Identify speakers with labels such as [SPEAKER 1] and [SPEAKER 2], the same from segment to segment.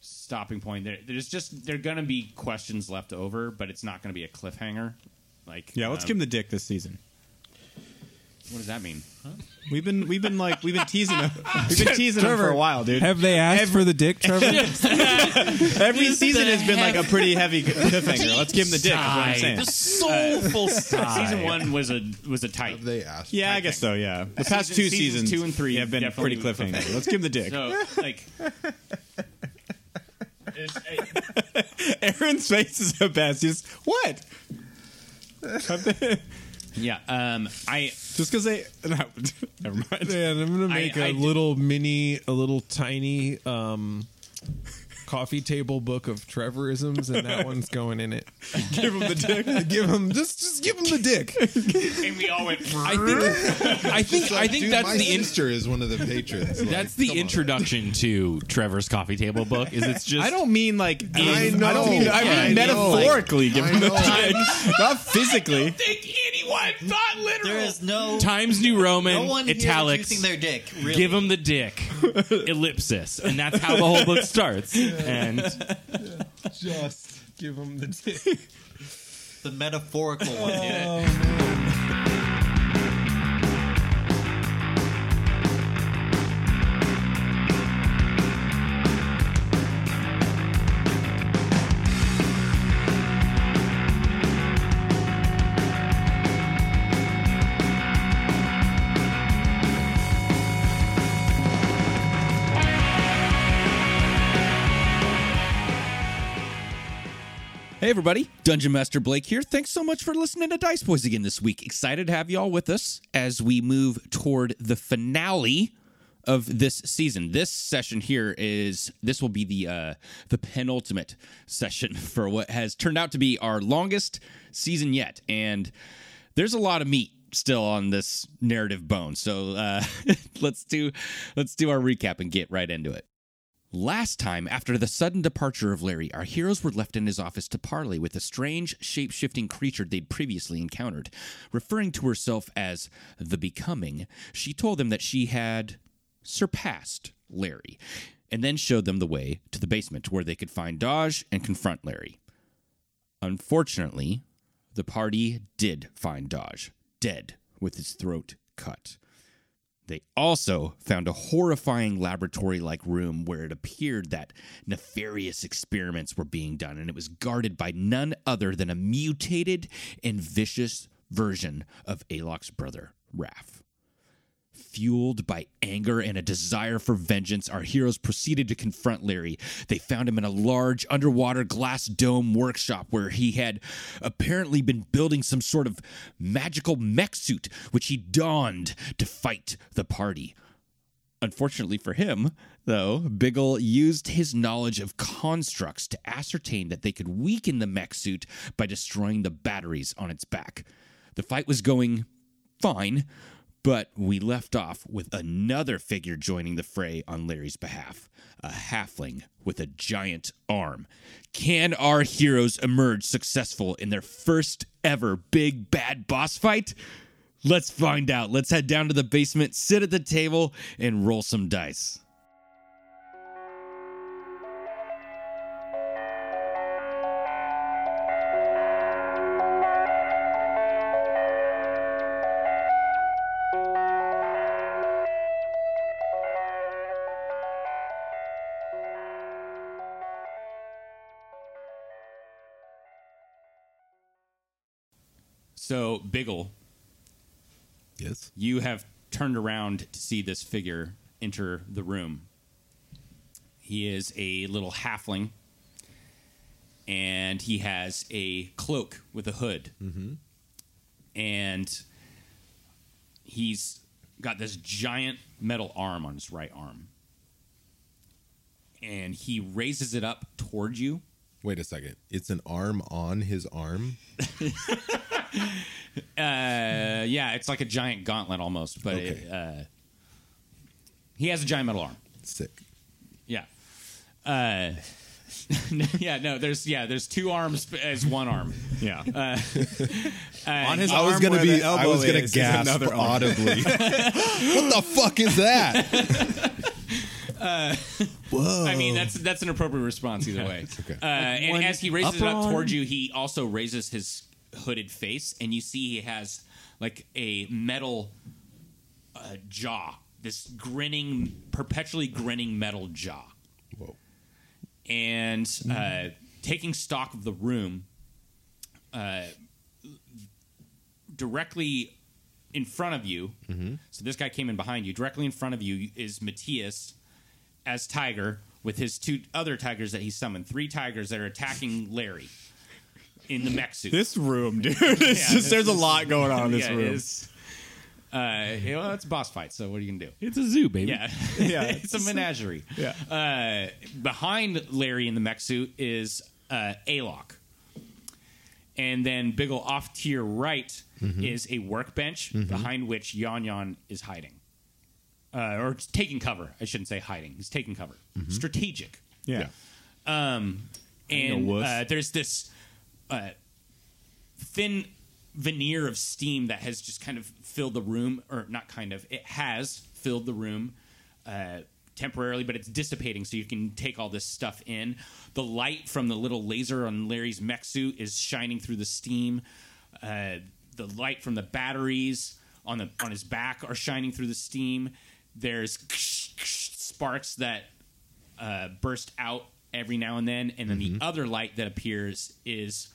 [SPEAKER 1] stopping point. There, there's just there are gonna be questions left over, but it's not gonna be a cliffhanger. Like
[SPEAKER 2] Yeah, let's
[SPEAKER 1] um,
[SPEAKER 2] give him the dick this season.
[SPEAKER 1] What does that mean?
[SPEAKER 2] We've been we've been like we've been teasing him. We've been teasing him for a while, dude.
[SPEAKER 3] Have they asked for the dick, Trevor?
[SPEAKER 2] Every season
[SPEAKER 1] the
[SPEAKER 2] has been like a pretty heavy cliffhanger. Let's give him the dick. Is what I'm saying.
[SPEAKER 1] The soulful sigh. Season one was a was a tight.
[SPEAKER 4] They asked.
[SPEAKER 2] Yeah, I, guess so. Yeah, the past
[SPEAKER 1] Season-
[SPEAKER 2] two
[SPEAKER 1] seasons
[SPEAKER 2] seasons,
[SPEAKER 1] two and three
[SPEAKER 2] have been
[SPEAKER 1] definitely
[SPEAKER 2] pretty
[SPEAKER 1] were
[SPEAKER 2] cliffhanger. Let's give him the dick.
[SPEAKER 1] So like. It's, it-
[SPEAKER 2] Aaron's face is the best. He's what?
[SPEAKER 1] yeah, um, I
[SPEAKER 2] Just because they no, never mind.
[SPEAKER 3] Man, I'm gonna
[SPEAKER 1] I-
[SPEAKER 3] make a
[SPEAKER 1] I did-
[SPEAKER 3] little mini, a little tiny um, coffee table book of Trevorisms, and that one's going in it.
[SPEAKER 2] Give him the dick.
[SPEAKER 3] Give him just, just give him the dick.
[SPEAKER 1] and we all went.
[SPEAKER 5] I think I think I think
[SPEAKER 4] Dude,
[SPEAKER 5] that's
[SPEAKER 4] my
[SPEAKER 5] the in-
[SPEAKER 4] sister is one of the patrons. Like,
[SPEAKER 5] that's the
[SPEAKER 4] come on.
[SPEAKER 5] introduction to Trevor's coffee table book. Is it's just
[SPEAKER 2] I don't mean like I,
[SPEAKER 4] know.
[SPEAKER 2] don't mean, I mean
[SPEAKER 4] I know.
[SPEAKER 2] metaphorically. give him
[SPEAKER 4] I
[SPEAKER 2] the
[SPEAKER 4] know.
[SPEAKER 2] dick, not physically.
[SPEAKER 1] think anyone thought literal.
[SPEAKER 6] There is no
[SPEAKER 5] Times New Roman
[SPEAKER 6] no one here
[SPEAKER 5] italics.
[SPEAKER 6] using their dick. Really.
[SPEAKER 5] Give him the dick, ellipsis, and that's how the whole book starts. And
[SPEAKER 3] just give him the dick.
[SPEAKER 6] the metaphorical one. dude.
[SPEAKER 7] Hey, everybody. Dungeon Master Blake here. Thanks so much for listening to Dice Boys again this week. Excited to have y'all with us as we move toward the finale of this season. This session here is this will be the uh the penultimate session for what has turned out to be our longest season yet and there's a lot of meat still on this narrative bone. So, uh let's do let's do our recap and get right into it. Last time, after the sudden departure of Larry, our heroes were left in his office to parley with a strange, shape shifting creature they'd previously encountered. Referring to herself as the Becoming, she told them that she had surpassed Larry, and then showed them the way to the basement where they could find Dodge and confront Larry. Unfortunately, the party did find Dodge, dead with his throat cut. They also found a horrifying laboratory like room where it appeared that nefarious experiments were being done, and it was guarded by none other than a mutated and vicious version of Alok's brother, Raph. Fueled by anger and a desire for vengeance, our heroes proceeded to confront Larry. They found him in a large underwater glass dome workshop where he had apparently been building some sort of magical mech suit, which he donned to fight the party. Unfortunately for him, though, Biggle used his knowledge of constructs to ascertain that they could weaken the mech suit by destroying the batteries on its back. The fight was going fine, but we left off with another figure joining the fray on Larry's behalf a halfling with a giant arm. Can our heroes emerge successful in their first ever big bad boss fight? Let's find out. Let's head down to the basement, sit at the table, and roll some dice.
[SPEAKER 1] So Biggle,
[SPEAKER 4] Yes.
[SPEAKER 1] you have turned around to see this figure enter the room. He is a little halfling, and he has a cloak with a hood, mm-hmm. and he's got this giant metal arm on his right arm, and he raises it up toward you.
[SPEAKER 4] Wait a second. It's an arm on his arm.
[SPEAKER 1] Uh, yeah, it's like a giant gauntlet almost, but it,
[SPEAKER 4] Okay.
[SPEAKER 1] uh, he has a giant metal arm.
[SPEAKER 4] Sick.
[SPEAKER 1] Yeah. Uh, yeah, no, there's yeah, there's two arms as one arm.
[SPEAKER 2] Yeah,
[SPEAKER 1] On his
[SPEAKER 4] I was
[SPEAKER 2] arm
[SPEAKER 4] gonna
[SPEAKER 2] where
[SPEAKER 4] be.
[SPEAKER 2] the
[SPEAKER 4] I
[SPEAKER 2] elbow
[SPEAKER 4] was gonna
[SPEAKER 2] is, is
[SPEAKER 4] gasp
[SPEAKER 2] another arm.
[SPEAKER 4] audibly. what the fuck is that?
[SPEAKER 7] I mean, that's that's an appropriate response either way. uh, and as he raises it up towards you, he also raises his hooded face, and you see he has like a metal uh, jaw, this grinning, perpetually grinning metal jaw.
[SPEAKER 8] Whoa.
[SPEAKER 7] And uh, taking stock of the room, uh, directly in front of you. So this guy came in behind you. Directly in front of you is Matthias as Tiger with his two other tigers that he summoned. Three tigers that are attacking Larry in the mech suit.
[SPEAKER 2] This room, dude. It's
[SPEAKER 7] Yeah,
[SPEAKER 2] just there's a lot going on in this
[SPEAKER 7] Yeah, it
[SPEAKER 2] room.
[SPEAKER 7] is. Uh, yeah, well, it's a boss fight, so what are you gonna do?
[SPEAKER 9] It's a zoo, baby.
[SPEAKER 7] Yeah,
[SPEAKER 2] Yeah.
[SPEAKER 7] it's a menagerie.
[SPEAKER 2] Yeah.
[SPEAKER 7] Uh, behind Larry in the mech suit is uh, Alok, and then big ol' off to your right is a workbench behind which Yon Yon is hiding, uh, or it's taking cover. I shouldn't say hiding. He's taking cover. Strategic.
[SPEAKER 2] yeah.
[SPEAKER 7] Um, and
[SPEAKER 2] wuss.
[SPEAKER 7] uh, there's this uh, thin veneer of steam that has just kind of filled the room, or not kind of, it has filled the room uh, temporarily, but it's dissipating, so you can take all this stuff in. The light from the little laser on Larry's mech suit is shining through the steam. Uh, the light from the batteries on the on his back are shining through the steam. There's sparks that uh, burst out every now and then, and then the other light that appears is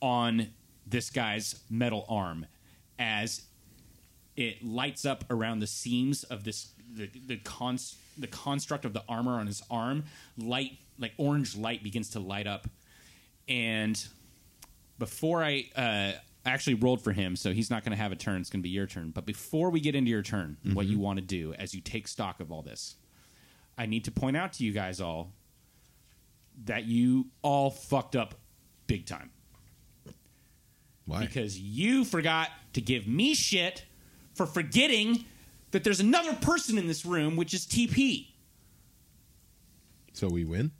[SPEAKER 7] on this guy's metal arm as it lights up around the seams of this the the, cons, the construct of the armor on his arm. Light like orange light begins to light up, and before I uh, actually rolled for him, so he's not going to have a turn. It's going to be your turn. But before we get into your turn, what you want to do as you take stock of all this. I need to point out to you guys all that you all fucked up big time
[SPEAKER 8] Why?
[SPEAKER 7] because you forgot to give me shit for forgetting that there's another person in this room, which is TP.
[SPEAKER 8] So we win? Uh.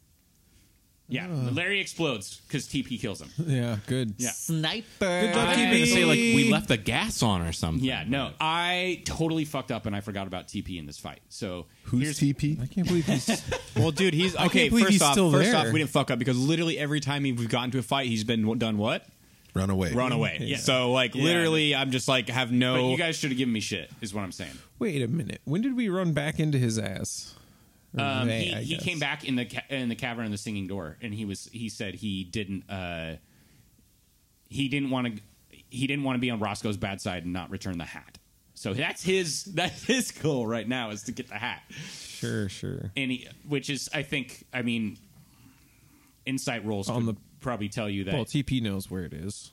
[SPEAKER 7] Yeah, Larry explodes because TP kills him.
[SPEAKER 3] Yeah, good.
[SPEAKER 7] Yeah.
[SPEAKER 6] Sniper.
[SPEAKER 9] I was gonna say like we left the gas on or something.
[SPEAKER 7] Yeah, no, I totally fucked up and I forgot about TP in this fight. So
[SPEAKER 8] Who's
[SPEAKER 3] I
[SPEAKER 8] TP?
[SPEAKER 3] can't believe he's.
[SPEAKER 2] Well, dude, he's okay.
[SPEAKER 3] believe
[SPEAKER 2] First
[SPEAKER 3] he's
[SPEAKER 2] off,
[SPEAKER 3] still
[SPEAKER 2] first
[SPEAKER 3] there.
[SPEAKER 2] off, we didn't fuck up because literally every time we've gotten to a fight, he's been done what?
[SPEAKER 8] Run away.
[SPEAKER 2] Run away.
[SPEAKER 7] Yeah.
[SPEAKER 2] So like literally, I'm just like have
[SPEAKER 7] But
[SPEAKER 2] no.
[SPEAKER 7] you guys should have given me shit, is what I'm saying.
[SPEAKER 3] Wait a minute. When did we run back into his ass? Or
[SPEAKER 7] Um,
[SPEAKER 3] they,
[SPEAKER 7] he,
[SPEAKER 3] I
[SPEAKER 7] he
[SPEAKER 3] guess.
[SPEAKER 7] came back in the ca- in the cavern of the singing door, and he was he said he didn't uh, he didn't want to he didn't want to be on Roscoe's bad side and not return the hat. So that's his that's his goal right now is to get the hat,
[SPEAKER 3] Sure, sure.
[SPEAKER 7] and he, which is I think I mean, insight rolls
[SPEAKER 3] On
[SPEAKER 7] could
[SPEAKER 3] the-
[SPEAKER 7] probably tell you that
[SPEAKER 3] Well, TP knows where it is.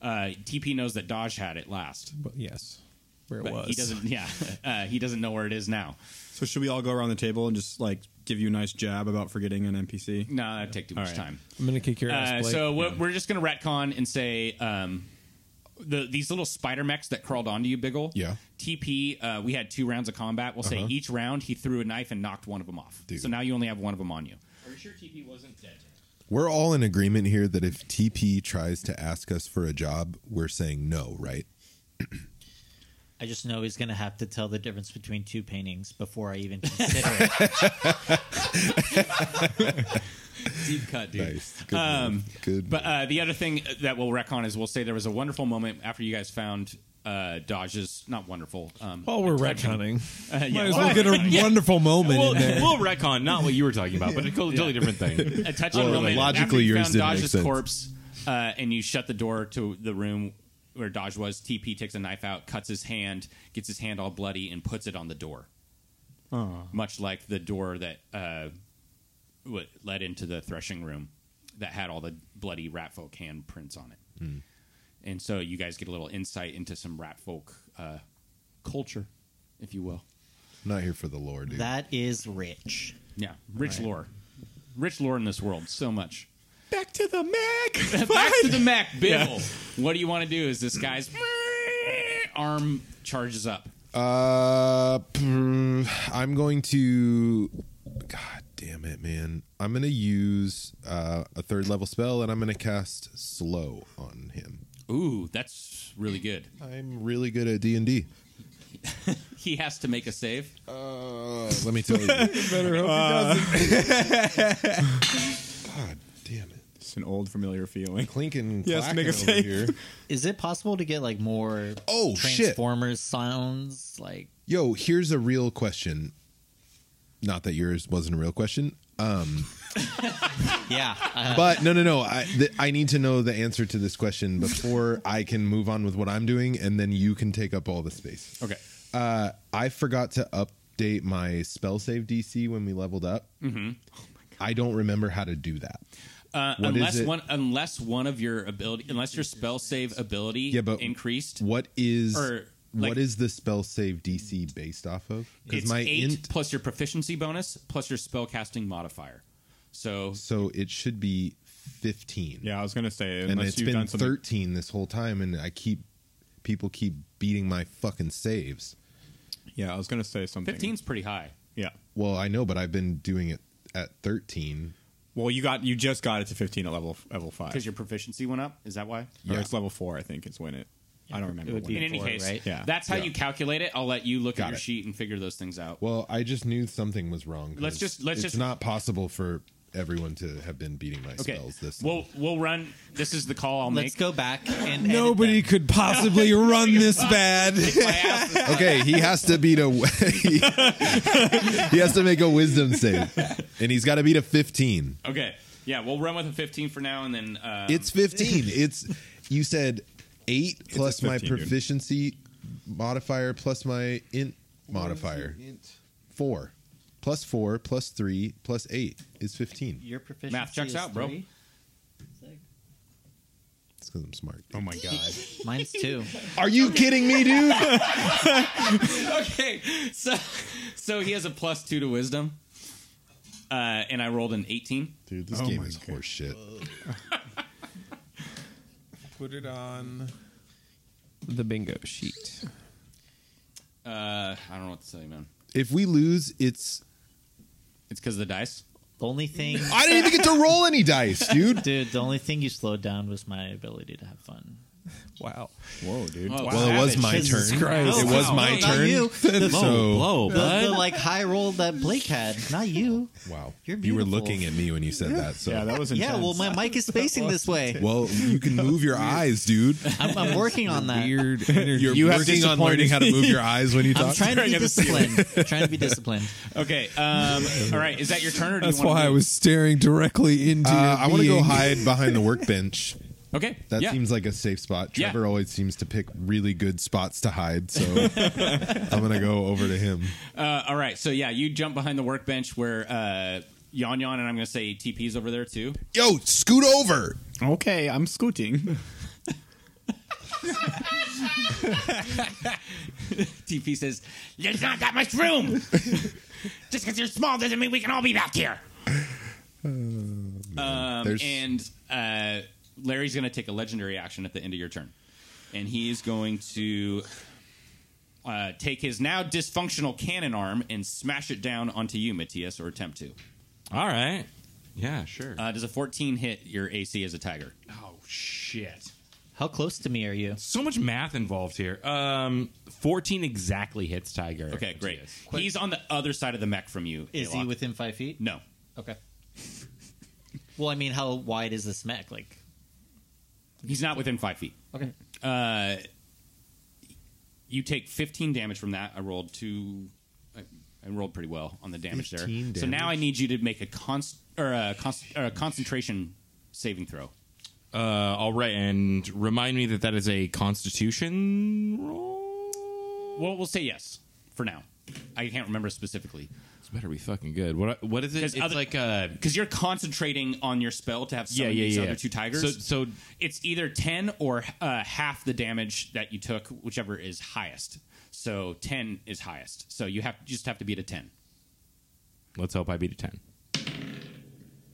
[SPEAKER 7] uh, TP knows that Dodge had it last.
[SPEAKER 3] But yes, where it
[SPEAKER 7] But
[SPEAKER 3] was.
[SPEAKER 7] he doesn't. Yeah, uh, he doesn't know where it is now.
[SPEAKER 2] so should we all go around the table and just like give you a nice jab about forgetting an NPC?
[SPEAKER 7] No, that'd take too much time.
[SPEAKER 3] I'm gonna kick your ass.
[SPEAKER 7] Uh,
[SPEAKER 3] Blake.
[SPEAKER 7] so we're, we're just going to retcon and say um, the these little spider mechs that crawled onto you, Biggle.
[SPEAKER 8] Yeah. Uh-huh.
[SPEAKER 7] TP, uh, we had two rounds of combat. We'll say each round he threw a knife and knocked one of them off.
[SPEAKER 8] Dude.
[SPEAKER 7] So now you only have one of them on you. Are you sure TP wasn't dead?
[SPEAKER 8] We're all in agreement here that if TP tries to ask us for a job, we're saying no, right?
[SPEAKER 6] I just know he's going to have to tell the difference between two paintings before I even consider it.
[SPEAKER 7] Deep cut, dude.
[SPEAKER 8] Nice. Good. move. Good.
[SPEAKER 7] But uh, the other thing that we'll wreck on is we'll say there was a wonderful moment after you guys found uh, Dodge's, not wonderful. Um,
[SPEAKER 3] While we're red
[SPEAKER 7] touching-
[SPEAKER 3] hunting,
[SPEAKER 7] Uh, yeah,
[SPEAKER 3] might as well get a wonderful moment
[SPEAKER 9] Well,
[SPEAKER 3] in there.
[SPEAKER 9] we'll retcon not what you were talking about, but a totally different thing.
[SPEAKER 7] a touching
[SPEAKER 8] Well,
[SPEAKER 7] moment.
[SPEAKER 8] logically,
[SPEAKER 7] after you
[SPEAKER 8] yours
[SPEAKER 7] found
[SPEAKER 8] didn't make
[SPEAKER 7] Dodge's
[SPEAKER 8] sense.
[SPEAKER 7] corpse, uh, and you shut the door to the room where Dodge was. TP takes a knife out, cuts his hand, gets his hand all bloody, and puts it on the door. Much like the door that uh, what led into the threshing room that had all the bloody rat folk hand prints on it.
[SPEAKER 8] Hmm.
[SPEAKER 7] And so you guys get a little insight into some rat folk uh, culture, if you will.
[SPEAKER 8] Not here for the lore, dude.
[SPEAKER 6] That is rich.
[SPEAKER 7] Yeah, rich lore, rich lore in this world, so much.
[SPEAKER 2] Back to the Mac.
[SPEAKER 7] back to the Mac, Bill. What do you want to do? Is this guy's arm charges up?
[SPEAKER 8] Uh, pr- I'm going to. God damn it, man! I'm going to use uh, a third level spell, and I'm going to cast slow on him.
[SPEAKER 7] Ooh, that's really good.
[SPEAKER 8] I'm really good at D and D.
[SPEAKER 7] he has to make a save.
[SPEAKER 8] Uh, let me tell you.
[SPEAKER 3] Better hope he doesn't.
[SPEAKER 8] God damn it.
[SPEAKER 2] It's an old familiar feeling.
[SPEAKER 8] Clinking
[SPEAKER 2] Yes,
[SPEAKER 8] clacking
[SPEAKER 2] make a
[SPEAKER 8] over
[SPEAKER 2] save.
[SPEAKER 8] here.
[SPEAKER 6] Is it possible to get like more
[SPEAKER 8] Oh, shit.
[SPEAKER 6] Transformers sounds? Like
[SPEAKER 8] Yo, here's a real question. Not that yours wasn't a real question.
[SPEAKER 7] Uh,
[SPEAKER 8] Um,
[SPEAKER 6] yeah, uh,
[SPEAKER 8] but no, no, no. I, th- I need to know the answer to this question before I can move on with what I'm doing, and then you can take up all the space.
[SPEAKER 7] Okay.
[SPEAKER 8] Uh, I forgot to update my spell save DC when we leveled up. Mm-hmm. I don't remember how to do that.
[SPEAKER 7] Uh,
[SPEAKER 8] What is
[SPEAKER 7] unless
[SPEAKER 8] it?
[SPEAKER 7] one unless one of your ability unless your spell save ability
[SPEAKER 8] Yeah, but
[SPEAKER 7] increased.
[SPEAKER 8] What is
[SPEAKER 7] Or, like-
[SPEAKER 8] what is the spell save DC based off of?
[SPEAKER 7] It's eight
[SPEAKER 8] int-
[SPEAKER 7] plus your proficiency bonus plus your spellcasting modifier. So
[SPEAKER 8] so it should be fifteen.
[SPEAKER 2] Yeah, I was gonna say
[SPEAKER 8] and
[SPEAKER 2] unless
[SPEAKER 8] it's
[SPEAKER 2] you've
[SPEAKER 8] been
[SPEAKER 2] done something.
[SPEAKER 8] 13 this whole time and i keep people keep beating my fucking saves
[SPEAKER 2] yeah, I was gonna say something.
[SPEAKER 7] 15's pretty high.
[SPEAKER 2] Yeah.
[SPEAKER 8] well i know but i've been doing it at 13
[SPEAKER 2] Well, you got you just got it to fifteen at level level five.
[SPEAKER 7] Because your proficiency went up, is that why?
[SPEAKER 2] Or it's level four, I think, is when it. I don't remember.
[SPEAKER 6] would
[SPEAKER 2] when
[SPEAKER 6] be
[SPEAKER 7] In any
[SPEAKER 6] Four,
[SPEAKER 7] case,
[SPEAKER 6] right?
[SPEAKER 2] Yeah.
[SPEAKER 7] that's how
[SPEAKER 8] Yeah.
[SPEAKER 7] you calculate it. I'll let you look
[SPEAKER 8] Got
[SPEAKER 7] at your
[SPEAKER 8] it.
[SPEAKER 7] sheet and figure those things out.
[SPEAKER 8] well i just knew something was wrong 'cause
[SPEAKER 7] Let's just- let's
[SPEAKER 8] it's
[SPEAKER 7] just-
[SPEAKER 8] not possible for everyone to have been beating my
[SPEAKER 7] okay,
[SPEAKER 8] spells this
[SPEAKER 7] we'll we'll run. This is the call I'll
[SPEAKER 6] let's
[SPEAKER 7] make.
[SPEAKER 6] go back and
[SPEAKER 3] Nobody
[SPEAKER 6] edit
[SPEAKER 3] could possibly run this bad.
[SPEAKER 7] My ass is-
[SPEAKER 8] okay he has to beat a he, he has to make a wisdom save and he's got to beat a 15
[SPEAKER 7] okay, yeah, we'll run with a 15 for now, and then uh,
[SPEAKER 2] Um,
[SPEAKER 8] It's 15. it's you said 8 plus
[SPEAKER 2] a 15,
[SPEAKER 8] my
[SPEAKER 2] dude.
[SPEAKER 8] proficiency modifier plus my int modifier. 4 plus 4 plus 3 plus 8 is 15.
[SPEAKER 6] them. Your proficiency
[SPEAKER 7] Math checks
[SPEAKER 6] is
[SPEAKER 7] out, bro.
[SPEAKER 6] three.
[SPEAKER 8] It's cuz I'm smart.
[SPEAKER 2] Oh my god!
[SPEAKER 6] Mine's two.
[SPEAKER 8] Are you kidding me, dude?
[SPEAKER 7] okay. So so he has a plus two to wisdom, uh, and I rolled an 18.
[SPEAKER 8] Dude, this
[SPEAKER 2] Oh
[SPEAKER 8] game
[SPEAKER 2] my
[SPEAKER 8] is
[SPEAKER 2] God.
[SPEAKER 8] horse shit.
[SPEAKER 3] Put it on the bingo sheet.
[SPEAKER 7] Uh, I don't know what to tell you, man.
[SPEAKER 8] If we lose, it's
[SPEAKER 7] It's because of the dice.
[SPEAKER 6] The only thing,
[SPEAKER 8] I didn't even get to roll any dice, dude.
[SPEAKER 6] dude, the only thing you slowed down was my ability to have fun.
[SPEAKER 3] Wow.
[SPEAKER 2] Whoa, dude!
[SPEAKER 7] Oh,
[SPEAKER 8] Well, it was my
[SPEAKER 6] Jesus
[SPEAKER 8] turn.
[SPEAKER 3] Christ.
[SPEAKER 8] It
[SPEAKER 6] Oh,
[SPEAKER 8] was
[SPEAKER 6] wow.
[SPEAKER 8] my
[SPEAKER 6] No, not
[SPEAKER 8] turn.
[SPEAKER 6] you.
[SPEAKER 8] So
[SPEAKER 9] Whoa,
[SPEAKER 6] The, the, like high roll that Blake had, not you.
[SPEAKER 8] wow.
[SPEAKER 6] You're
[SPEAKER 8] you were
[SPEAKER 6] beautiful.
[SPEAKER 8] looking at me when you said that. So
[SPEAKER 2] yeah, that was intense.
[SPEAKER 6] Yeah, well, my mic is facing this way.
[SPEAKER 8] Well, you can move your eyes, dude.
[SPEAKER 6] I'm, I'm working on that.
[SPEAKER 3] Weird energy.
[SPEAKER 8] You're working on learning how to move your eyes when you talk.
[SPEAKER 6] I'm trying to be disciplined. trying to be disciplined.
[SPEAKER 7] Okay. Um, all right. Is that your turn, or do
[SPEAKER 3] That's
[SPEAKER 7] you want
[SPEAKER 3] why I was staring directly into
[SPEAKER 8] Uh,
[SPEAKER 3] your
[SPEAKER 8] I want to go
[SPEAKER 3] being.
[SPEAKER 8] hide behind the workbench.
[SPEAKER 7] Okay.
[SPEAKER 8] That
[SPEAKER 7] yeah.
[SPEAKER 8] seems like a safe spot.
[SPEAKER 7] Yeah.
[SPEAKER 8] Trevor always seems to pick really good spots to hide, so I'm gonna go over to him.
[SPEAKER 7] Uh, all right. So yeah, you jump behind the workbench where uh, Yon Yon and I'm going to say TP's over there too.
[SPEAKER 8] Yo, scoot over.
[SPEAKER 2] okay, I'm scooting.
[SPEAKER 7] TP says, "There's not that much room. Just because you're small doesn't mean we can all be back here." um,
[SPEAKER 8] There's-
[SPEAKER 7] and uh, Larry's going to take a legendary action at the end of your turn, and he is going to uh, take his now dysfunctional cannon arm and smash it down onto you, Matthias, or attempt to.
[SPEAKER 9] All right. Yeah, sure.
[SPEAKER 7] Uh, does a 14 hit your AC as a tiger?
[SPEAKER 9] oh shit.
[SPEAKER 6] How close to me are you?
[SPEAKER 9] So much math involved here. Um, fourteen exactly hits Tiger.
[SPEAKER 7] Okay, great.
[SPEAKER 9] Yes.
[SPEAKER 7] He's on the other side of the mech from you.
[SPEAKER 6] Is he
[SPEAKER 7] Alok.
[SPEAKER 6] within five feet?
[SPEAKER 7] No.
[SPEAKER 6] Okay. Well, I mean, how wide is this mech? Like,
[SPEAKER 7] He's not within five feet.
[SPEAKER 6] okay.
[SPEAKER 7] Uh, you take 15 damage from that. I rolled two. I, I rolled pretty well on the damage there.
[SPEAKER 8] 15
[SPEAKER 7] So now I need you to make a const or a, const, or a concentration saving throw.
[SPEAKER 9] Uh, all right, and remind me that that is a Constitution roll.
[SPEAKER 7] Well, we'll say yes for now. I can't remember specifically
[SPEAKER 9] It's better be fucking good. What what is it?
[SPEAKER 7] 'Cause
[SPEAKER 9] It's
[SPEAKER 7] other-
[SPEAKER 9] like a
[SPEAKER 7] because you're concentrating on your spell to have some
[SPEAKER 9] yeah, yeah,
[SPEAKER 7] these
[SPEAKER 9] yeah.
[SPEAKER 7] other two tigers.
[SPEAKER 9] So, so
[SPEAKER 7] it's either 10 or uh, half the damage that you took, whichever is highest. So 10 is highest. So you have you just have to beat a 10.
[SPEAKER 9] let's hope I beat a ten.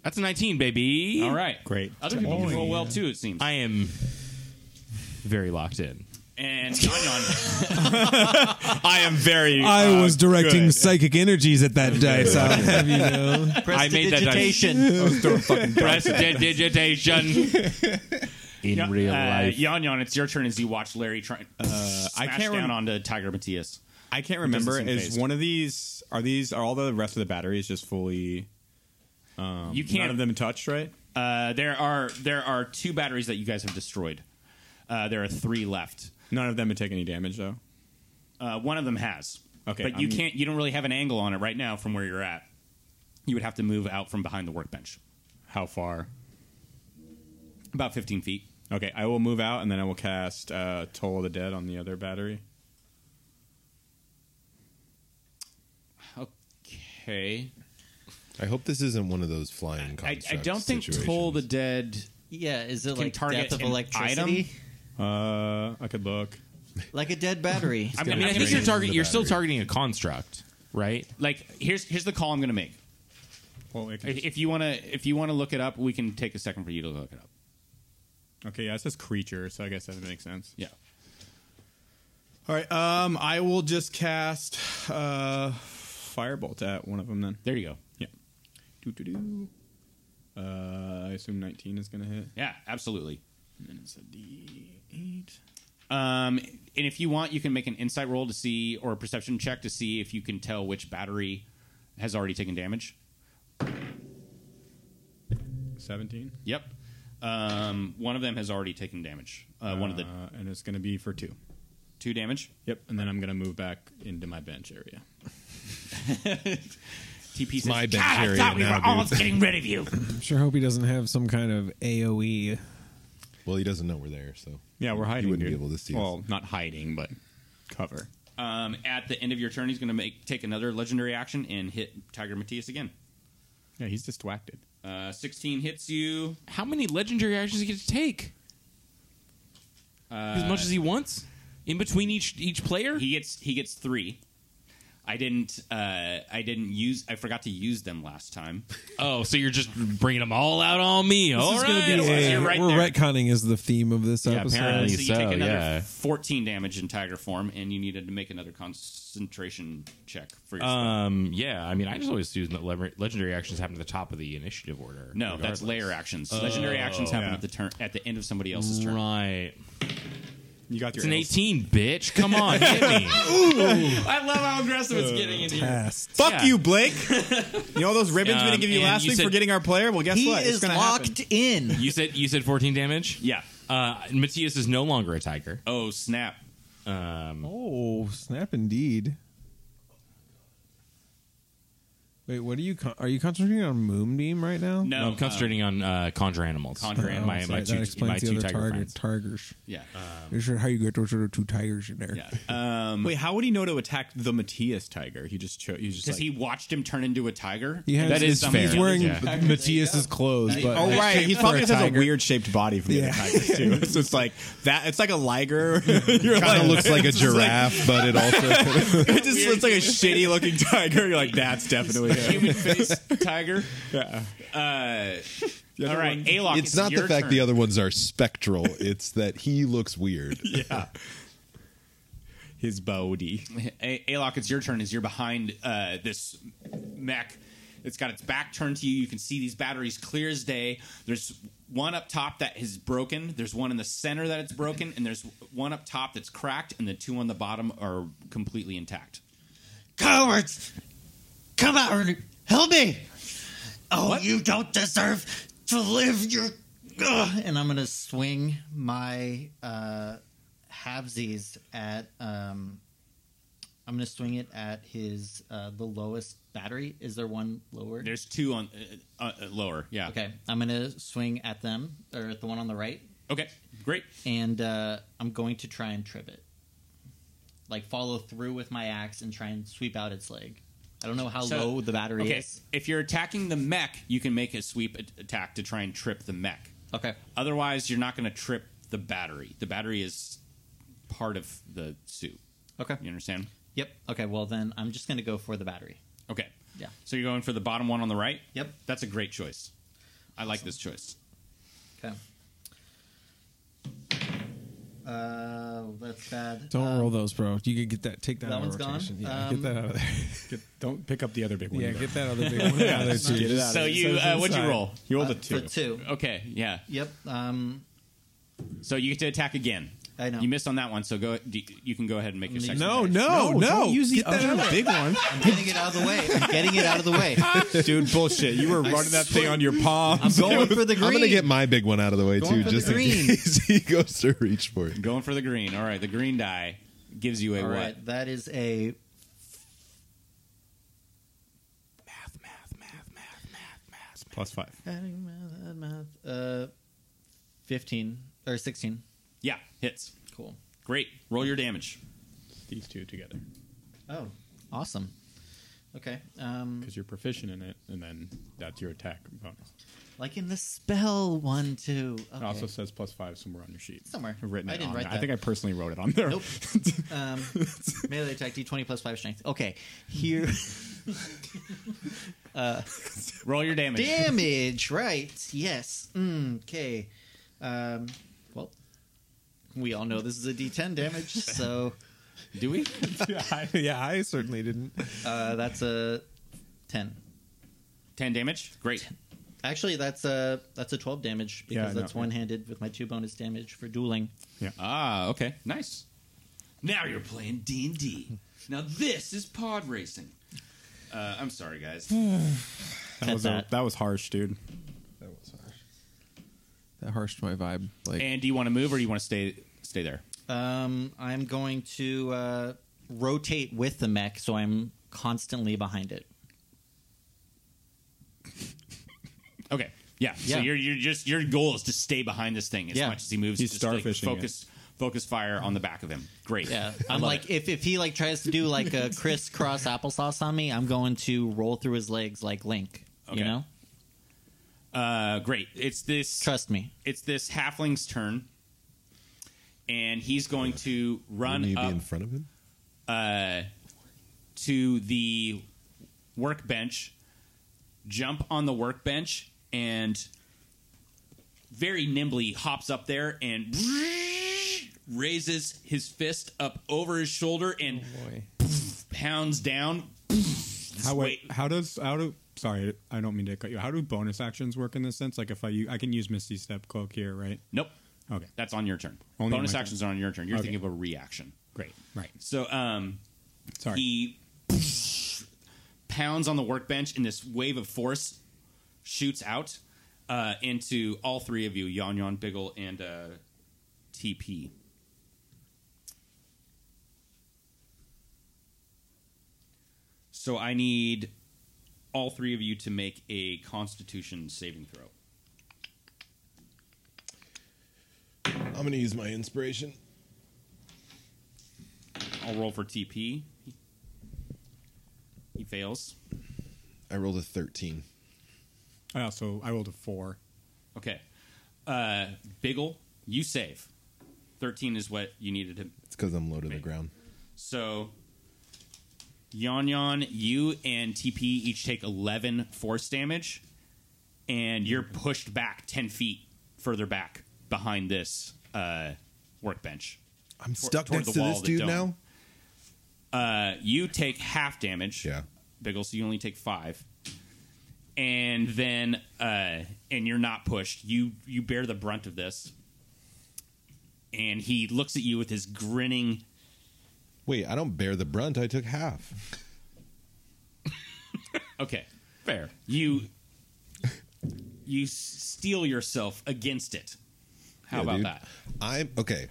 [SPEAKER 9] That's a nineteen, baby.
[SPEAKER 7] All right.
[SPEAKER 2] Great.
[SPEAKER 7] Other people can roll well too, it seems.
[SPEAKER 9] I am very locked in.
[SPEAKER 7] and Yanyan,
[SPEAKER 9] I am very.
[SPEAKER 3] I was directing psychic energies at that dice. I'll have you know.
[SPEAKER 9] I made that dice.
[SPEAKER 6] Prestidigitation.
[SPEAKER 9] Prestidigitation. In real
[SPEAKER 7] uh,
[SPEAKER 9] life.
[SPEAKER 7] Yanyan, it's your turn as you watch Larry try. Uh,
[SPEAKER 2] I can't
[SPEAKER 7] down
[SPEAKER 2] rem-
[SPEAKER 7] onto Tiger Matthias.
[SPEAKER 2] I can't remember.
[SPEAKER 7] seem
[SPEAKER 2] Is
[SPEAKER 7] phased.
[SPEAKER 2] one of these? Are these? Are all the rest of the batteries just fully?
[SPEAKER 9] Um,
[SPEAKER 7] you can't.
[SPEAKER 2] None of them touched, right?
[SPEAKER 7] Uh, there are there are two batteries that you guys have destroyed. Uh, there are three left.
[SPEAKER 2] None of them would take any damage though.
[SPEAKER 7] Uh, one of them has.
[SPEAKER 2] Okay,
[SPEAKER 7] but you
[SPEAKER 2] I'm-
[SPEAKER 7] can't. You don't really have an angle on it right now from where you're at. You would have to move out from behind the workbench,
[SPEAKER 2] How far?
[SPEAKER 7] about 15 feet.
[SPEAKER 2] Okay, I will move out and then I will cast uh, Toll of the Dead on the other battery.
[SPEAKER 7] Okay.
[SPEAKER 8] I hope this isn't one of those flying
[SPEAKER 7] I,
[SPEAKER 8] constructs.
[SPEAKER 7] I don't think
[SPEAKER 8] situations.
[SPEAKER 7] Toll the Dead.
[SPEAKER 6] Yeah, is it
[SPEAKER 7] Can
[SPEAKER 6] like
[SPEAKER 7] target
[SPEAKER 6] death of
[SPEAKER 7] an
[SPEAKER 6] electricity?
[SPEAKER 2] Uh, I could look.
[SPEAKER 6] Like a dead battery.
[SPEAKER 7] I
[SPEAKER 9] I
[SPEAKER 7] mean,
[SPEAKER 9] mean, I think
[SPEAKER 8] drain
[SPEAKER 9] you're
[SPEAKER 8] the
[SPEAKER 9] target. You're still
[SPEAKER 8] battery.
[SPEAKER 9] targeting a construct, right?
[SPEAKER 7] like here's here's the call I'm going to make.
[SPEAKER 2] Well, it
[SPEAKER 7] If if you want to if you want to look it up, we can take a second for you to look it up.
[SPEAKER 2] okay, yeah, it says creature, so I guess that makes sense.
[SPEAKER 7] Yeah.
[SPEAKER 2] All right, um, I will just cast uh, Firebolt at one of them then.
[SPEAKER 7] There you go.
[SPEAKER 2] Yeah. Do do do. Uh, I assume 19 is gonna hit.
[SPEAKER 7] Yeah, absolutely.
[SPEAKER 2] And then it's a D8.
[SPEAKER 7] Um, and if you want, you can make an insight roll to see or a perception check to see if you can tell which battery has already taken damage.
[SPEAKER 2] 17.
[SPEAKER 7] Yep. Um, one of them has already taken damage. Uh, one of the
[SPEAKER 2] Uh, and it's gonna be for two.
[SPEAKER 7] two damage.
[SPEAKER 2] Yep. And then I'm gonna move back into my bench area.
[SPEAKER 7] TP says,
[SPEAKER 8] my
[SPEAKER 7] God,
[SPEAKER 8] bench
[SPEAKER 7] I
[SPEAKER 8] area
[SPEAKER 7] thought we
[SPEAKER 8] now,
[SPEAKER 7] were
[SPEAKER 8] dude."
[SPEAKER 7] almost getting rid of you.
[SPEAKER 3] I'm sure hope he doesn't have some kind of E. AOE.
[SPEAKER 8] Well, he doesn't know we're there, so
[SPEAKER 2] Yeah, we're hiding.
[SPEAKER 8] He wouldn't
[SPEAKER 2] dude.
[SPEAKER 8] be able to see us.
[SPEAKER 2] Well, not hiding, but cover.
[SPEAKER 7] Um, at the end of your turn, he's going to make take another legendary action and hit Tiger Matthias again.
[SPEAKER 2] Yeah, he's distracted.
[SPEAKER 7] Uh, 16 hits you.
[SPEAKER 9] How many legendary actions do you get to take? as much as he wants, in between each each player.
[SPEAKER 7] He gets he gets three. I didn't uh, I didn't use I forgot to use them last time.
[SPEAKER 9] oh, so you're just bringing them all out on me. All
[SPEAKER 3] This is
[SPEAKER 9] right.
[SPEAKER 3] gonna be
[SPEAKER 7] Otherwise
[SPEAKER 3] a-
[SPEAKER 7] you're right
[SPEAKER 3] we're
[SPEAKER 7] there.
[SPEAKER 3] retconning is the theme of this episode.
[SPEAKER 9] apparently.
[SPEAKER 7] Uh, so you
[SPEAKER 9] so,
[SPEAKER 7] take another
[SPEAKER 9] yeah.
[SPEAKER 7] 14 damage in tiger form, and you needed to make another concentration check for yourself.
[SPEAKER 9] Um. Yeah. I mean, I just always assume that lever- legendary actions happen at the top of the initiative order.
[SPEAKER 7] no, that's
[SPEAKER 9] regardless.
[SPEAKER 7] layer actions. Legendary actions happen
[SPEAKER 2] Yeah.
[SPEAKER 7] at the turn at the end of somebody else's turn.
[SPEAKER 9] Right.
[SPEAKER 2] You got
[SPEAKER 9] It's
[SPEAKER 2] your
[SPEAKER 9] an
[SPEAKER 2] L-
[SPEAKER 9] 18, bitch. Come on, hit me.
[SPEAKER 7] I love how aggressive it's getting in here.
[SPEAKER 3] Past.
[SPEAKER 2] Fuck
[SPEAKER 9] Yeah.
[SPEAKER 2] you, Blake. you know those ribbons we
[SPEAKER 9] Um,
[SPEAKER 2] didn't give you
[SPEAKER 9] and
[SPEAKER 2] last
[SPEAKER 9] you
[SPEAKER 2] week for
[SPEAKER 9] said-
[SPEAKER 2] getting our player? Well, guess
[SPEAKER 6] he
[SPEAKER 2] what?
[SPEAKER 6] is
[SPEAKER 2] gonna
[SPEAKER 6] locked in.
[SPEAKER 9] You said you said 14 damage.
[SPEAKER 7] Yeah.
[SPEAKER 9] Uh, Matthias is no longer a tiger.
[SPEAKER 7] Oh snap!
[SPEAKER 3] Oh, snap! Indeed. Wait, what are you? Con- are you concentrating on Moonbeam right now?
[SPEAKER 7] No,
[SPEAKER 9] I'm concentrating on uh, conjure animals.
[SPEAKER 7] Conjure
[SPEAKER 9] Uh,
[SPEAKER 7] animals,
[SPEAKER 9] My,
[SPEAKER 3] Sorry,
[SPEAKER 9] my
[SPEAKER 3] that
[SPEAKER 9] two,
[SPEAKER 3] explains
[SPEAKER 9] my
[SPEAKER 3] the
[SPEAKER 9] two
[SPEAKER 3] other
[SPEAKER 9] tiger
[SPEAKER 3] tiger-
[SPEAKER 9] friends.
[SPEAKER 3] tigers.
[SPEAKER 7] yeah,
[SPEAKER 3] Is sure how you get those other two tigers in there.
[SPEAKER 7] yeah. Um,
[SPEAKER 2] Wait, how would he know to attack the Matthias tiger? He just chose. He just
[SPEAKER 7] because
[SPEAKER 2] like,
[SPEAKER 7] he watched him turn into a tiger.
[SPEAKER 3] He has,
[SPEAKER 9] That is
[SPEAKER 3] he's
[SPEAKER 9] fair.
[SPEAKER 3] wearing
[SPEAKER 9] Yeah.
[SPEAKER 3] Matthias's clothes, but
[SPEAKER 2] Oh
[SPEAKER 3] like,
[SPEAKER 2] right,
[SPEAKER 3] shaped
[SPEAKER 2] he
[SPEAKER 3] for
[SPEAKER 2] probably just has a
[SPEAKER 3] tiger.
[SPEAKER 2] weird shaped body from the
[SPEAKER 3] Yeah.
[SPEAKER 2] other tigers too. so it's like that. It's like a liger. You're like,
[SPEAKER 8] it looks like a giraffe, but it also
[SPEAKER 2] it just looks like a shitty looking tiger. You're like, that's definitely him.
[SPEAKER 7] Human face tiger. All right, Alok.
[SPEAKER 8] it's not the
[SPEAKER 7] your
[SPEAKER 8] fact
[SPEAKER 7] turn.
[SPEAKER 8] the other ones are spectral. It's that he looks weird.
[SPEAKER 2] His body.
[SPEAKER 7] A- Alok, it's your turn. As you're behind uh, this mech, it's got its back turned to you. You can see these batteries clear as day. There's one up top that is broken. There's one in the center that it's broken, and there's one up top that's cracked, and the two on the bottom are completely intact.
[SPEAKER 6] Cowards! Come out and help me! Oh, you don't deserve to live. Your Ugh. and I'm gonna swing my uh, halvesies at. Um, I'm gonna swing it at his uh, the lowest battery. Is there one lower?
[SPEAKER 7] There's two on uh, uh, uh, lower. Yeah.
[SPEAKER 6] okay, I'm gonna swing at them or at the one on the right,
[SPEAKER 7] Okay. Great.
[SPEAKER 6] and uh, I'm going to try and trip it. Like follow through with my axe and try and sweep out its leg. I don't know how
[SPEAKER 7] So-
[SPEAKER 6] low the battery
[SPEAKER 7] Okay.
[SPEAKER 6] is.
[SPEAKER 7] If you're attacking the mech, you can make a sweep at- attack to try and trip the mech.
[SPEAKER 6] Okay.
[SPEAKER 7] Otherwise, you're not going to trip the battery. The battery is part of the suit.
[SPEAKER 6] Okay.
[SPEAKER 7] You understand?
[SPEAKER 6] Yep. Okay. Well, then I'm just going to go for the battery.
[SPEAKER 7] Okay.
[SPEAKER 6] Yeah.
[SPEAKER 7] So you're going for the bottom one on the right?
[SPEAKER 6] Yep.
[SPEAKER 7] That's a great choice. I like this choice.
[SPEAKER 6] Okay. Uh, that's bad.
[SPEAKER 3] Don't
[SPEAKER 6] Uh,
[SPEAKER 3] roll those, bro. You could get that. Take that,
[SPEAKER 6] That
[SPEAKER 3] out
[SPEAKER 6] one's
[SPEAKER 3] of
[SPEAKER 6] gone?
[SPEAKER 3] rotation. Yeah,
[SPEAKER 6] Um,
[SPEAKER 3] get that out of there.
[SPEAKER 2] Don't pick up the other big one.
[SPEAKER 3] yeah, get that other big one. yeah,
[SPEAKER 2] Get it out.
[SPEAKER 7] So you, uh, what'd you roll?
[SPEAKER 2] You
[SPEAKER 6] uh,
[SPEAKER 2] rolled a
[SPEAKER 6] for
[SPEAKER 2] two.
[SPEAKER 6] two.
[SPEAKER 7] Okay. Yeah.
[SPEAKER 6] Yep. Um,
[SPEAKER 7] So you get to attack again.
[SPEAKER 6] I know.
[SPEAKER 7] You missed on that one, so go. do- You can go ahead and make your second.
[SPEAKER 3] No,
[SPEAKER 7] attack.
[SPEAKER 3] no, no.
[SPEAKER 2] don't use the
[SPEAKER 3] Get that
[SPEAKER 2] other
[SPEAKER 3] out.
[SPEAKER 2] big one,
[SPEAKER 6] I'm getting it out of the way. I'm getting it out of the way.
[SPEAKER 2] dude. Bullshit. You were running that thing on your palm.
[SPEAKER 6] I'm going for the green.
[SPEAKER 8] I'm gonna get my big one out of the way
[SPEAKER 6] Going
[SPEAKER 8] too,
[SPEAKER 6] for the
[SPEAKER 8] just in
[SPEAKER 6] green.
[SPEAKER 8] case he goes to reach for it.
[SPEAKER 7] Going for the green. All right, the green die gives you a
[SPEAKER 6] All
[SPEAKER 7] what?
[SPEAKER 6] right, that is a
[SPEAKER 2] Plus five.
[SPEAKER 6] uh, fifteen or sixteen.
[SPEAKER 7] Yeah, hits.
[SPEAKER 6] Cool.
[SPEAKER 7] Great. Roll your damage.
[SPEAKER 2] These two together
[SPEAKER 6] Oh, awesome. Okay. Um,
[SPEAKER 2] because you're proficient in it, and then that's your attack bonus.
[SPEAKER 6] like in the spell one too.
[SPEAKER 2] It
[SPEAKER 6] Okay.
[SPEAKER 2] also says plus five somewhere on your sheet.
[SPEAKER 6] Somewhere.
[SPEAKER 2] I've written
[SPEAKER 6] I
[SPEAKER 2] it
[SPEAKER 6] didn't
[SPEAKER 2] on
[SPEAKER 6] write
[SPEAKER 2] there.
[SPEAKER 6] that.
[SPEAKER 2] I think I personally wrote it on there.
[SPEAKER 6] Nope. Um, melee attack d20 plus 5 strength. Okay. Here.
[SPEAKER 7] Roll your damage.
[SPEAKER 6] Damage, right. Yes. Okay. Um, well, we all know this is a d10 damage, so
[SPEAKER 7] Do we?
[SPEAKER 3] I- yeah, I certainly didn't.
[SPEAKER 6] uh, that's a 10.
[SPEAKER 7] Ten damage. Great.
[SPEAKER 6] Actually, that's a that's a 12 damage
[SPEAKER 2] Yeah,
[SPEAKER 6] because
[SPEAKER 2] I
[SPEAKER 6] that's
[SPEAKER 2] know.
[SPEAKER 6] one-handed with my two bonus damage for dueling.
[SPEAKER 7] Ah, okay. Nice. Now you're playing D and D. Now this is pod racing. Uh, I'm sorry, guys.
[SPEAKER 2] That
[SPEAKER 6] Cut
[SPEAKER 2] was A,
[SPEAKER 6] that.
[SPEAKER 2] that was harsh, dude.
[SPEAKER 3] That harshed my vibe. Like,
[SPEAKER 7] And do you want to move or do you want to stay stay there?
[SPEAKER 6] Um, I'm going to uh, rotate with the mech, so I'm constantly behind it.
[SPEAKER 7] Okay. Yeah. So
[SPEAKER 6] Yeah.
[SPEAKER 7] you're, you're just your goal is to stay behind this thing as
[SPEAKER 6] Yeah.
[SPEAKER 7] much as he moves.
[SPEAKER 2] He's
[SPEAKER 7] just like
[SPEAKER 2] starfishing
[SPEAKER 7] focus focus fire on the back of him. Great.
[SPEAKER 6] Yeah,
[SPEAKER 7] I
[SPEAKER 6] I'm
[SPEAKER 7] love
[SPEAKER 6] like
[SPEAKER 7] it.
[SPEAKER 6] if, if he like tries to do like a crisscross applesauce on me, I'm going to roll through his legs like Link.
[SPEAKER 7] Okay.
[SPEAKER 6] You know,
[SPEAKER 7] Uh, great. It's this
[SPEAKER 6] trust me.
[SPEAKER 7] it's this halfling's turn, and he's going to
[SPEAKER 8] Wouldn't
[SPEAKER 7] run
[SPEAKER 8] you
[SPEAKER 7] up
[SPEAKER 8] be in front of him?
[SPEAKER 7] to the workbench, jump on the workbench, and very nimbly hops up there and raises his fist up over his shoulder and
[SPEAKER 3] boy.
[SPEAKER 7] pounds down.
[SPEAKER 2] How
[SPEAKER 7] wait.
[SPEAKER 2] wait? How does how do? Sorry, I don't mean to cut you. How do bonus actions work in this sense? Like if I u- I can use Misty Step Cloak here, right?
[SPEAKER 7] Nope.
[SPEAKER 2] Okay,
[SPEAKER 7] That's on your turn.
[SPEAKER 2] Only
[SPEAKER 7] Bonus
[SPEAKER 2] my
[SPEAKER 7] actions are on your turn. You're
[SPEAKER 2] Okay.
[SPEAKER 7] thinking of a reaction.
[SPEAKER 2] great. Right.
[SPEAKER 7] So, um,
[SPEAKER 2] Sorry.
[SPEAKER 7] he pounds on the workbench, and this wave of force shoots out uh, into all three of you Yon Yon, Biggle, and uh, TP. So I need all three of you to make a Constitution saving throw.
[SPEAKER 8] I'm gonna use my inspiration.
[SPEAKER 7] I'll roll for TP. He fails.
[SPEAKER 8] I rolled a 13.
[SPEAKER 2] I also I rolled a four.
[SPEAKER 7] Okay. Uh, Biggle, you save. 13 is what you needed to.
[SPEAKER 8] It's because I'm low to the ground.
[SPEAKER 7] So, Yon Yon, you and TP each take 11 force damage, and you're pushed back 10 feet further back behind this uh, workbench. Tor-
[SPEAKER 8] I'm stuck
[SPEAKER 7] toward
[SPEAKER 8] next
[SPEAKER 7] the
[SPEAKER 8] to
[SPEAKER 7] wall
[SPEAKER 8] this
[SPEAKER 7] that
[SPEAKER 8] dude
[SPEAKER 7] don't.
[SPEAKER 8] now.
[SPEAKER 7] Uh, you take half damage.
[SPEAKER 8] Yeah.
[SPEAKER 7] Biggle, so you only take five. And then uh and you're not pushed. You you bear the brunt of this. And he looks at you with his grinning
[SPEAKER 8] Wait, I don't bear the brunt. I took half.
[SPEAKER 7] Okay. Fair. You you s- steel yourself against it. How
[SPEAKER 8] Yeah,
[SPEAKER 7] about
[SPEAKER 8] dude.
[SPEAKER 7] that?
[SPEAKER 8] I'm okay.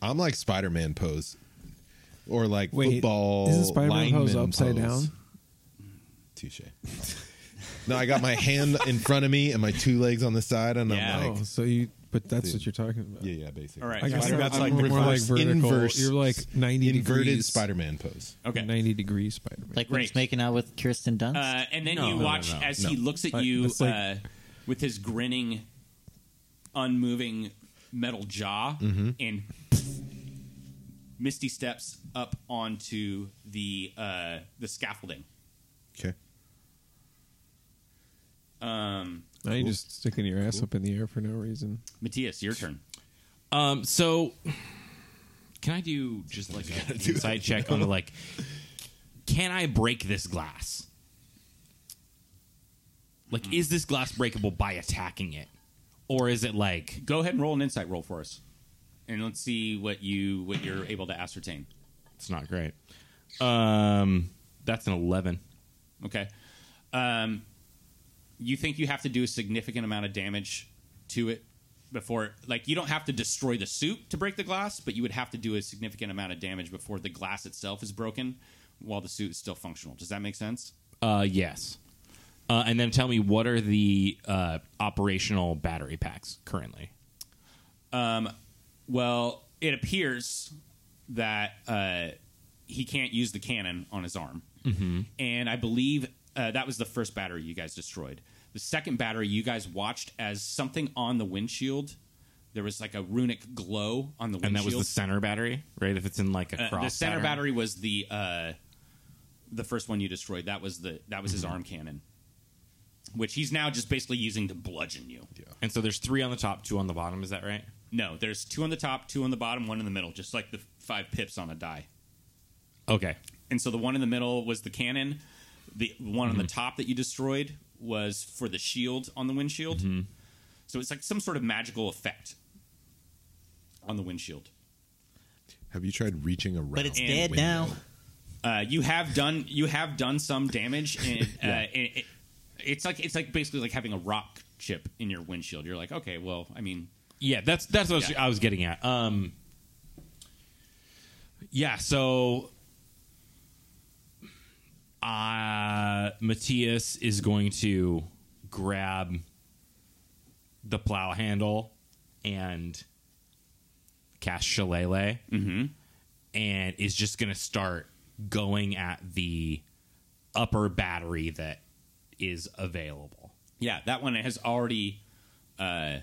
[SPEAKER 8] I'm like Spider-Man pose, or like football.
[SPEAKER 3] Isn't Spider-Man pose
[SPEAKER 8] lineman
[SPEAKER 3] upside
[SPEAKER 8] pose.
[SPEAKER 3] down?
[SPEAKER 8] Touche. no, I got my hand in front of me and my two legs on the side, and
[SPEAKER 7] Yeah.
[SPEAKER 8] I'm
[SPEAKER 3] Oh,
[SPEAKER 8] like,
[SPEAKER 3] so you? But that's what you're talking about.
[SPEAKER 8] yeah, yeah, basically.
[SPEAKER 7] All right.
[SPEAKER 3] I guess
[SPEAKER 2] Spider-
[SPEAKER 3] that's
[SPEAKER 2] I'm
[SPEAKER 3] like
[SPEAKER 2] more
[SPEAKER 3] more like
[SPEAKER 2] reverse-
[SPEAKER 3] vertical.
[SPEAKER 8] inverse-
[SPEAKER 3] you're like ninety
[SPEAKER 8] Inverted
[SPEAKER 3] degrees,
[SPEAKER 8] Spider-Man pose.
[SPEAKER 7] Okay.
[SPEAKER 3] ninety degrees Spider-Man.
[SPEAKER 6] Like when
[SPEAKER 7] Great.
[SPEAKER 6] he's making out with Kirsten Dunst.
[SPEAKER 7] Uh, and then you
[SPEAKER 3] no,
[SPEAKER 7] watch
[SPEAKER 8] no,
[SPEAKER 7] as
[SPEAKER 8] no.
[SPEAKER 7] he looks at
[SPEAKER 3] Like,
[SPEAKER 7] you
[SPEAKER 3] it's like-
[SPEAKER 7] uh, with his grinning, unmoving metal jaw,
[SPEAKER 3] Mm-hmm.
[SPEAKER 7] and Misty steps up onto the uh, the scaffolding.
[SPEAKER 8] Okay.
[SPEAKER 3] now you're just sticking your ass up in the air for no reason.
[SPEAKER 7] Matthias, your turn.
[SPEAKER 9] Um, so can I do just like an insight check on the like? Can I break this glass? Like, is this glass breakable by attacking it, or is it like?
[SPEAKER 7] Go ahead and roll an insight roll for us. and let's see what you what you're able to ascertain.
[SPEAKER 9] It's not great. Um, that's an eleven.
[SPEAKER 7] Okay. Um, you think you have to do a significant amount of damage to it before, like, you don't have to destroy the suit to break the glass, but you would have to do a significant amount of damage before the glass itself is broken while the suit is still functional. Does that make sense?
[SPEAKER 9] Uh, yes. Uh, and then tell me what are the uh, operational battery packs currently?
[SPEAKER 7] Well, it appears that uh, he can't use the cannon on his arm. Mm-hmm. And I believe uh, that was the first battery you guys destroyed. The second battery you guys watched as something on the windshield. There was like a runic glow on the windshield.
[SPEAKER 9] And that was the center battery, right? If it's in like a
[SPEAKER 7] Uh,
[SPEAKER 9] cross,
[SPEAKER 7] the center
[SPEAKER 9] pattern.
[SPEAKER 7] battery was the uh, the first one you destroyed. That was the that was his
[SPEAKER 9] Mm-hmm.
[SPEAKER 7] arm cannon, which he's now just basically using to bludgeon you.
[SPEAKER 9] And so there's three on the top, two on the bottom. Is that right?
[SPEAKER 7] No, there's two on the top, two on the bottom, one in the middle, just like the five pips on a die.
[SPEAKER 9] Okay.
[SPEAKER 7] And so the one in the middle was the cannon. The one
[SPEAKER 9] Mm-hmm.
[SPEAKER 7] on the top that you destroyed was for the shield on the windshield.
[SPEAKER 9] Mm-hmm.
[SPEAKER 7] So it's like some sort of magical effect on the windshield.
[SPEAKER 8] Have you tried reaching around?
[SPEAKER 6] But it's
[SPEAKER 8] the
[SPEAKER 6] dead
[SPEAKER 8] window?
[SPEAKER 6] now.
[SPEAKER 7] Uh, you have done you have done some damage, and, uh, and it, it's like it's like basically like having a rock chip in your windshield. You're like, okay, well, I mean,
[SPEAKER 9] Yeah, that's that's what I was- I was getting at. Um, yeah, so uh, Matthias is going to grab the plow handle and cast Shillelagh, and is just going to start going at the upper battery that is available.
[SPEAKER 7] yeah, that one has already uh,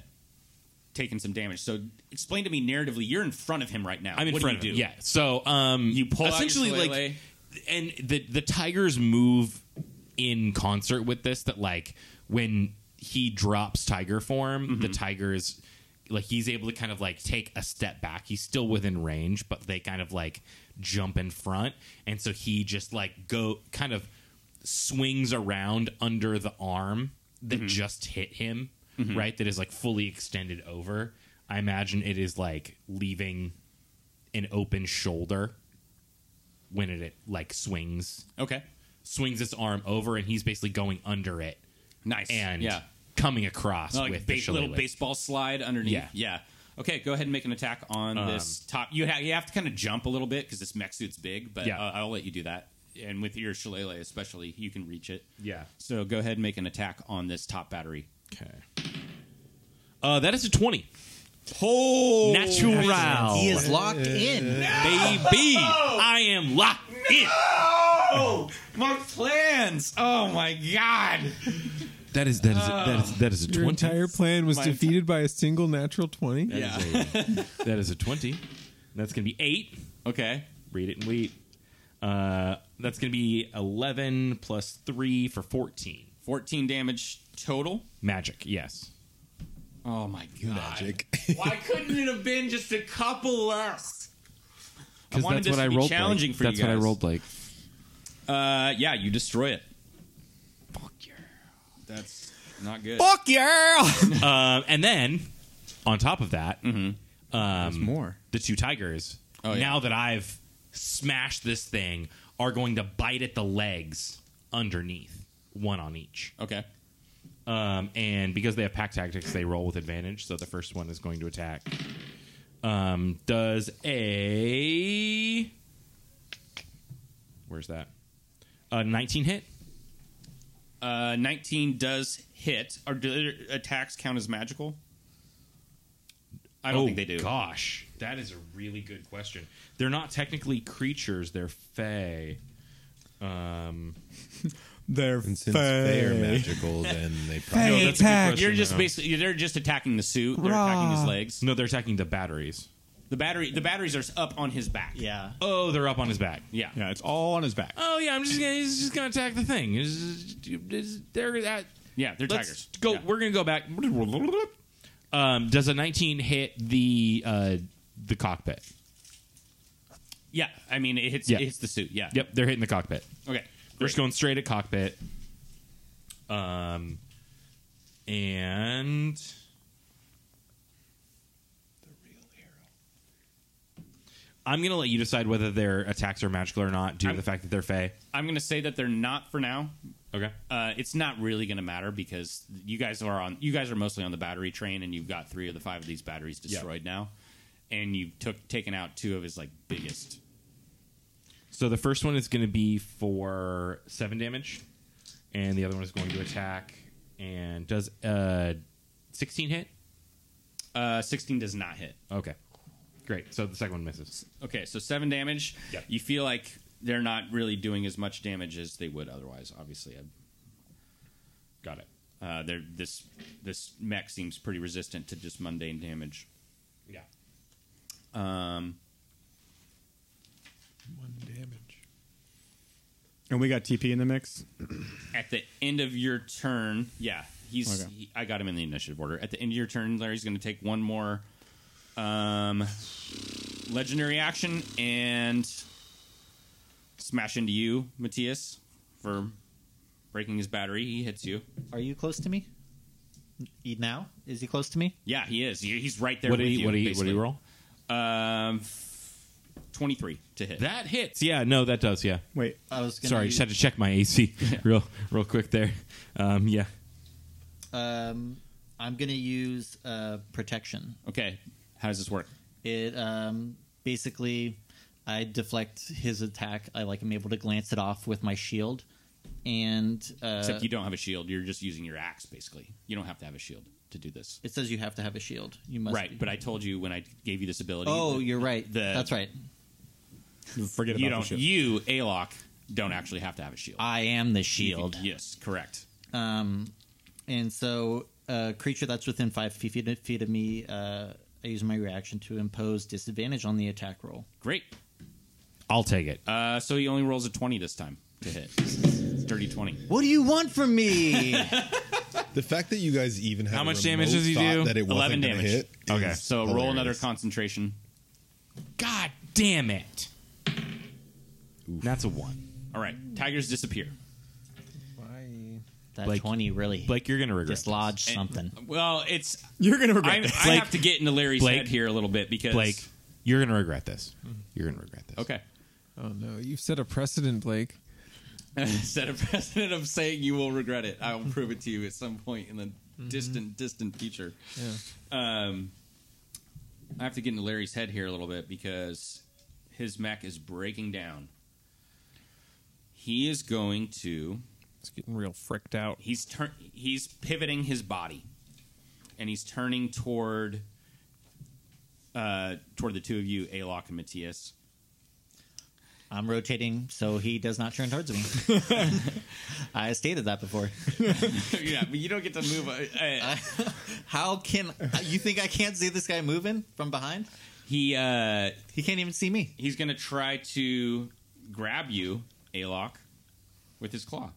[SPEAKER 7] taken some damage. So explain to me narratively. You're in front of him right now.
[SPEAKER 9] I'm in
[SPEAKER 7] what
[SPEAKER 9] front
[SPEAKER 7] do you
[SPEAKER 9] of
[SPEAKER 7] do?
[SPEAKER 9] it. Yeah. So um,
[SPEAKER 7] You pull out your
[SPEAKER 9] essentially
[SPEAKER 7] shillelagh.
[SPEAKER 9] like, and the the tigers move in concert with this. That like when he drops tiger form, the tigers like he's able to kind of like take a step back. He's still within range, but they kind of like jump in front, and so he just like go kind of swings around under the arm that just hit him, right? That is like fully extended over. I imagine it is like leaving an open shoulder when it, it like swings
[SPEAKER 7] Okay.
[SPEAKER 9] swings its arm over and he's basically going under it
[SPEAKER 7] Nice.
[SPEAKER 9] and
[SPEAKER 7] yeah.
[SPEAKER 9] coming across
[SPEAKER 7] Like
[SPEAKER 9] with
[SPEAKER 7] ba-
[SPEAKER 9] the
[SPEAKER 7] little
[SPEAKER 9] shillelagh.
[SPEAKER 7] baseball slide underneath.
[SPEAKER 9] Yeah. Um,
[SPEAKER 7] Okay, go ahead and make an attack on this top. You, ha- you have to kind of jump a little bit because this mech suit's big, but
[SPEAKER 9] Yeah.
[SPEAKER 7] uh, I'll let you do that. And with your shillelagh, especially, you can reach it.
[SPEAKER 9] Yeah.
[SPEAKER 7] So go ahead and make an attack on this top battery.
[SPEAKER 9] Okay. Uh, that is a twenty. Oh, natural,
[SPEAKER 6] He
[SPEAKER 7] Oh.
[SPEAKER 6] is locked in.
[SPEAKER 9] baby! I am locked in.
[SPEAKER 7] My plans! Oh my god!
[SPEAKER 3] That is
[SPEAKER 7] Oh.
[SPEAKER 3] that is that is that is a
[SPEAKER 9] Your
[SPEAKER 3] twenty. Your entire plan was defeated by a single natural twenty.
[SPEAKER 9] That is a twenty. That's gonna be eight.
[SPEAKER 7] Okay.
[SPEAKER 9] Read it and weep. Uh, that's gonna be eleven plus three for fourteen.
[SPEAKER 7] 14 damage total.
[SPEAKER 9] Magic, yes.
[SPEAKER 7] Oh my god.
[SPEAKER 8] Magic.
[SPEAKER 7] Why couldn't it have been just a couple less? I
[SPEAKER 3] Because
[SPEAKER 7] wanted
[SPEAKER 3] that's
[SPEAKER 7] this
[SPEAKER 3] what
[SPEAKER 7] to
[SPEAKER 3] I
[SPEAKER 7] be
[SPEAKER 3] rolled. Blake.
[SPEAKER 7] challenging for
[SPEAKER 3] that's
[SPEAKER 7] you guys.
[SPEAKER 3] what I rolled like.
[SPEAKER 7] Uh, yeah, you destroy it. Fuck you. That's not good.
[SPEAKER 3] Fuck yeah!
[SPEAKER 9] Um, and then, on top of that, um,
[SPEAKER 2] more.
[SPEAKER 9] the two tigers,
[SPEAKER 7] Mm-hmm. Oh, yeah.
[SPEAKER 9] now that I've smashed this thing, are going to bite at the legs underneath, one on each.
[SPEAKER 7] Okay.
[SPEAKER 9] Um, and because they have pack tactics, they roll with advantage. So the first one is going to attack. Um, does a. Where's that? A 19 hit?
[SPEAKER 7] Uh, 19 does hit. Are do their attacks count as magical? I don't
[SPEAKER 9] oh,
[SPEAKER 7] think they do.
[SPEAKER 9] Gosh, that is a really good question. They're not technically creatures; they're fae. Um,
[SPEAKER 2] They're
[SPEAKER 8] And since they are
[SPEAKER 2] fey.
[SPEAKER 8] magical, then they probably.
[SPEAKER 9] No, that's a good
[SPEAKER 3] attack.
[SPEAKER 9] question,
[SPEAKER 7] You're just
[SPEAKER 9] though.
[SPEAKER 7] basically they're just attacking the suit. They're attacking his
[SPEAKER 3] Rah.
[SPEAKER 7] legs.
[SPEAKER 9] no, they're attacking the batteries.
[SPEAKER 7] The battery the batteries are up on his back.
[SPEAKER 6] Yeah.
[SPEAKER 9] Oh, they're up on his back.
[SPEAKER 7] Yeah.
[SPEAKER 2] Yeah, it's all on his back.
[SPEAKER 9] Oh yeah, I'm just gonna, he's just gonna attack the thing. It's just- it's- they're that.
[SPEAKER 7] Yeah, they're
[SPEAKER 9] Let's
[SPEAKER 7] tigers.
[SPEAKER 9] go.
[SPEAKER 7] Yeah.
[SPEAKER 9] We're gonna go back. Um, does a 19 hit the uh, the cockpit?
[SPEAKER 7] Yeah, I mean it hits
[SPEAKER 9] Yeah.
[SPEAKER 7] it hits the suit. Yeah.
[SPEAKER 9] Yep, they're hitting the cockpit.
[SPEAKER 7] Okay.
[SPEAKER 9] We're just going straight at cockpit. Um, and I'm gonna let you decide whether their attacks are magical or not due
[SPEAKER 7] I'm-
[SPEAKER 9] to the fact that they're fey.
[SPEAKER 7] I'm going to say that they're not for now.
[SPEAKER 9] Okay.
[SPEAKER 7] Uh, it's not really going to matter because you guys are on. You guys are mostly on the battery train, and you've got three of the five of these batteries destroyed now, and you've took taken out two of his like biggest.
[SPEAKER 9] So the first one is going to be for seven damage, and the other one is going to attack and does uh, sixteen hit.
[SPEAKER 7] Uh, Sixteen does not hit.
[SPEAKER 9] Okay, great. So the second one misses.
[SPEAKER 7] Okay, so seven damage.
[SPEAKER 9] Yeah.
[SPEAKER 7] You feel like they're not really doing as much damage as they would otherwise. Obviously, I got it. Uh, they're, this this mech seems pretty resistant to just mundane damage.
[SPEAKER 9] Yeah.
[SPEAKER 2] One damage. And we got TP in the mix.
[SPEAKER 7] At the end of your turn, yeah, he's.
[SPEAKER 2] Okay.
[SPEAKER 7] he- I got him in the initiative order. At the end of your turn, Larry's going to take one more um, legendary action and smash into you, Matthias, for breaking his battery. He hits you.
[SPEAKER 6] Are you close to me? E- Now? Is he close to me?
[SPEAKER 7] Yeah, he is. He- He's right there
[SPEAKER 9] What do
[SPEAKER 7] with
[SPEAKER 9] you,
[SPEAKER 7] you.
[SPEAKER 9] what do you, what do
[SPEAKER 7] basically.
[SPEAKER 9] you roll?
[SPEAKER 7] Um, twenty three to hit.
[SPEAKER 9] That hits. Yeah. No, that does. Yeah.
[SPEAKER 2] Wait,
[SPEAKER 6] I was gonna
[SPEAKER 9] Sorry,
[SPEAKER 6] use,
[SPEAKER 9] just had to check my AC real real quick there. Um, yeah.
[SPEAKER 6] um, I'm gonna use uh, protection.
[SPEAKER 7] okay, how does this work?
[SPEAKER 6] It um, basically, I deflect his attack. I like am able to glance it off with my shield, and uh,
[SPEAKER 7] Except you don't have a shield. You're just using your axe, basically. You don't have to have a shield to do this.
[SPEAKER 6] it says you have to have a shield. You must
[SPEAKER 7] Right, but I told you when I gave you this ability.
[SPEAKER 6] oh,
[SPEAKER 7] that
[SPEAKER 6] you're right.
[SPEAKER 7] the-
[SPEAKER 6] That's right.
[SPEAKER 2] forget
[SPEAKER 7] you
[SPEAKER 2] about
[SPEAKER 7] don't.
[SPEAKER 2] the ship.
[SPEAKER 7] You Alok don't actually have to have a shield.
[SPEAKER 6] I am the shield.
[SPEAKER 7] Yes, correct.
[SPEAKER 6] Um, and so uh, a creature that's within five fe- feet feet of me, uh, I use my reaction to impose disadvantage on the attack roll.
[SPEAKER 7] Great.
[SPEAKER 9] I'll take it.
[SPEAKER 7] Uh, so he only rolls a twenty this time to hit. Dirty twenty.
[SPEAKER 6] What do you want from me?
[SPEAKER 8] The fact that you guys even had
[SPEAKER 9] How
[SPEAKER 8] a
[SPEAKER 9] much damage
[SPEAKER 8] remote
[SPEAKER 9] does he
[SPEAKER 8] thought
[SPEAKER 9] do?
[SPEAKER 8] That it wasn't
[SPEAKER 7] 11
[SPEAKER 8] gonna
[SPEAKER 7] damage.
[SPEAKER 8] Hit
[SPEAKER 9] Okay.
[SPEAKER 8] is
[SPEAKER 7] So roll another
[SPEAKER 8] hilarious.
[SPEAKER 7] concentration.
[SPEAKER 9] God damn it. That's a one.
[SPEAKER 7] All right, tigers disappear.
[SPEAKER 6] that
[SPEAKER 9] Blake-
[SPEAKER 6] twenty really
[SPEAKER 9] Blake, you're gonna regret. this.
[SPEAKER 6] dislodge
[SPEAKER 7] And-
[SPEAKER 6] something.
[SPEAKER 7] Well, it's
[SPEAKER 2] You're gonna regret
[SPEAKER 7] I'm,
[SPEAKER 2] that.
[SPEAKER 7] I have to get into Larry's
[SPEAKER 9] Blake.
[SPEAKER 7] head here a little bit because
[SPEAKER 9] Blake, you're gonna regret this. You're gonna regret this.
[SPEAKER 7] Okay.
[SPEAKER 3] Oh no, you've set a precedent, Blake.
[SPEAKER 7] Set a precedent of saying you will regret it. I will prove it to you at some point in the
[SPEAKER 9] Mm-hmm.
[SPEAKER 7] distant, distant future. Um, I have to get into Larry's head here a little bit because his mech is breaking down. He is going to.
[SPEAKER 3] It's getting real fricked out.
[SPEAKER 7] He's turn. He's pivoting his body, and he's turning toward. Uh, toward the two of you, Alok and Matthias.
[SPEAKER 6] I'm rotating so he does not turn towards me. I stated that before.
[SPEAKER 7] yeah, but you don't get to move. uh, uh,
[SPEAKER 6] How can you think I can't see this guy moving from behind?
[SPEAKER 7] he uh,
[SPEAKER 6] He can't even see me.
[SPEAKER 7] he's gonna try to grab you, Alok, with his claw.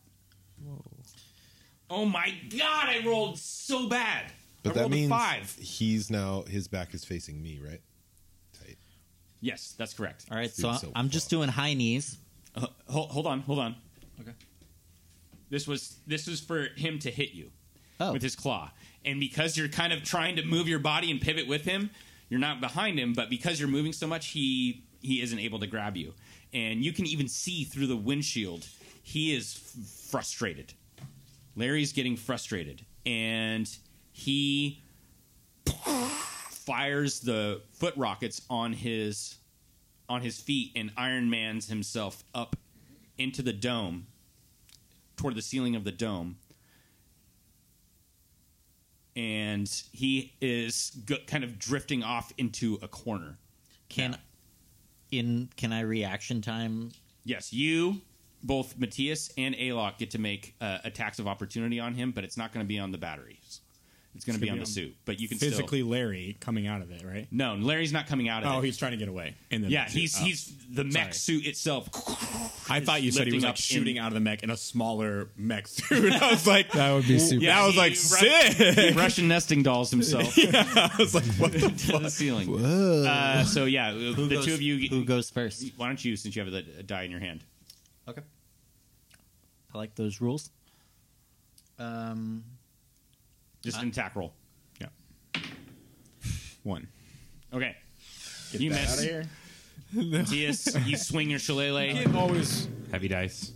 [SPEAKER 7] Oh my god! I rolled so bad. I
[SPEAKER 8] But that
[SPEAKER 7] rolled a
[SPEAKER 8] means
[SPEAKER 7] five.
[SPEAKER 8] he's now his back is facing me, right? Tight.
[SPEAKER 7] Yes, that's correct.
[SPEAKER 6] All right,
[SPEAKER 8] Dude,
[SPEAKER 6] so I-
[SPEAKER 8] so
[SPEAKER 6] I'm just
[SPEAKER 8] fucked.
[SPEAKER 6] doing high knees.
[SPEAKER 7] Uh, hold, hold on, hold on.
[SPEAKER 6] Okay.
[SPEAKER 7] This was this was for him to hit you
[SPEAKER 6] Oh,
[SPEAKER 7] with his claw, and because you're kind of trying to move your body and pivot with him, you're not behind him. But because you're moving so much, he he isn't able to grab you, and you can even see through the windshield. He is f- frustrated. Larry's getting frustrated, and he fires the foot rockets on his on his feet and Iron Man's himself up into the dome toward the ceiling of the dome. And he is go- kind of drifting off into a corner.
[SPEAKER 6] can in can I reaction time?
[SPEAKER 7] Yes, you, both Matthias and Alok, get to make uh, attacks of opportunity on him, but it's not going to be on the batteries. It's going to be on
[SPEAKER 2] gonna
[SPEAKER 7] the
[SPEAKER 2] be on
[SPEAKER 7] suit, but you can still-
[SPEAKER 2] physically Larry coming out of it, right?
[SPEAKER 7] no, Larry's not coming out of
[SPEAKER 2] Oh,
[SPEAKER 7] it.
[SPEAKER 2] he's trying to get away. In the
[SPEAKER 7] yeah,
[SPEAKER 2] suit.
[SPEAKER 7] he's
[SPEAKER 2] Oh.
[SPEAKER 7] he's the mech suit itself.
[SPEAKER 2] I
[SPEAKER 7] is
[SPEAKER 2] thought you said he
[SPEAKER 7] lifting
[SPEAKER 2] was
[SPEAKER 7] up
[SPEAKER 2] like
[SPEAKER 7] in-
[SPEAKER 2] shooting out of the mech in a smaller mech suit. I was like, that
[SPEAKER 3] That would be super.
[SPEAKER 7] Yeah,
[SPEAKER 2] was
[SPEAKER 7] he
[SPEAKER 2] like
[SPEAKER 7] ru-
[SPEAKER 2] sick.
[SPEAKER 7] Russian nesting dolls himself
[SPEAKER 2] I was like, what the
[SPEAKER 7] to the ceiling. Uh, so yeah, the
[SPEAKER 6] goes-
[SPEAKER 7] two of you.
[SPEAKER 6] Who goes first?
[SPEAKER 7] Why don't you, since you have the die in your hand?
[SPEAKER 6] Okay. I like those rules. Um,
[SPEAKER 7] Just an attack roll.
[SPEAKER 2] one.
[SPEAKER 7] Okay. you miss. Dias, you swing your shillelagh.
[SPEAKER 3] always
[SPEAKER 9] Heavy dice.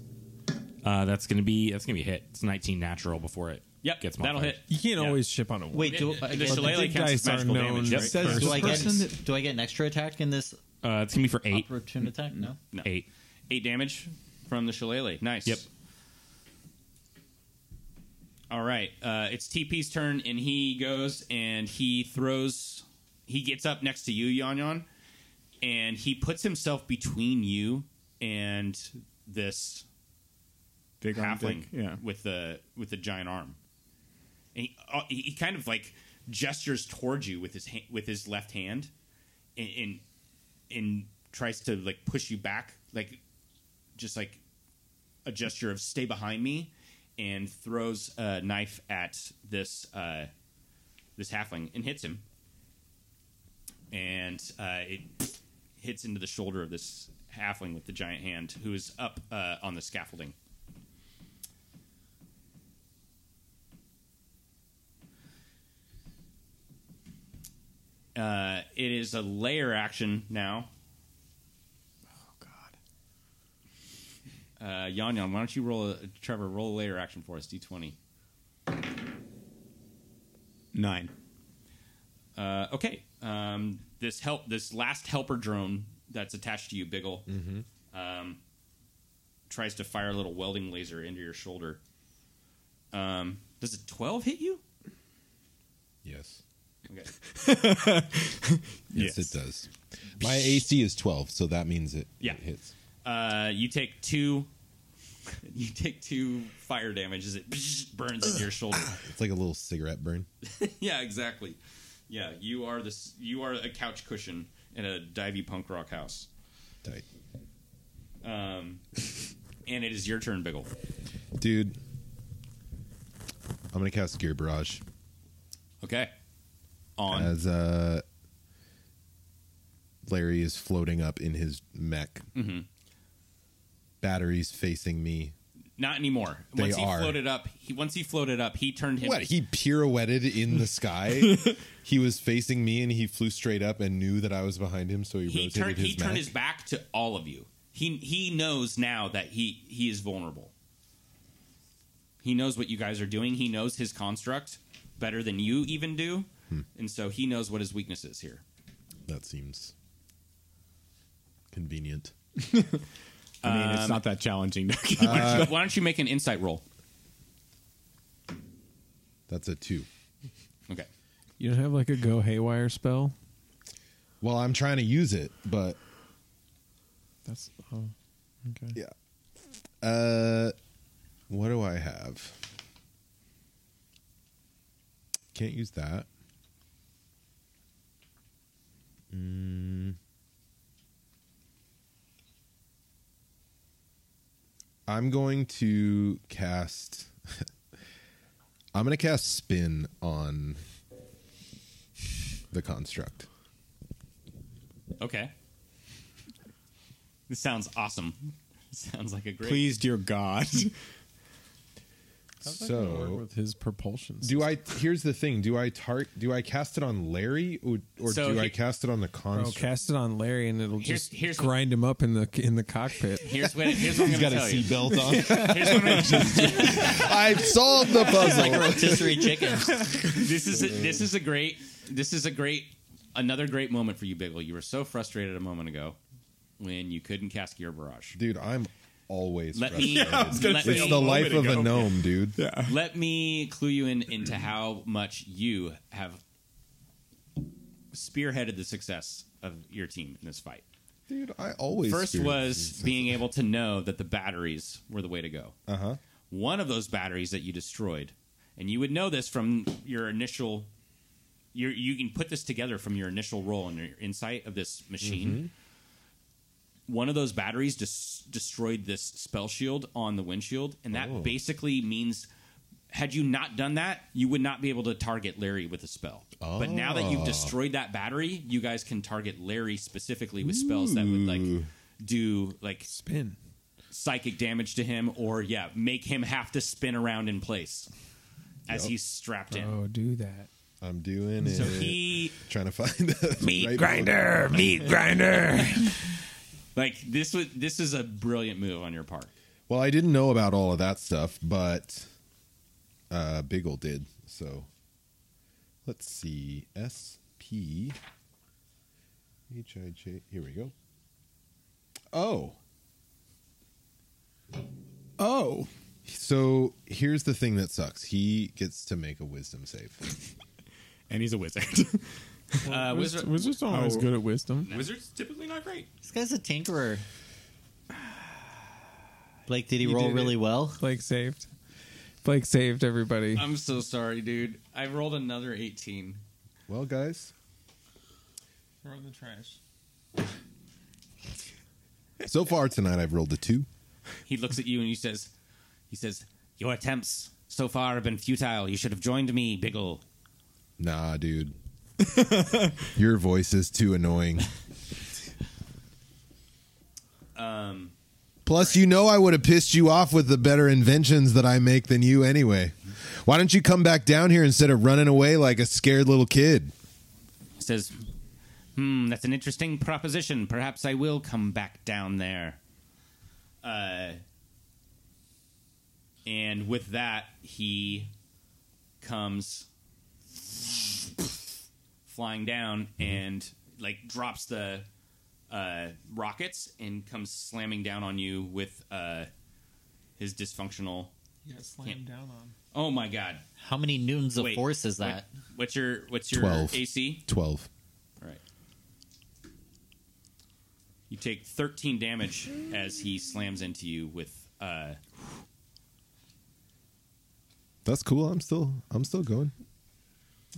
[SPEAKER 9] Uh, that's gonna be that's gonna be a hit. It's 19 natural before it.
[SPEAKER 7] Yep,
[SPEAKER 9] gets
[SPEAKER 7] that'll
[SPEAKER 9] modified.
[SPEAKER 7] hit.
[SPEAKER 3] you can't
[SPEAKER 7] Yeah.
[SPEAKER 3] always ship on a
[SPEAKER 6] Wait, do,
[SPEAKER 7] The
[SPEAKER 6] I get-
[SPEAKER 7] shillelagh
[SPEAKER 3] big
[SPEAKER 7] counts as
[SPEAKER 3] dice are
[SPEAKER 7] magical
[SPEAKER 3] known,
[SPEAKER 7] damage.
[SPEAKER 3] right?
[SPEAKER 7] Yep.
[SPEAKER 3] First
[SPEAKER 6] do I get
[SPEAKER 3] person.
[SPEAKER 6] do I get an extra attack in this
[SPEAKER 9] Uh, it's gonna be for eight.
[SPEAKER 6] opportune attack? No.
[SPEAKER 7] No.
[SPEAKER 9] Eight.
[SPEAKER 7] Eight damage from the shillelagh. Nice.
[SPEAKER 9] Yep.
[SPEAKER 7] All right. Uh, it's TP's turn, and he goes and he throws. He gets up next to you, Yon Yon, and he puts himself between you and this
[SPEAKER 2] Big arm
[SPEAKER 7] halfling
[SPEAKER 2] dick. Yeah.
[SPEAKER 7] with the with the giant arm. And he, uh, he he kind of like gestures towards you with his ha- with his left hand, and, and and tries to like push you back, like just like a gesture of stay behind me, and throws a knife at this uh, this halfling and hits him, and uh, it hits into the shoulder of this halfling with the giant hand who is up uh, on the scaffolding. Uh, it is a layer action now. Oh God. Uh, Yon Yon, why don't you roll a Trevor? Roll a layer action for us. D twenty.
[SPEAKER 2] Nine.
[SPEAKER 7] Uh, okay. Um, this help. This last helper drone that's attached to you, Biggle, um, tries to fire a little welding laser into your shoulder. Um, does a twelve hit you?
[SPEAKER 8] Yes.
[SPEAKER 7] Okay.
[SPEAKER 8] Yes, it does. My AC is 12, so that means it,
[SPEAKER 7] Yeah.
[SPEAKER 8] it hits.
[SPEAKER 7] Uh, you take two. You take two fire damage as it burns into your shoulder.
[SPEAKER 8] It's like a little cigarette burn.
[SPEAKER 7] yeah, exactly. Yeah, you are this. You are a couch cushion in a divey punk rock house,
[SPEAKER 8] Tight.
[SPEAKER 7] and it is your turn, Biggle.
[SPEAKER 8] Dude, I'm going to cast Gear Barrage.
[SPEAKER 7] Okay. On.
[SPEAKER 8] as uh, Larry is floating up in his mech.
[SPEAKER 7] Mm-hmm.
[SPEAKER 8] Batteries facing me.
[SPEAKER 7] Not anymore.
[SPEAKER 8] They
[SPEAKER 7] once he
[SPEAKER 8] are.
[SPEAKER 7] floated up, he once he floated up, he turned him.
[SPEAKER 8] What? He pirouetted in the sky. he was facing me and he flew straight up and knew that I was behind him, so he,
[SPEAKER 7] he
[SPEAKER 8] rotated
[SPEAKER 7] turned.
[SPEAKER 8] his
[SPEAKER 7] He turned
[SPEAKER 8] mech.
[SPEAKER 7] his back to all of you. He he knows now that he he is vulnerable. He knows what you guys are doing. He knows his construct better than you even do,
[SPEAKER 8] Hmm.
[SPEAKER 7] and so he knows what his weakness is here.
[SPEAKER 8] That seems convenient.
[SPEAKER 2] I mean,
[SPEAKER 7] Um,
[SPEAKER 2] it's not that challenging.
[SPEAKER 7] Why don't, you, why don't you make an insight roll?
[SPEAKER 8] That's a two.
[SPEAKER 7] Okay.
[SPEAKER 3] You don't have like a go haywire spell.
[SPEAKER 8] Well, I'm trying to use it, but
[SPEAKER 3] That's oh, okay.
[SPEAKER 8] yeah. Uh, what do I have? Can't use that. Mm. I'm going to cast. I'm going to cast spin on the construct.
[SPEAKER 7] Okay. This sounds awesome. sounds like a great.
[SPEAKER 2] Please, dear God.
[SPEAKER 8] So
[SPEAKER 3] with his propulsion,
[SPEAKER 8] Do I? Here's the thing. Do I tar- Do I cast it on Larry, or, or
[SPEAKER 7] So
[SPEAKER 8] do I
[SPEAKER 7] he-
[SPEAKER 8] cast it on the
[SPEAKER 3] Bro,
[SPEAKER 8] construct?
[SPEAKER 3] cast it on Larry, and it'll
[SPEAKER 7] Here's-
[SPEAKER 3] just
[SPEAKER 7] here's-
[SPEAKER 3] grind him up in the in the cockpit.
[SPEAKER 7] Here's what, here's what I'm
[SPEAKER 8] He's
[SPEAKER 7] going to
[SPEAKER 8] got a
[SPEAKER 7] tell you.
[SPEAKER 8] seatbelt on.
[SPEAKER 7] Here's what I'm gonna-
[SPEAKER 8] I've solved the
[SPEAKER 6] Like a
[SPEAKER 8] puzzle.
[SPEAKER 6] rotisserie chicken.
[SPEAKER 7] this is a, this is a great this is a great another great moment for you, Biggle. You were so frustrated a moment ago when you couldn't cast your barrage.
[SPEAKER 8] Dude, I'm always.
[SPEAKER 7] Let me,
[SPEAKER 8] frustrated.
[SPEAKER 7] let,
[SPEAKER 8] It's
[SPEAKER 7] me
[SPEAKER 8] the life
[SPEAKER 2] moment
[SPEAKER 8] of
[SPEAKER 2] ago.
[SPEAKER 8] a gnome, dude.
[SPEAKER 7] let me clue you in into how much you have spearheaded the success of your team in this fight.
[SPEAKER 8] Dude, I always.
[SPEAKER 7] First
[SPEAKER 8] fear
[SPEAKER 7] was
[SPEAKER 8] disease.
[SPEAKER 7] being able to know that the batteries were the way to go.
[SPEAKER 8] Uh-huh.
[SPEAKER 7] One of those batteries that you destroyed, and you would know this from your initial. Your, you can put this together from your initial role and your insight of this machine. One of those batteries dis- destroyed this spell shield on the windshield, and that basically means. Had you not done that, you would not be able to target Larry with a spell. But now that you've
[SPEAKER 8] Oh.
[SPEAKER 7] destroyed that battery, you guys can target Larry specifically with spells that would like
[SPEAKER 8] Ooh.
[SPEAKER 7] do like
[SPEAKER 3] Spin.
[SPEAKER 7] psychic damage to him or yeah make him have to spin around in place as he's strapped in
[SPEAKER 3] Oh, do that.
[SPEAKER 8] I'm doing it.
[SPEAKER 7] so he
[SPEAKER 8] trying to find the
[SPEAKER 10] Meat
[SPEAKER 8] right
[SPEAKER 10] grinder, meat grinder.
[SPEAKER 7] Like this was this is a brilliant move on your part.
[SPEAKER 8] Well, I didn't know about all of that stuff, but uh, Biggle did. So let's see. S P H I J. Here we go. Oh.
[SPEAKER 2] Oh,
[SPEAKER 8] So here's the thing that sucks. He gets to make a wisdom save.
[SPEAKER 7] And he's a wizard. uh, wizard
[SPEAKER 3] Wizards aren't
[SPEAKER 8] Oh.
[SPEAKER 3] always good at wisdom.
[SPEAKER 9] Wizards typically not great.
[SPEAKER 6] This guy's a tinkerer. Blake, did he
[SPEAKER 3] You
[SPEAKER 6] roll
[SPEAKER 3] did
[SPEAKER 6] really
[SPEAKER 3] it.
[SPEAKER 6] well?
[SPEAKER 3] Blake saved. Blake saved everybody.
[SPEAKER 7] I'm so sorry, dude. I rolled another 18.
[SPEAKER 8] Well, guys,
[SPEAKER 3] Throw in the trash.
[SPEAKER 8] so far tonight I've rolled a two.
[SPEAKER 7] He looks at you and he says, he says, your attempts so far have been futile. You should have joined me, Biggle.
[SPEAKER 8] Nah, dude. Your voice is too annoying.
[SPEAKER 7] Um,
[SPEAKER 8] Plus, you know I would have pissed you off with the better inventions that I make than you anyway.
[SPEAKER 9] Mm-hmm.
[SPEAKER 8] Why don't you come back down here instead of running away like a scared little kid?
[SPEAKER 7] he says, hmm, that's an interesting proposition. Perhaps I will come back down there. Uh, and with that, he comes flying down and like drops the uh, rockets and comes slamming down on you with uh, his dysfunctional. slammed
[SPEAKER 3] down on.
[SPEAKER 7] Oh my god!
[SPEAKER 6] How many newtons of
[SPEAKER 7] Wait,
[SPEAKER 6] force is
[SPEAKER 7] wait,
[SPEAKER 6] that?
[SPEAKER 7] what's your what's your
[SPEAKER 8] 12.
[SPEAKER 7] AC?
[SPEAKER 8] 12.
[SPEAKER 7] All right. You take 13 damage as he slams into you with. Uh,
[SPEAKER 8] That's cool. I'm still I'm still going.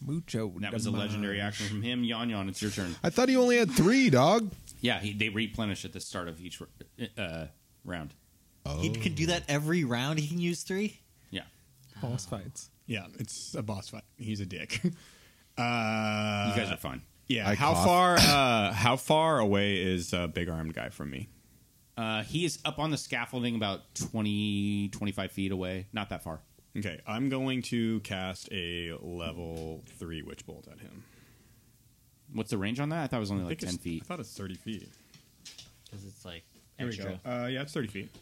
[SPEAKER 3] Mucho.
[SPEAKER 7] that was a legendary action from him. Yon Yon, it's your turn.
[SPEAKER 8] I thought he only had 3, dog.
[SPEAKER 7] Yeah, he, they replenish at the start of each uh, round.
[SPEAKER 6] He can do that every round. He can use three.
[SPEAKER 7] Yeah.
[SPEAKER 3] Boss fights.
[SPEAKER 2] yeah, it's a boss fight. He's a dick. Uh,
[SPEAKER 7] You guys are fine.
[SPEAKER 2] yeah.
[SPEAKER 8] I
[SPEAKER 2] how
[SPEAKER 8] cough.
[SPEAKER 2] far? Uh, how far away is uh, big armed guy from me?
[SPEAKER 7] Uh, he is up on the scaffolding about 20, 25 feet away. Not that far.
[SPEAKER 2] Okay, I'm going to cast a level three witch bolt at him.
[SPEAKER 7] What's the range on that? I thought it was only
[SPEAKER 2] I
[SPEAKER 7] like
[SPEAKER 2] think
[SPEAKER 7] 10
[SPEAKER 2] it's-
[SPEAKER 7] feet.
[SPEAKER 2] I thought it's thirty feet.
[SPEAKER 6] Because it's like
[SPEAKER 2] Here we go. Uh, yeah, it's thirty feet.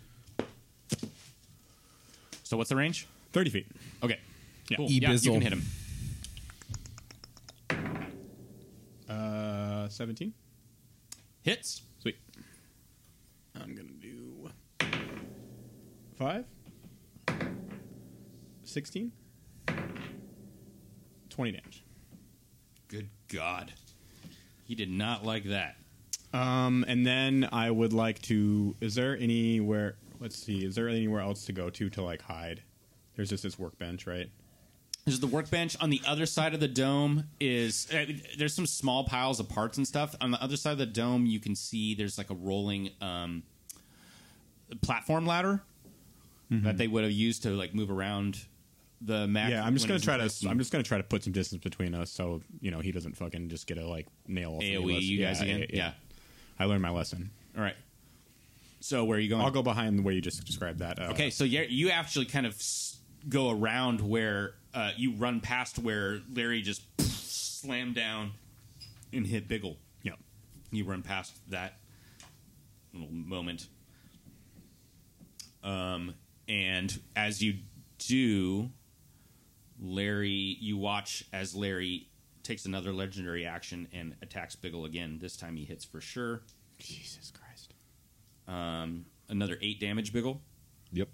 [SPEAKER 7] So what's the range?
[SPEAKER 2] Thirty feet.
[SPEAKER 7] Okay.
[SPEAKER 2] Yeah.
[SPEAKER 7] Cool. Yeah, you
[SPEAKER 3] E-bizzle.
[SPEAKER 7] can hit him.
[SPEAKER 2] Uh, seventeen.
[SPEAKER 7] Hits.
[SPEAKER 2] Sweet. I'm gonna do five, 16, 20 damage.
[SPEAKER 7] Good God. He did not like that.
[SPEAKER 2] Um, and then I would like to. Is there anywhere? Let's see. Is there anywhere else to go to to like hide? There's just this workbench, right?
[SPEAKER 7] There's the workbench on the other side of the dome. Is uh, there's some small piles of parts and stuff on the other side of the dome. You can see there's like a rolling um, platform ladder that they would have used to like move around the map.
[SPEAKER 2] Mm-hmm. yeah, I'm just
[SPEAKER 7] when it
[SPEAKER 2] gonna
[SPEAKER 7] was
[SPEAKER 2] try to.
[SPEAKER 7] replaced.
[SPEAKER 2] I'm just gonna try to put some distance between us, so you know he doesn't fucking just get a like nail. off any of
[SPEAKER 7] AOE
[SPEAKER 2] us.
[SPEAKER 7] E you
[SPEAKER 2] Yeah,
[SPEAKER 7] guys again.
[SPEAKER 2] yeah,
[SPEAKER 7] yeah.
[SPEAKER 2] I learned my lesson.
[SPEAKER 7] All right. So where are you going?
[SPEAKER 2] I'll go behind the way you just described that. Uh,
[SPEAKER 7] Okay, so yeah, you actually kind of s- go around where uh, you run past where Larry just slammed down and hit Biggle.
[SPEAKER 2] Yeah.
[SPEAKER 7] You run past that little moment, um, and as you do, Larry, you watch as Larry takes another legendary action and attacks Biggle again. This time he hits for sure.
[SPEAKER 2] Jesus Christ.
[SPEAKER 7] Um, another eight damage, Biggle.
[SPEAKER 8] Yep.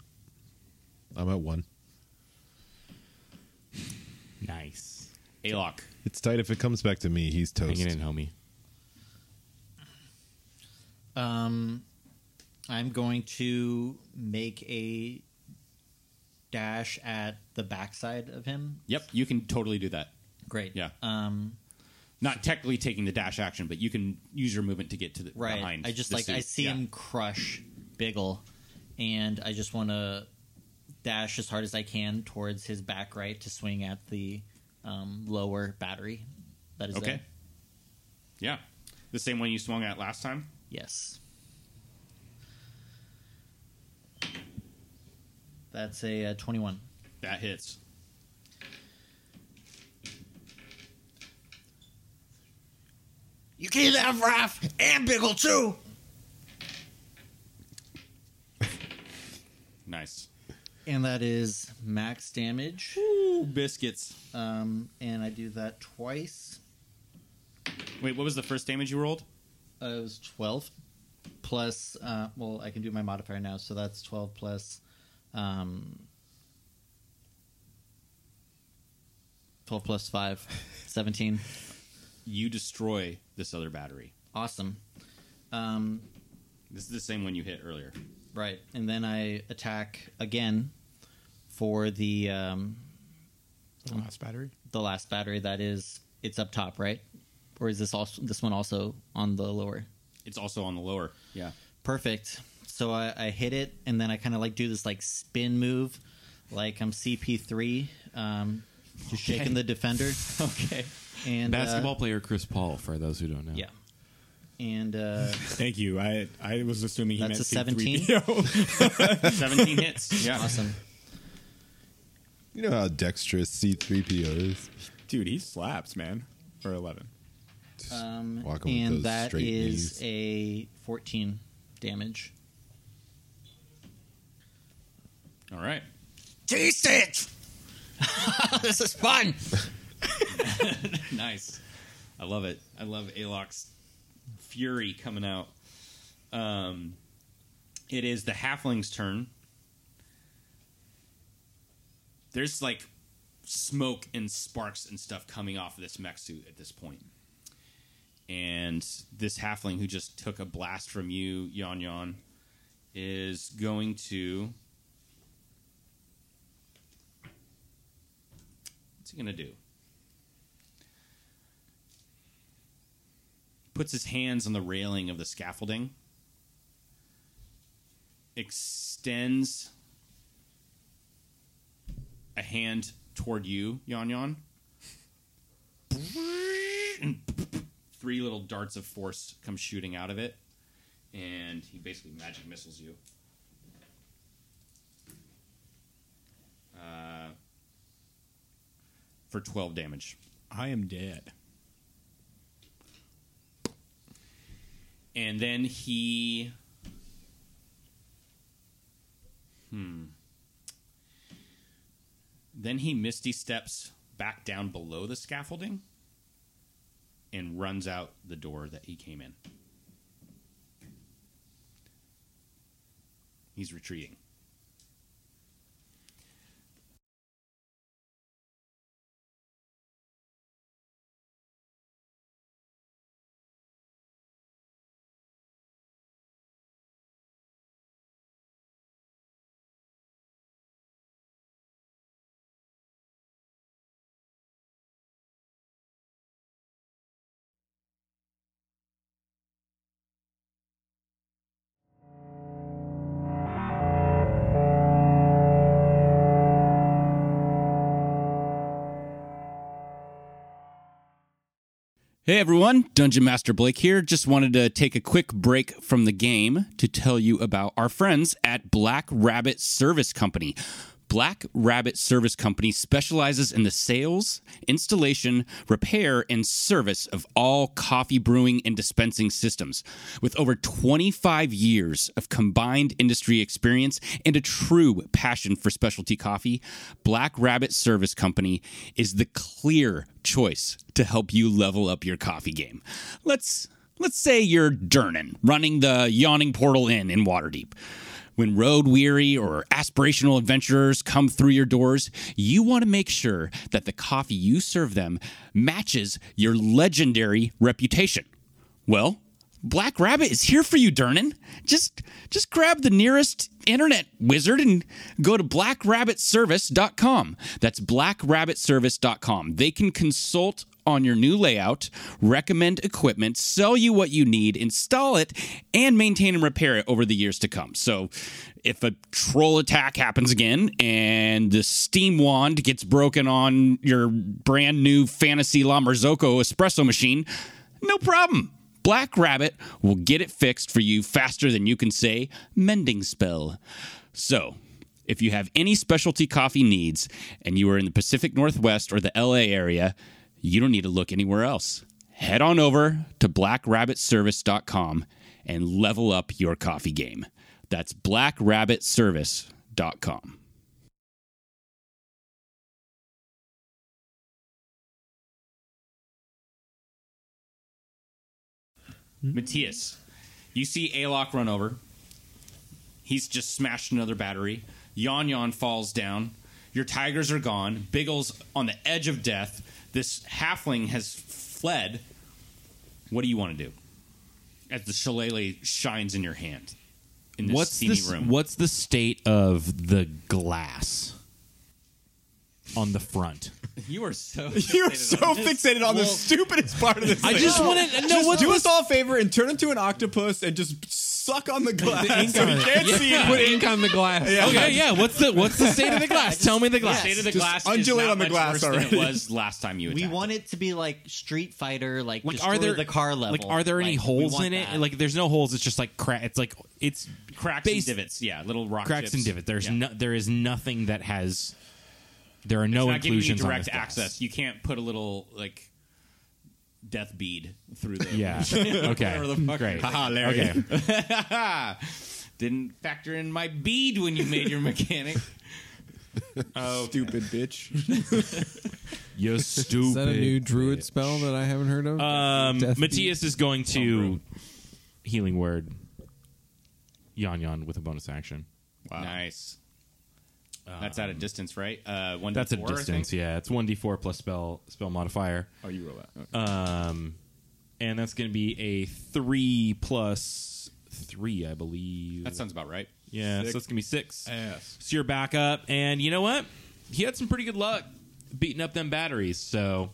[SPEAKER 8] I'm at 1.
[SPEAKER 9] Nice.
[SPEAKER 7] Alok.
[SPEAKER 8] It's tight if it comes back to me, he's toast.
[SPEAKER 9] Hanging in, homie.
[SPEAKER 6] Um, I'm going to make a dash at the backside of him.
[SPEAKER 7] Yep, you can totally do that.
[SPEAKER 6] Great.
[SPEAKER 7] Yeah.
[SPEAKER 6] Um,
[SPEAKER 7] Not technically taking the dash action, but you can use your movement to get to the
[SPEAKER 6] right.
[SPEAKER 7] behind.
[SPEAKER 6] I just
[SPEAKER 7] the
[SPEAKER 6] like I
[SPEAKER 7] suit.
[SPEAKER 6] see
[SPEAKER 7] Yeah.
[SPEAKER 6] him crush Biggle, and I just want to dash as hard as I can towards his back right to swing at the um, lower battery. That is
[SPEAKER 7] Okay.
[SPEAKER 6] there.
[SPEAKER 7] Yeah. The same one you swung at last time.
[SPEAKER 6] Yes. That's a uh, 21.
[SPEAKER 7] That hits.
[SPEAKER 6] You can't have Raph and Biggle too. and that is max damage.
[SPEAKER 11] Ooh, biscuits.
[SPEAKER 6] Um, and I do that twice.
[SPEAKER 11] Wait, what was the first damage you rolled?
[SPEAKER 6] Uh, it was 12 plus, uh, well, I can do my modifier now, so that's 12 plus um, 12 plus 5, 17.
[SPEAKER 11] You destroy this other battery.
[SPEAKER 6] Awesome. Um,
[SPEAKER 11] This is the same one you hit earlier.
[SPEAKER 6] right, and then I attack again for the um,
[SPEAKER 2] The last battery.
[SPEAKER 6] the last battery that is it's up top, right? Or is this also this one also on the lower?
[SPEAKER 11] It's also on the lower. Yeah.
[SPEAKER 6] Perfect. So I, I hit it, and then I kind of like do this like spin move, like I'm CP3, um, just shaking the defender.
[SPEAKER 11] Okay.
[SPEAKER 6] And uh,
[SPEAKER 9] Basketball player Chris Paul, for those who don't know.
[SPEAKER 6] yeah. And uh,
[SPEAKER 2] Thank you. I I was assuming he
[SPEAKER 6] That's
[SPEAKER 2] meant
[SPEAKER 6] a 17?
[SPEAKER 2] C3PO.
[SPEAKER 11] 17 hits. Yeah.
[SPEAKER 6] awesome.
[SPEAKER 8] You know how dexterous C3PO is.
[SPEAKER 2] Dude, he slaps, man. For eleven.
[SPEAKER 6] Um,
[SPEAKER 8] Walking with those
[SPEAKER 6] and that
[SPEAKER 8] straight
[SPEAKER 6] is a 14 damage.
[SPEAKER 11] All right.
[SPEAKER 6] Taste it. this is fun.
[SPEAKER 11] Nice. I love it. I love Alok's fury coming out. Um, it is the halfling's turn. There's like smoke and sparks and stuff coming off of this mech suit at this point. And this halfling who just took a blast from you, Yon Yon, is going to. What's he going to do? puts his hands on the railing of the scaffolding, extends a hand toward you, Yon Yon. Three little darts of force come shooting out of it, and he basically magic missiles you. Uh, for 12 damage.
[SPEAKER 2] I am dead.
[SPEAKER 11] and then he hmm hmm. then he misty steps back down below the scaffolding and runs out the door that he came in he's retreating
[SPEAKER 7] Hey everyone, Dungeon Master Blake here. Just wanted to take a quick break from the game to tell you about our friends at Black Rabbit Service Company. Black Rabbit Service Company specializes in the sales, installation, repair, and service of all coffee brewing and dispensing systems. With over 25 years of combined industry experience and a true passion for specialty coffee, Black Rabbit Service Company is the clear choice to help you level up your coffee game. Let's let's say you're Dernan running the Yawning Portal Inn in Waterdeep. When road weary or aspirational adventurers come through your doors, you want to make sure that the coffee you serve them matches your legendary reputation. Well, Black Rabbit is here for you, Dernan. Just just grab the nearest internet wizard and go to blackrabbitservice.com. That's blackrabbitservice.com. They can consult on your new layout, recommend equipment, sell you what you need, install it, and maintain and repair it over the years to come. So if a troll attack happens again and the steam wand gets broken on your brand new fantasy La Marzocco espresso machine, no problem. Black Rabbit will get it fixed for you faster than you can say mending spell. So, if you have any specialty coffee needs and you are in the Pacific Northwest or the LA area, you don't need to look anywhere else. Head on over to blackrabbitservice.com and level up your coffee game. That's blackrabbitservice.com. Matthias, you see Alok run over. He's just smashed another battery. Yon Yon falls down. Your tigers are gone. Biggles on the edge of death. This halfling has fled. What do you want to do? As the shillelagh shines in your hand in this
[SPEAKER 9] what's
[SPEAKER 7] steamy
[SPEAKER 9] the,
[SPEAKER 7] room.
[SPEAKER 9] what's the state of the glass on the front?
[SPEAKER 7] You are so.
[SPEAKER 2] You're so fixated on the stupidest part of this.
[SPEAKER 9] I just want to know
[SPEAKER 2] Just
[SPEAKER 9] what
[SPEAKER 2] do us all a favor and turn into an octopus and just suck on the glass
[SPEAKER 3] ink
[SPEAKER 2] so
[SPEAKER 3] on
[SPEAKER 2] we
[SPEAKER 3] it.
[SPEAKER 2] can't see
[SPEAKER 3] Put
[SPEAKER 2] it.
[SPEAKER 3] ink on the glass.
[SPEAKER 9] Okay, yeah. What's the what's the state of the glass? Tell me the
[SPEAKER 7] The
[SPEAKER 9] glass.
[SPEAKER 7] state of the
[SPEAKER 2] Just
[SPEAKER 7] glass
[SPEAKER 2] undulate
[SPEAKER 7] is not
[SPEAKER 2] on the
[SPEAKER 7] much
[SPEAKER 2] glass
[SPEAKER 7] worse
[SPEAKER 2] already.
[SPEAKER 7] than it was last time you
[SPEAKER 6] We
[SPEAKER 7] attacked
[SPEAKER 6] want
[SPEAKER 7] it.
[SPEAKER 6] it to be like Street Fighter, like,
[SPEAKER 9] like
[SPEAKER 6] destroy
[SPEAKER 9] are there
[SPEAKER 6] the car level.
[SPEAKER 9] Like are there any
[SPEAKER 6] Like, we
[SPEAKER 9] holes
[SPEAKER 6] want
[SPEAKER 9] in it?
[SPEAKER 6] that.
[SPEAKER 9] Like there's no holes. It's just like crack. It's like it's
[SPEAKER 7] cracks
[SPEAKER 9] base-
[SPEAKER 7] and divots. Yeah, little rock
[SPEAKER 9] cracks
[SPEAKER 7] chips.
[SPEAKER 9] and divots. There's
[SPEAKER 7] Yeah.
[SPEAKER 9] no there is nothing that has. There are no
[SPEAKER 7] It's not giving you
[SPEAKER 9] inclusions on
[SPEAKER 7] direct
[SPEAKER 9] this glass.
[SPEAKER 7] access. You can't put a little like death bead through the
[SPEAKER 9] Yeah. okay.
[SPEAKER 7] Whatever the fuck.
[SPEAKER 9] Great.
[SPEAKER 2] Haha, Larry.
[SPEAKER 9] Okay.
[SPEAKER 7] Didn't factor in my bead when you made your mechanic.
[SPEAKER 2] Stupid bitch.
[SPEAKER 9] You stupid.
[SPEAKER 3] Is that a new druid spell that I haven't heard of?
[SPEAKER 7] Uh,
[SPEAKER 9] Um,
[SPEAKER 3] Death
[SPEAKER 9] Matthias is going to healing word. Yon yon with a bonus action. Um,
[SPEAKER 7] Nice. That's at a distance, right? Uh, one.
[SPEAKER 9] That's
[SPEAKER 7] to
[SPEAKER 9] a
[SPEAKER 7] four, I
[SPEAKER 9] distance.
[SPEAKER 7] think?
[SPEAKER 9] Yeah, it's one d four plus spell spell modifier,
[SPEAKER 2] Oh, you roll that.
[SPEAKER 9] and that's going to be a three plus three, I believe.
[SPEAKER 7] That sounds about right.
[SPEAKER 9] yeah,
[SPEAKER 2] Six.
[SPEAKER 9] so it's going to be six.
[SPEAKER 2] Ass.
[SPEAKER 9] So you're back up, and you know what? He had some pretty good luck beating up them batteries. So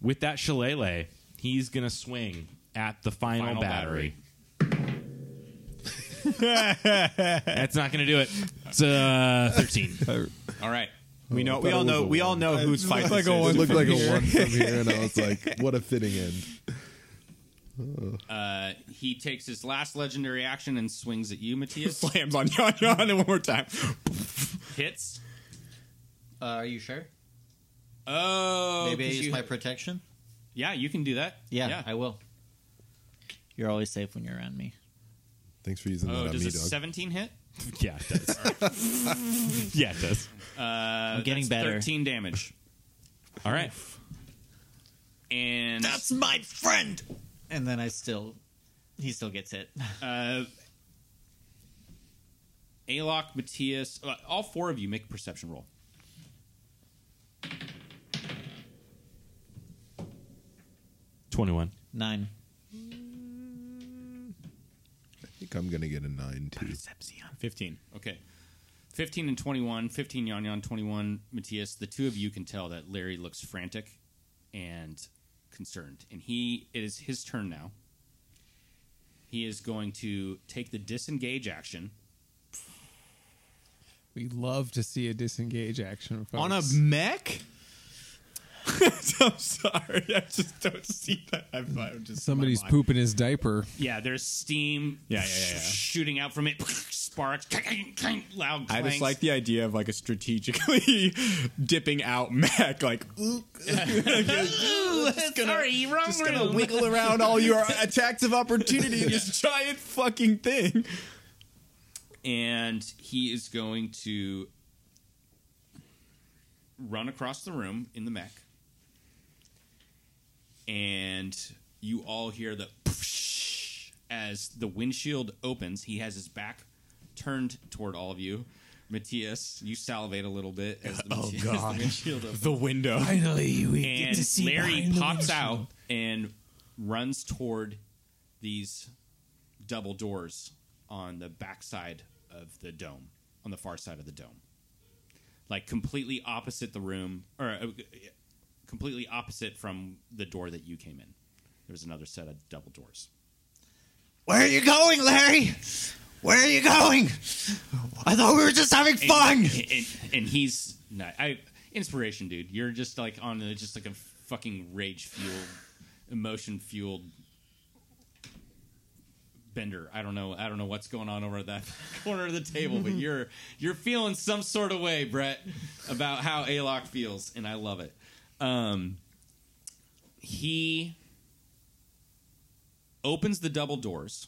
[SPEAKER 9] with that shillelagh, he's going to swing at the final,
[SPEAKER 7] Final
[SPEAKER 9] battery. That's not going to do it. It's uh, thirteen.
[SPEAKER 7] All right.
[SPEAKER 2] We know. We all know. We all know whose fight this is.
[SPEAKER 8] It looked like a one from here, and I was like, what a fitting end.
[SPEAKER 7] Uh, he takes his last legendary action and swings at you, Matthias.
[SPEAKER 2] Slams on Yon Yon and one more time.
[SPEAKER 7] Hits.
[SPEAKER 6] Uh, are you sure?
[SPEAKER 7] Oh,
[SPEAKER 6] Maybe I
[SPEAKER 7] 'cause
[SPEAKER 6] use
[SPEAKER 7] you-
[SPEAKER 6] my protection.
[SPEAKER 7] yeah, you can do that.
[SPEAKER 6] Yeah,
[SPEAKER 7] yeah.
[SPEAKER 6] I will. You're always safe when you're around me.
[SPEAKER 8] Thanks for using
[SPEAKER 7] oh,
[SPEAKER 8] that on
[SPEAKER 7] does
[SPEAKER 8] me,
[SPEAKER 7] a
[SPEAKER 8] dog.
[SPEAKER 7] seventeen hit?
[SPEAKER 9] yeah, it does. yeah, it does.
[SPEAKER 7] I'm
[SPEAKER 6] getting better.
[SPEAKER 7] Thirteen damage.
[SPEAKER 9] All right.
[SPEAKER 7] and
[SPEAKER 6] That's my friend. And then I still, he still gets hit.
[SPEAKER 7] uh, Alok, Matthias, uh, all four of you make a perception roll.
[SPEAKER 9] Twenty-one.
[SPEAKER 6] Nine.
[SPEAKER 8] I think I'm going to get a nine, too.
[SPEAKER 2] Fifteen.
[SPEAKER 7] Okay. 15 and 21, 15 Yon Yon, 21 Matthias. The two of you can tell that Larry looks frantic and concerned. And he, it is his turn now. He is going to take the disengage action.
[SPEAKER 3] We love to see a disengage action folks.
[SPEAKER 2] On a mech? I'm sorry. I just don't see that. I'm, I'm just
[SPEAKER 3] somebody's
[SPEAKER 2] my mind-
[SPEAKER 3] pooping his diaper.
[SPEAKER 7] Yeah, there's steam
[SPEAKER 2] Yeah, yeah, yeah, yeah.
[SPEAKER 7] shooting out from it, sparks, loud clanks.
[SPEAKER 2] I just like the idea of like a strategically dipping out mech, like ooh,
[SPEAKER 7] Sorry, wrong
[SPEAKER 2] just gonna
[SPEAKER 7] room.
[SPEAKER 2] wiggle around all your attacks of opportunity in this giant fucking thing.
[SPEAKER 7] and he is going to run across the room in the mech. And you all hear the as the windshield opens. He has his back turned toward all of you. Matthias, you salivate a little bit as the, oh, God. the windshield opens.
[SPEAKER 2] The window.
[SPEAKER 3] Finally, we
[SPEAKER 7] And Larry pops out and runs toward these double doors on the backside of the dome, on the far side of the dome. Like completely opposite the room, or uh, completely opposite from the door that you came in. There's another set of double doors.
[SPEAKER 6] Where are you going, Larry? Where are you going? I thought we were just having
[SPEAKER 7] And-
[SPEAKER 6] fun.
[SPEAKER 7] And, and he's not, I inspiration, dude. You're just like on a, just like a fucking rage fueled, emotion fueled bender. I don't know. I don't know what's going on over at that corner of the table, but you're you're feeling some sort of way, Brett, about how Alok feels, and I love it. Um, he opens the double doors.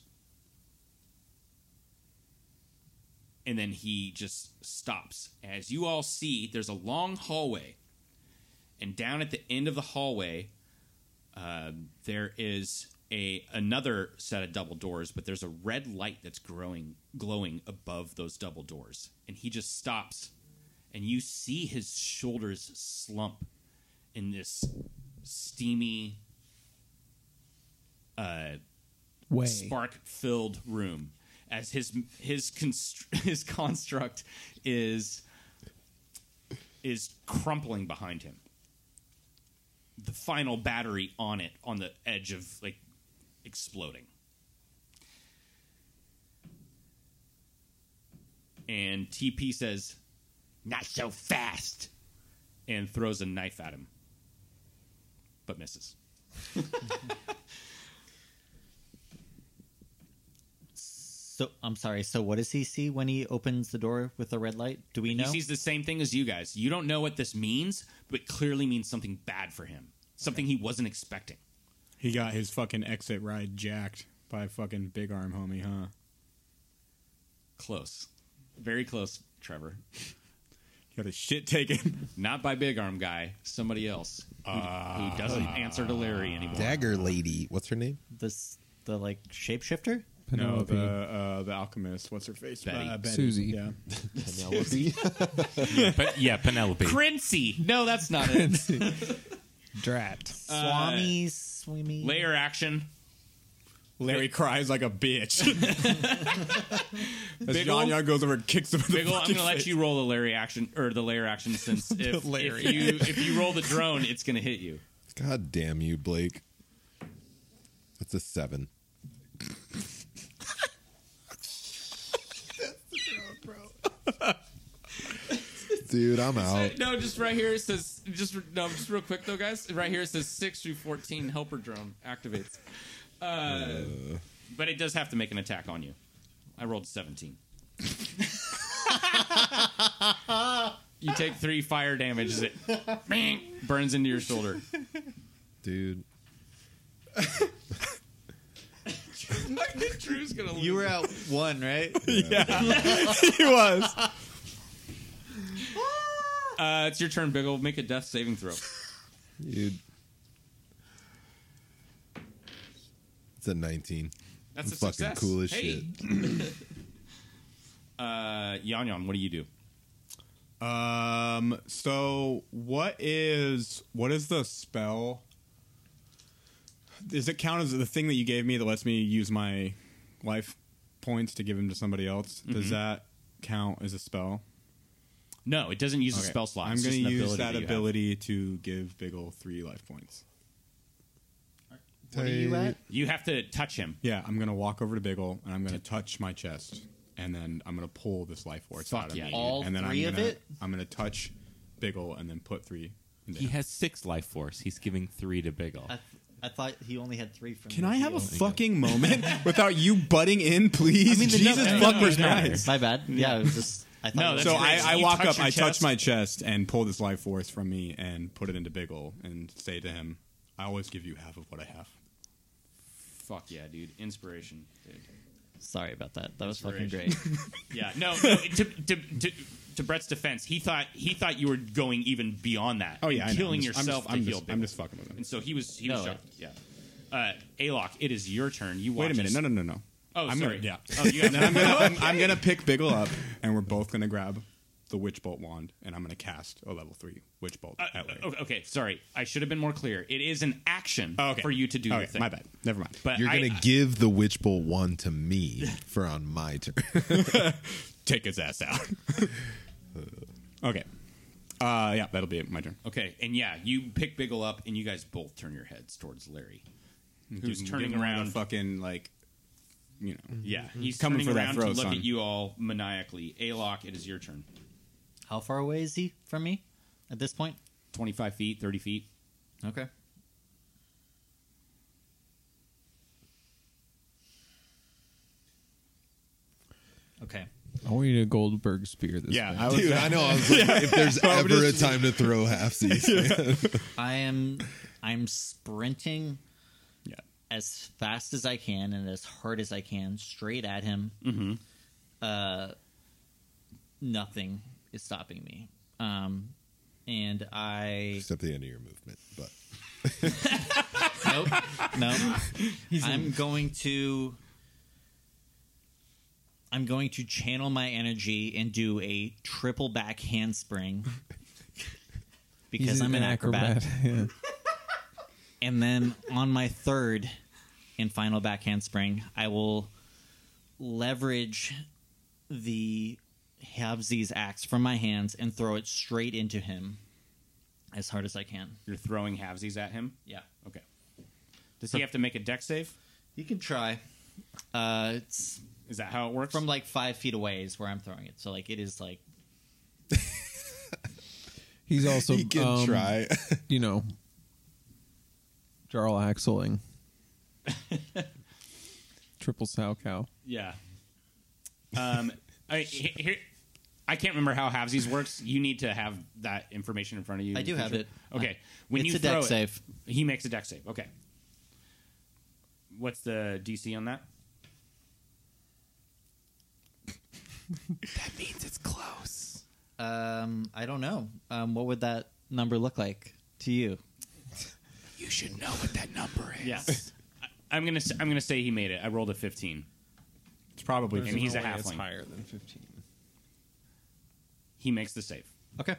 [SPEAKER 7] and then he just stops. As you all see, there's a long hallway, and down at the end of the hallway Um, there is a another set of double doors, but there's a red light that's growing glowing above those double doors, and he just stops, and you see his shoulders slump in this steamy
[SPEAKER 12] Way.
[SPEAKER 7] spark filled room as his his constr- his construct is is crumpling behind him the final battery on it on the edge of like exploding and TP says not so fast and throws a knife at him but misses
[SPEAKER 6] So I'm sorry. So what does he see when he opens the door with the red light? Do we know?
[SPEAKER 7] He sees the same thing as you guys. You don't know what this means, but clearly means something bad for him. Something he wasn't expecting.
[SPEAKER 2] He got his fucking exit ride jacked by fucking big arm homie, huh?
[SPEAKER 7] Close. Very close, Trevor.
[SPEAKER 2] Got his shit taken.
[SPEAKER 7] Not by Big Arm Guy, somebody else who,
[SPEAKER 2] Uh.
[SPEAKER 7] who doesn't answer to Larry anymore.
[SPEAKER 8] Dagger Lady. What's her name?
[SPEAKER 6] this the like shapeshifter.
[SPEAKER 2] no,
[SPEAKER 3] Penelope.
[SPEAKER 2] the uh, the alchemist. What's her face?
[SPEAKER 7] Betty.
[SPEAKER 2] Uh,
[SPEAKER 3] Susie.
[SPEAKER 2] Yeah.
[SPEAKER 8] Penelope.
[SPEAKER 9] But yeah, Penelope.
[SPEAKER 7] Crincy! No, that's not it.
[SPEAKER 3] Drat.
[SPEAKER 6] Uh, Swami, Swami.
[SPEAKER 7] Layer action.
[SPEAKER 2] Larry cries like a bitch. As
[SPEAKER 7] Big ol-
[SPEAKER 2] Yanya goes over and kicks him in the
[SPEAKER 7] Big ol', I'm
[SPEAKER 2] fucking
[SPEAKER 7] gonna let
[SPEAKER 2] face.
[SPEAKER 7] you roll the Larry action or the layer action since if,
[SPEAKER 3] Larry.
[SPEAKER 7] if you if you roll the drone, it's gonna hit you.
[SPEAKER 8] God damn you, Blake. That's a seven. Dude, I'm out.
[SPEAKER 7] No, just right here it says just no, just real quick though, guys. Right here it says six through fourteen helper drone activates. Uh, but it does have to make an attack on you. I rolled seventeen. you take three fire damage as it bang, burns into your shoulder.
[SPEAKER 8] Dude.
[SPEAKER 7] Drew's gonna lose.
[SPEAKER 6] You were at one, right?
[SPEAKER 2] he was.
[SPEAKER 7] Uh, it's your turn, Biggle. Make a death saving throw.
[SPEAKER 8] Dude. It's a 19.
[SPEAKER 7] That's a
[SPEAKER 8] Fucking
[SPEAKER 7] success.
[SPEAKER 8] cool as
[SPEAKER 7] hey. uh, Yon Yon, what do you do?
[SPEAKER 2] Um. So what is what is the spell? Does it count as the thing that you gave me that lets me use my life points to give them to somebody else? Does that count as a spell?
[SPEAKER 7] Mm-hmm. No, it doesn't use a
[SPEAKER 2] Okay.
[SPEAKER 7] spell slot.
[SPEAKER 2] I'm
[SPEAKER 7] It's
[SPEAKER 2] going
[SPEAKER 7] just
[SPEAKER 2] to
[SPEAKER 7] an
[SPEAKER 2] use
[SPEAKER 7] ability
[SPEAKER 2] that
[SPEAKER 7] you have.
[SPEAKER 2] ability to give Biggle three life points.
[SPEAKER 6] What are you at?
[SPEAKER 7] You have to touch him.
[SPEAKER 2] Yeah, I'm going to walk over to Biggle and I'm going to touch my chest, and then I'm going to pull this life force
[SPEAKER 7] Fuck
[SPEAKER 2] out of
[SPEAKER 7] yeah,
[SPEAKER 2] me.
[SPEAKER 7] dude.
[SPEAKER 6] All
[SPEAKER 2] and then
[SPEAKER 6] three
[SPEAKER 2] I'm
[SPEAKER 6] of
[SPEAKER 2] gonna,
[SPEAKER 6] it?
[SPEAKER 2] I'm going to touch Biggle and then put three. Into
[SPEAKER 9] He
[SPEAKER 2] him.
[SPEAKER 9] has six life force. He's giving three to Biggle.
[SPEAKER 6] I, th- I thought he only had three from.
[SPEAKER 2] Can
[SPEAKER 6] the
[SPEAKER 2] I have a
[SPEAKER 6] field.
[SPEAKER 2] fucking moment without you butting in, please?
[SPEAKER 6] I mean, the
[SPEAKER 2] Jesus
[SPEAKER 6] no-
[SPEAKER 2] fucking
[SPEAKER 6] no, no, no, no.
[SPEAKER 2] Christ.
[SPEAKER 6] My bad. Yeah, it was just. I thought
[SPEAKER 7] No,
[SPEAKER 6] it was
[SPEAKER 7] that's
[SPEAKER 2] So
[SPEAKER 7] great.
[SPEAKER 2] I, I
[SPEAKER 7] You
[SPEAKER 2] walk
[SPEAKER 7] touch
[SPEAKER 2] up,
[SPEAKER 7] your
[SPEAKER 2] I
[SPEAKER 7] chest.
[SPEAKER 2] touch my chest and pull this life force from me and put it into Biggle and say to him, I always give you half of what I have.
[SPEAKER 7] Fuck yeah, dude. Inspiration. Dude.
[SPEAKER 6] sorry about that. That was fucking great.
[SPEAKER 7] Yeah. No, no to, to, to, to Brett's defense, he thought he thought you were going even beyond that.
[SPEAKER 2] Oh, yeah. I know.
[SPEAKER 7] Killing
[SPEAKER 2] I'm just- I'm
[SPEAKER 7] yourself
[SPEAKER 2] just- I'm
[SPEAKER 7] to heal
[SPEAKER 2] just, I'm
[SPEAKER 7] Biggle.
[SPEAKER 2] just fucking with him.
[SPEAKER 7] And so he was he was
[SPEAKER 6] No,
[SPEAKER 7] shocked. Yeah. Uh, Alok, it is your turn. You watch
[SPEAKER 2] Wait a minute.
[SPEAKER 7] as-
[SPEAKER 2] No, no, no, no.
[SPEAKER 7] Oh,
[SPEAKER 2] I'm
[SPEAKER 7] sorry.
[SPEAKER 2] Gonna, yeah.
[SPEAKER 7] Oh, you have
[SPEAKER 2] And then I'm gonna, I'm, I'm gonna pick Biggle up, and we're both gonna grab the Witch Bolt wand, and I'm gonna cast a level three Witch Bolt at Larry.
[SPEAKER 7] Oh, okay, sorry. I should have been more clear. It is an action
[SPEAKER 2] Oh, okay.
[SPEAKER 7] for you to do
[SPEAKER 2] Okay,
[SPEAKER 7] your thing.
[SPEAKER 2] My bad. Never mind.
[SPEAKER 7] But
[SPEAKER 8] You're
[SPEAKER 7] I-
[SPEAKER 8] going to give the Witch Bolt one to me for on my turn.
[SPEAKER 2] take his ass out. okay. Uh, yeah, that'll be it. my turn.
[SPEAKER 7] Okay, and yeah, you pick Biggle up, and you guys both turn your heads towards Larry, who's
[SPEAKER 2] Give him-
[SPEAKER 7] turning
[SPEAKER 2] give him
[SPEAKER 7] around.
[SPEAKER 2] the fucking like, you know.
[SPEAKER 10] Mm-hmm.
[SPEAKER 7] Yeah, he's
[SPEAKER 2] Coming
[SPEAKER 7] turning
[SPEAKER 2] for that
[SPEAKER 7] around
[SPEAKER 2] throw,
[SPEAKER 7] to look
[SPEAKER 2] son.
[SPEAKER 7] at you all maniacally. Alok, it is your turn.
[SPEAKER 6] How far away is he from me at this point?
[SPEAKER 7] Twenty-five feet, thirty feet.
[SPEAKER 6] Okay. Okay.
[SPEAKER 3] I want you to Goldberg spear this.
[SPEAKER 2] Yeah,
[SPEAKER 3] thing.
[SPEAKER 2] I was.
[SPEAKER 8] Dude, I know. I was like, if there's ever a time to throw halfsies,
[SPEAKER 6] I am I'm sprinting
[SPEAKER 2] Yeah.
[SPEAKER 6] as fast as I can and as hard as I can straight at him. Mm-hmm. Uh, nothing is stopping me. Um, and I
[SPEAKER 8] except the end of your movement. But
[SPEAKER 6] Nope. nope. I'm going to. I'm going to channel my energy and do a triple back handspring because I'm an, acrobat.
[SPEAKER 3] acrobat.
[SPEAKER 6] And then on my third and final back handspring, I will leverage the Habzi's axe from my hands and throw it straight into him as hard as I can.
[SPEAKER 10] You're throwing halvesies at him.
[SPEAKER 6] Yeah.
[SPEAKER 10] Okay. Does he have to make a deck save?
[SPEAKER 6] You can try. Uh, it's
[SPEAKER 10] Is that how it works?
[SPEAKER 6] from like five feet away is where I'm throwing it. So like it is like
[SPEAKER 3] Yeah. He's also
[SPEAKER 8] he can
[SPEAKER 3] um,
[SPEAKER 8] try.
[SPEAKER 3] You know, Jarl Axeling, triple sow cow.
[SPEAKER 10] yeah. Um, I, he- here, I can't remember how halvesies works. You need to have that information in front of you.
[SPEAKER 6] I do have it.
[SPEAKER 10] Okay. When
[SPEAKER 6] it's
[SPEAKER 10] you
[SPEAKER 6] a deck
[SPEAKER 10] throw it-
[SPEAKER 6] save.
[SPEAKER 10] he makes a deck save. Okay. What's the DC on that?
[SPEAKER 6] Um, I don't know. Um, what would that number look like to you?
[SPEAKER 10] Yeah. I, am gonna s- I'm gonna say he made it. I rolled a 15.
[SPEAKER 2] It's probably
[SPEAKER 10] And he's a
[SPEAKER 3] way it's
[SPEAKER 10] halfling.
[SPEAKER 3] higher than fifteen.
[SPEAKER 10] He makes the save.
[SPEAKER 6] Okay.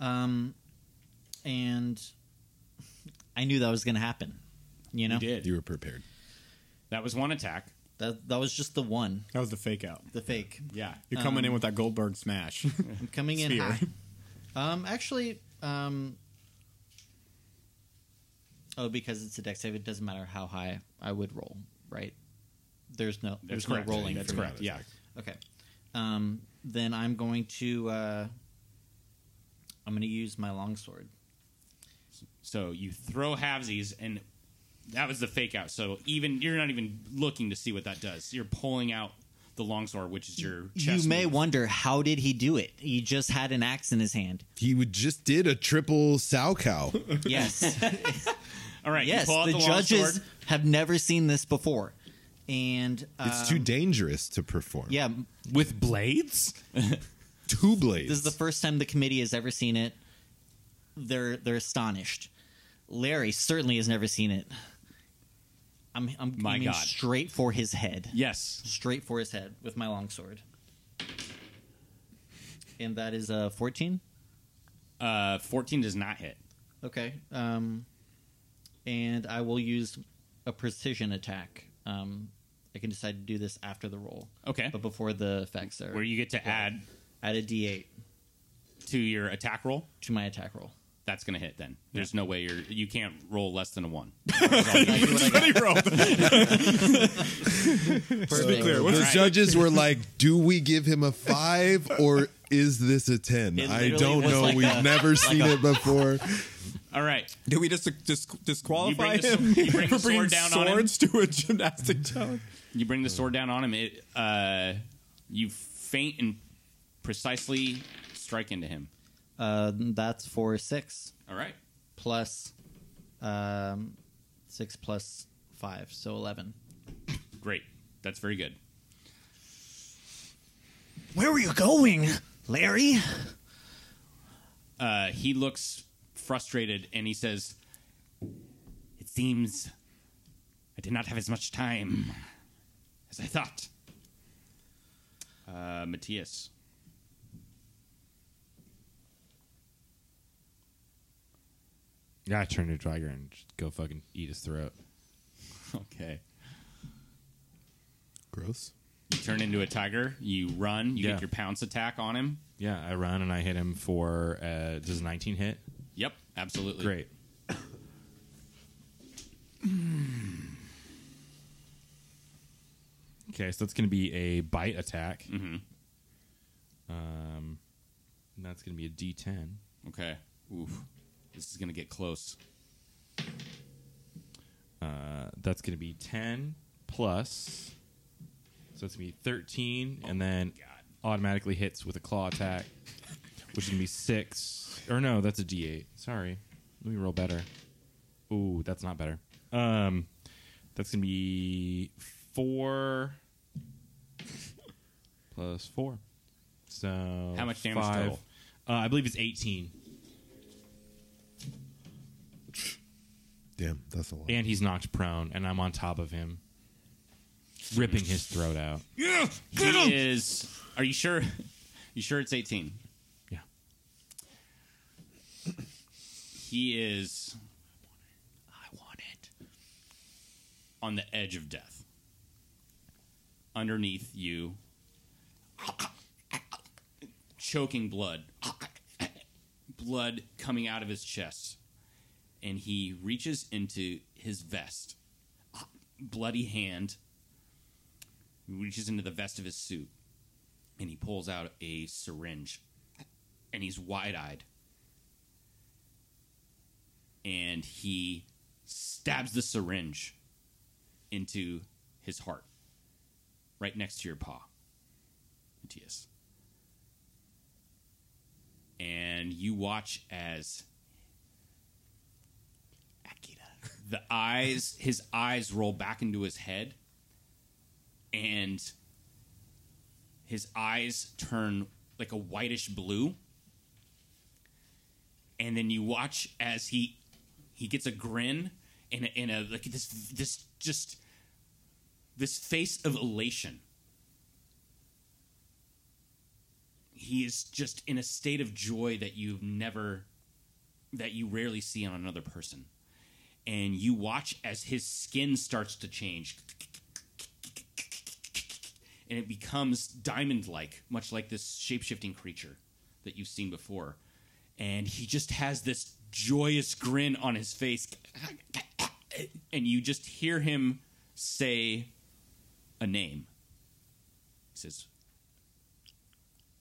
[SPEAKER 6] Um, and I knew that was going to happen. You know,
[SPEAKER 10] He did.
[SPEAKER 8] you were prepared.
[SPEAKER 10] That was one attack.
[SPEAKER 6] that that was just the one,
[SPEAKER 2] that was the fake out.
[SPEAKER 6] the fake.
[SPEAKER 10] Yeah. Um,
[SPEAKER 2] You're coming in with that Goldberg smash.
[SPEAKER 6] I'm coming in
[SPEAKER 2] Sphere.
[SPEAKER 6] high. Um, actually, um, oh, because it's a deck save, it doesn't matter how high I would roll, right? There's no,
[SPEAKER 10] That's
[SPEAKER 6] there's
[SPEAKER 10] correct.
[SPEAKER 6] no rolling.
[SPEAKER 10] That's
[SPEAKER 6] for me.
[SPEAKER 10] correct. Yeah.
[SPEAKER 6] Okay. Um, then I'm going to uh, I'm going to use my longsword.
[SPEAKER 10] So you throw halvesies, and that was the fake out. So even you're not even looking to see what that does. You're pulling out the longsword, which is your chest.
[SPEAKER 6] you may
[SPEAKER 10] move.
[SPEAKER 6] wonder how did he do it? He just had an axe in his hand.
[SPEAKER 8] He would just did a triple sow cow.
[SPEAKER 6] Yes.
[SPEAKER 10] All right.
[SPEAKER 6] yes.
[SPEAKER 10] You pull out
[SPEAKER 6] The,
[SPEAKER 10] the,
[SPEAKER 6] judges
[SPEAKER 10] longsword.
[SPEAKER 6] have never seen this before. And uh,
[SPEAKER 8] It's too dangerous to perform.
[SPEAKER 6] yeah,
[SPEAKER 9] with blades.
[SPEAKER 8] two blades.
[SPEAKER 6] this is the first time the committee has ever seen it. They're they're astonished. Larry certainly has never seen it. I'm I'm
[SPEAKER 10] My
[SPEAKER 6] aiming
[SPEAKER 10] God.
[SPEAKER 6] straight for his head.
[SPEAKER 10] Yes.
[SPEAKER 6] straight for his head with my longsword. And that is a 14.
[SPEAKER 10] Uh, 14 does not hit.
[SPEAKER 6] Okay. Um, and I will use a precision attack. Um, I can decide to do this after the roll,
[SPEAKER 10] Okay.
[SPEAKER 6] but before the effects are.
[SPEAKER 10] Where you get to add
[SPEAKER 6] Add a d8
[SPEAKER 10] to your attack roll.
[SPEAKER 6] to my attack roll.
[SPEAKER 10] That's gonna hit. Then there's no way you're you can't roll less than a one.
[SPEAKER 6] Perfect.
[SPEAKER 2] clear,
[SPEAKER 8] the
[SPEAKER 2] what's-
[SPEAKER 8] judges were like, "Do we give him a five or is this a ten?
[SPEAKER 6] It
[SPEAKER 8] I
[SPEAKER 6] literally
[SPEAKER 8] don't
[SPEAKER 6] was
[SPEAKER 8] know.
[SPEAKER 6] like
[SPEAKER 8] We've
[SPEAKER 6] a-
[SPEAKER 8] never seen it before.
[SPEAKER 10] All right.
[SPEAKER 2] Do we just dis- disqualify
[SPEAKER 10] You bring the
[SPEAKER 2] him
[SPEAKER 10] sw- you bring the
[SPEAKER 2] for
[SPEAKER 10] sword
[SPEAKER 2] bringing
[SPEAKER 10] down on him?
[SPEAKER 2] swords to a gymnastic challenge?
[SPEAKER 10] You bring the sword down on him. It, uh, you faint and precisely strike into him.
[SPEAKER 6] Uh, that's for 6
[SPEAKER 10] All right.
[SPEAKER 6] plus um, 6 plus 5, so 11.
[SPEAKER 10] Great. That's very good.
[SPEAKER 6] Where were you going, Larry?
[SPEAKER 10] Uh, he looks frustrated and he says, It seems I did not have as much time as I thought. Uh, Matthias.
[SPEAKER 9] Yeah, I turn to Dragar and just go fucking eat his throat.
[SPEAKER 10] Okay.
[SPEAKER 8] Gross.
[SPEAKER 10] You turn into a tiger. You run. You
[SPEAKER 9] Yeah.
[SPEAKER 10] get your pounce attack on him.
[SPEAKER 9] Yeah, I run and I hit him for uh, does a 19 hit?
[SPEAKER 10] Yep. Absolutely.
[SPEAKER 9] Great. okay, so that's going to be a bite attack. Mm-hmm. Um, and that's going to be a D10.
[SPEAKER 10] Okay. Oof. This is going to get close.
[SPEAKER 9] Uh, that's going to be 10 plus. So it's going to be 13, and
[SPEAKER 10] Oh
[SPEAKER 9] then automatically hits with a claw attack, which is going to be 6. Or no, that's a D8. Sorry. Let me roll better. Ooh, that's not better. Um, that's going to be 4 plus 4. So
[SPEAKER 10] How much damage
[SPEAKER 9] five.
[SPEAKER 10] total?
[SPEAKER 9] Uh, I believe it's 18.
[SPEAKER 8] Damn, that's a lot.
[SPEAKER 9] and he's knocked prone, and I'm on top of him, ripping his throat out.
[SPEAKER 10] He is. Are you sure? You sure it's eighteen?
[SPEAKER 9] Yeah.
[SPEAKER 10] He is. I want it. On the edge of death. Underneath you. Choking blood. Blood coming out of his chest. And he reaches into his vest. Bloody hand reaches into the vest of his suit and he pulls out a syringe and he's wide eyed. And he stabs the syringe into his heart, right next to your paw, Matthias. And you watch as Akira, the eyes, his eyes roll back into his head, and his eyes turn like a whitish blue and then you watch as he he gets a grin and a, and a like this this just this face of elation he is just in a state of joy that you've never that you rarely see on another person and you watch as his skin starts to change and it becomes diamond like, much like this shape shifting creature that you've seen before. And he just has this joyous grin on his face. And you just hear him say a name. He says,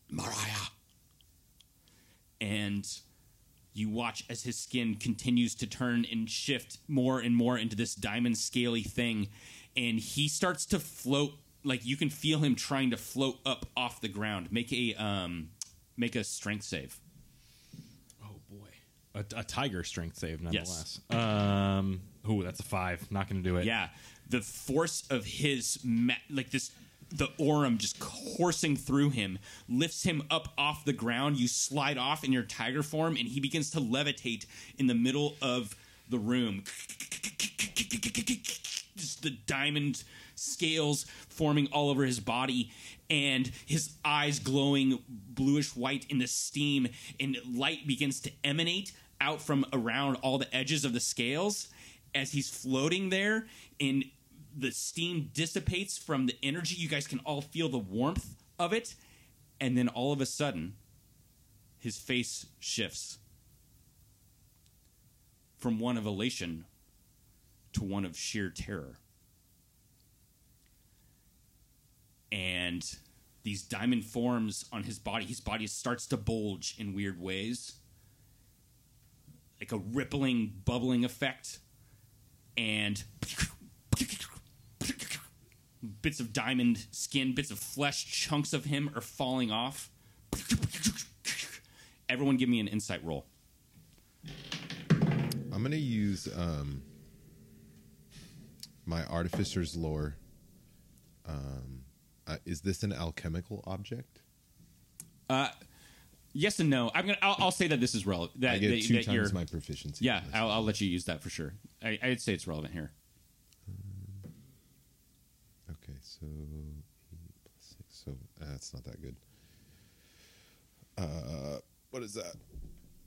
[SPEAKER 10] Mariah. And you watch as his skin continues to turn and shift more and more into this diamond scaly thing and he starts to float like you can feel him trying to float up off the ground make a um make a strength save
[SPEAKER 9] A, a tiger strength save,
[SPEAKER 10] Yes.
[SPEAKER 9] nonetheless. Um, ooh, that's a five. Not going to do it.
[SPEAKER 10] yeah the force of his ma- like this the orum just coursing through him lifts him up off the ground you slide off in your tiger form and he begins to levitate in the middle of the room just the diamond scales forming all over his body and his eyes glowing bluish white in the steam and light begins to emanate out from around all the edges of the scales as he's floating there and the steam dissipates from the energy you guys can all feel the warmth of it and then all of a sudden his face shifts from one of elation to one of sheer terror. And these diamond forms on his body, his body starts to bulge in weird ways, like a rippling, bubbling effect. And bits of diamond skin, bits of flesh, chunks of him are falling off. Everyone, give me an insight roll.
[SPEAKER 8] I'm gonna use um, my artificer's lore. Um, uh, is this an alchemical object?
[SPEAKER 10] Yes and no. I'm gonna. I'll, I'll say that this is relevant. That,
[SPEAKER 8] I get
[SPEAKER 10] that,
[SPEAKER 8] two
[SPEAKER 10] that you're-
[SPEAKER 8] times my proficiency.
[SPEAKER 10] Yeah,
[SPEAKER 8] bonus.
[SPEAKER 10] I'll, I'll let you use that for sure. I, I'd say it's relevant here.
[SPEAKER 8] Okay, so eight plus six. So uh, that's not that good. Uh, what is that?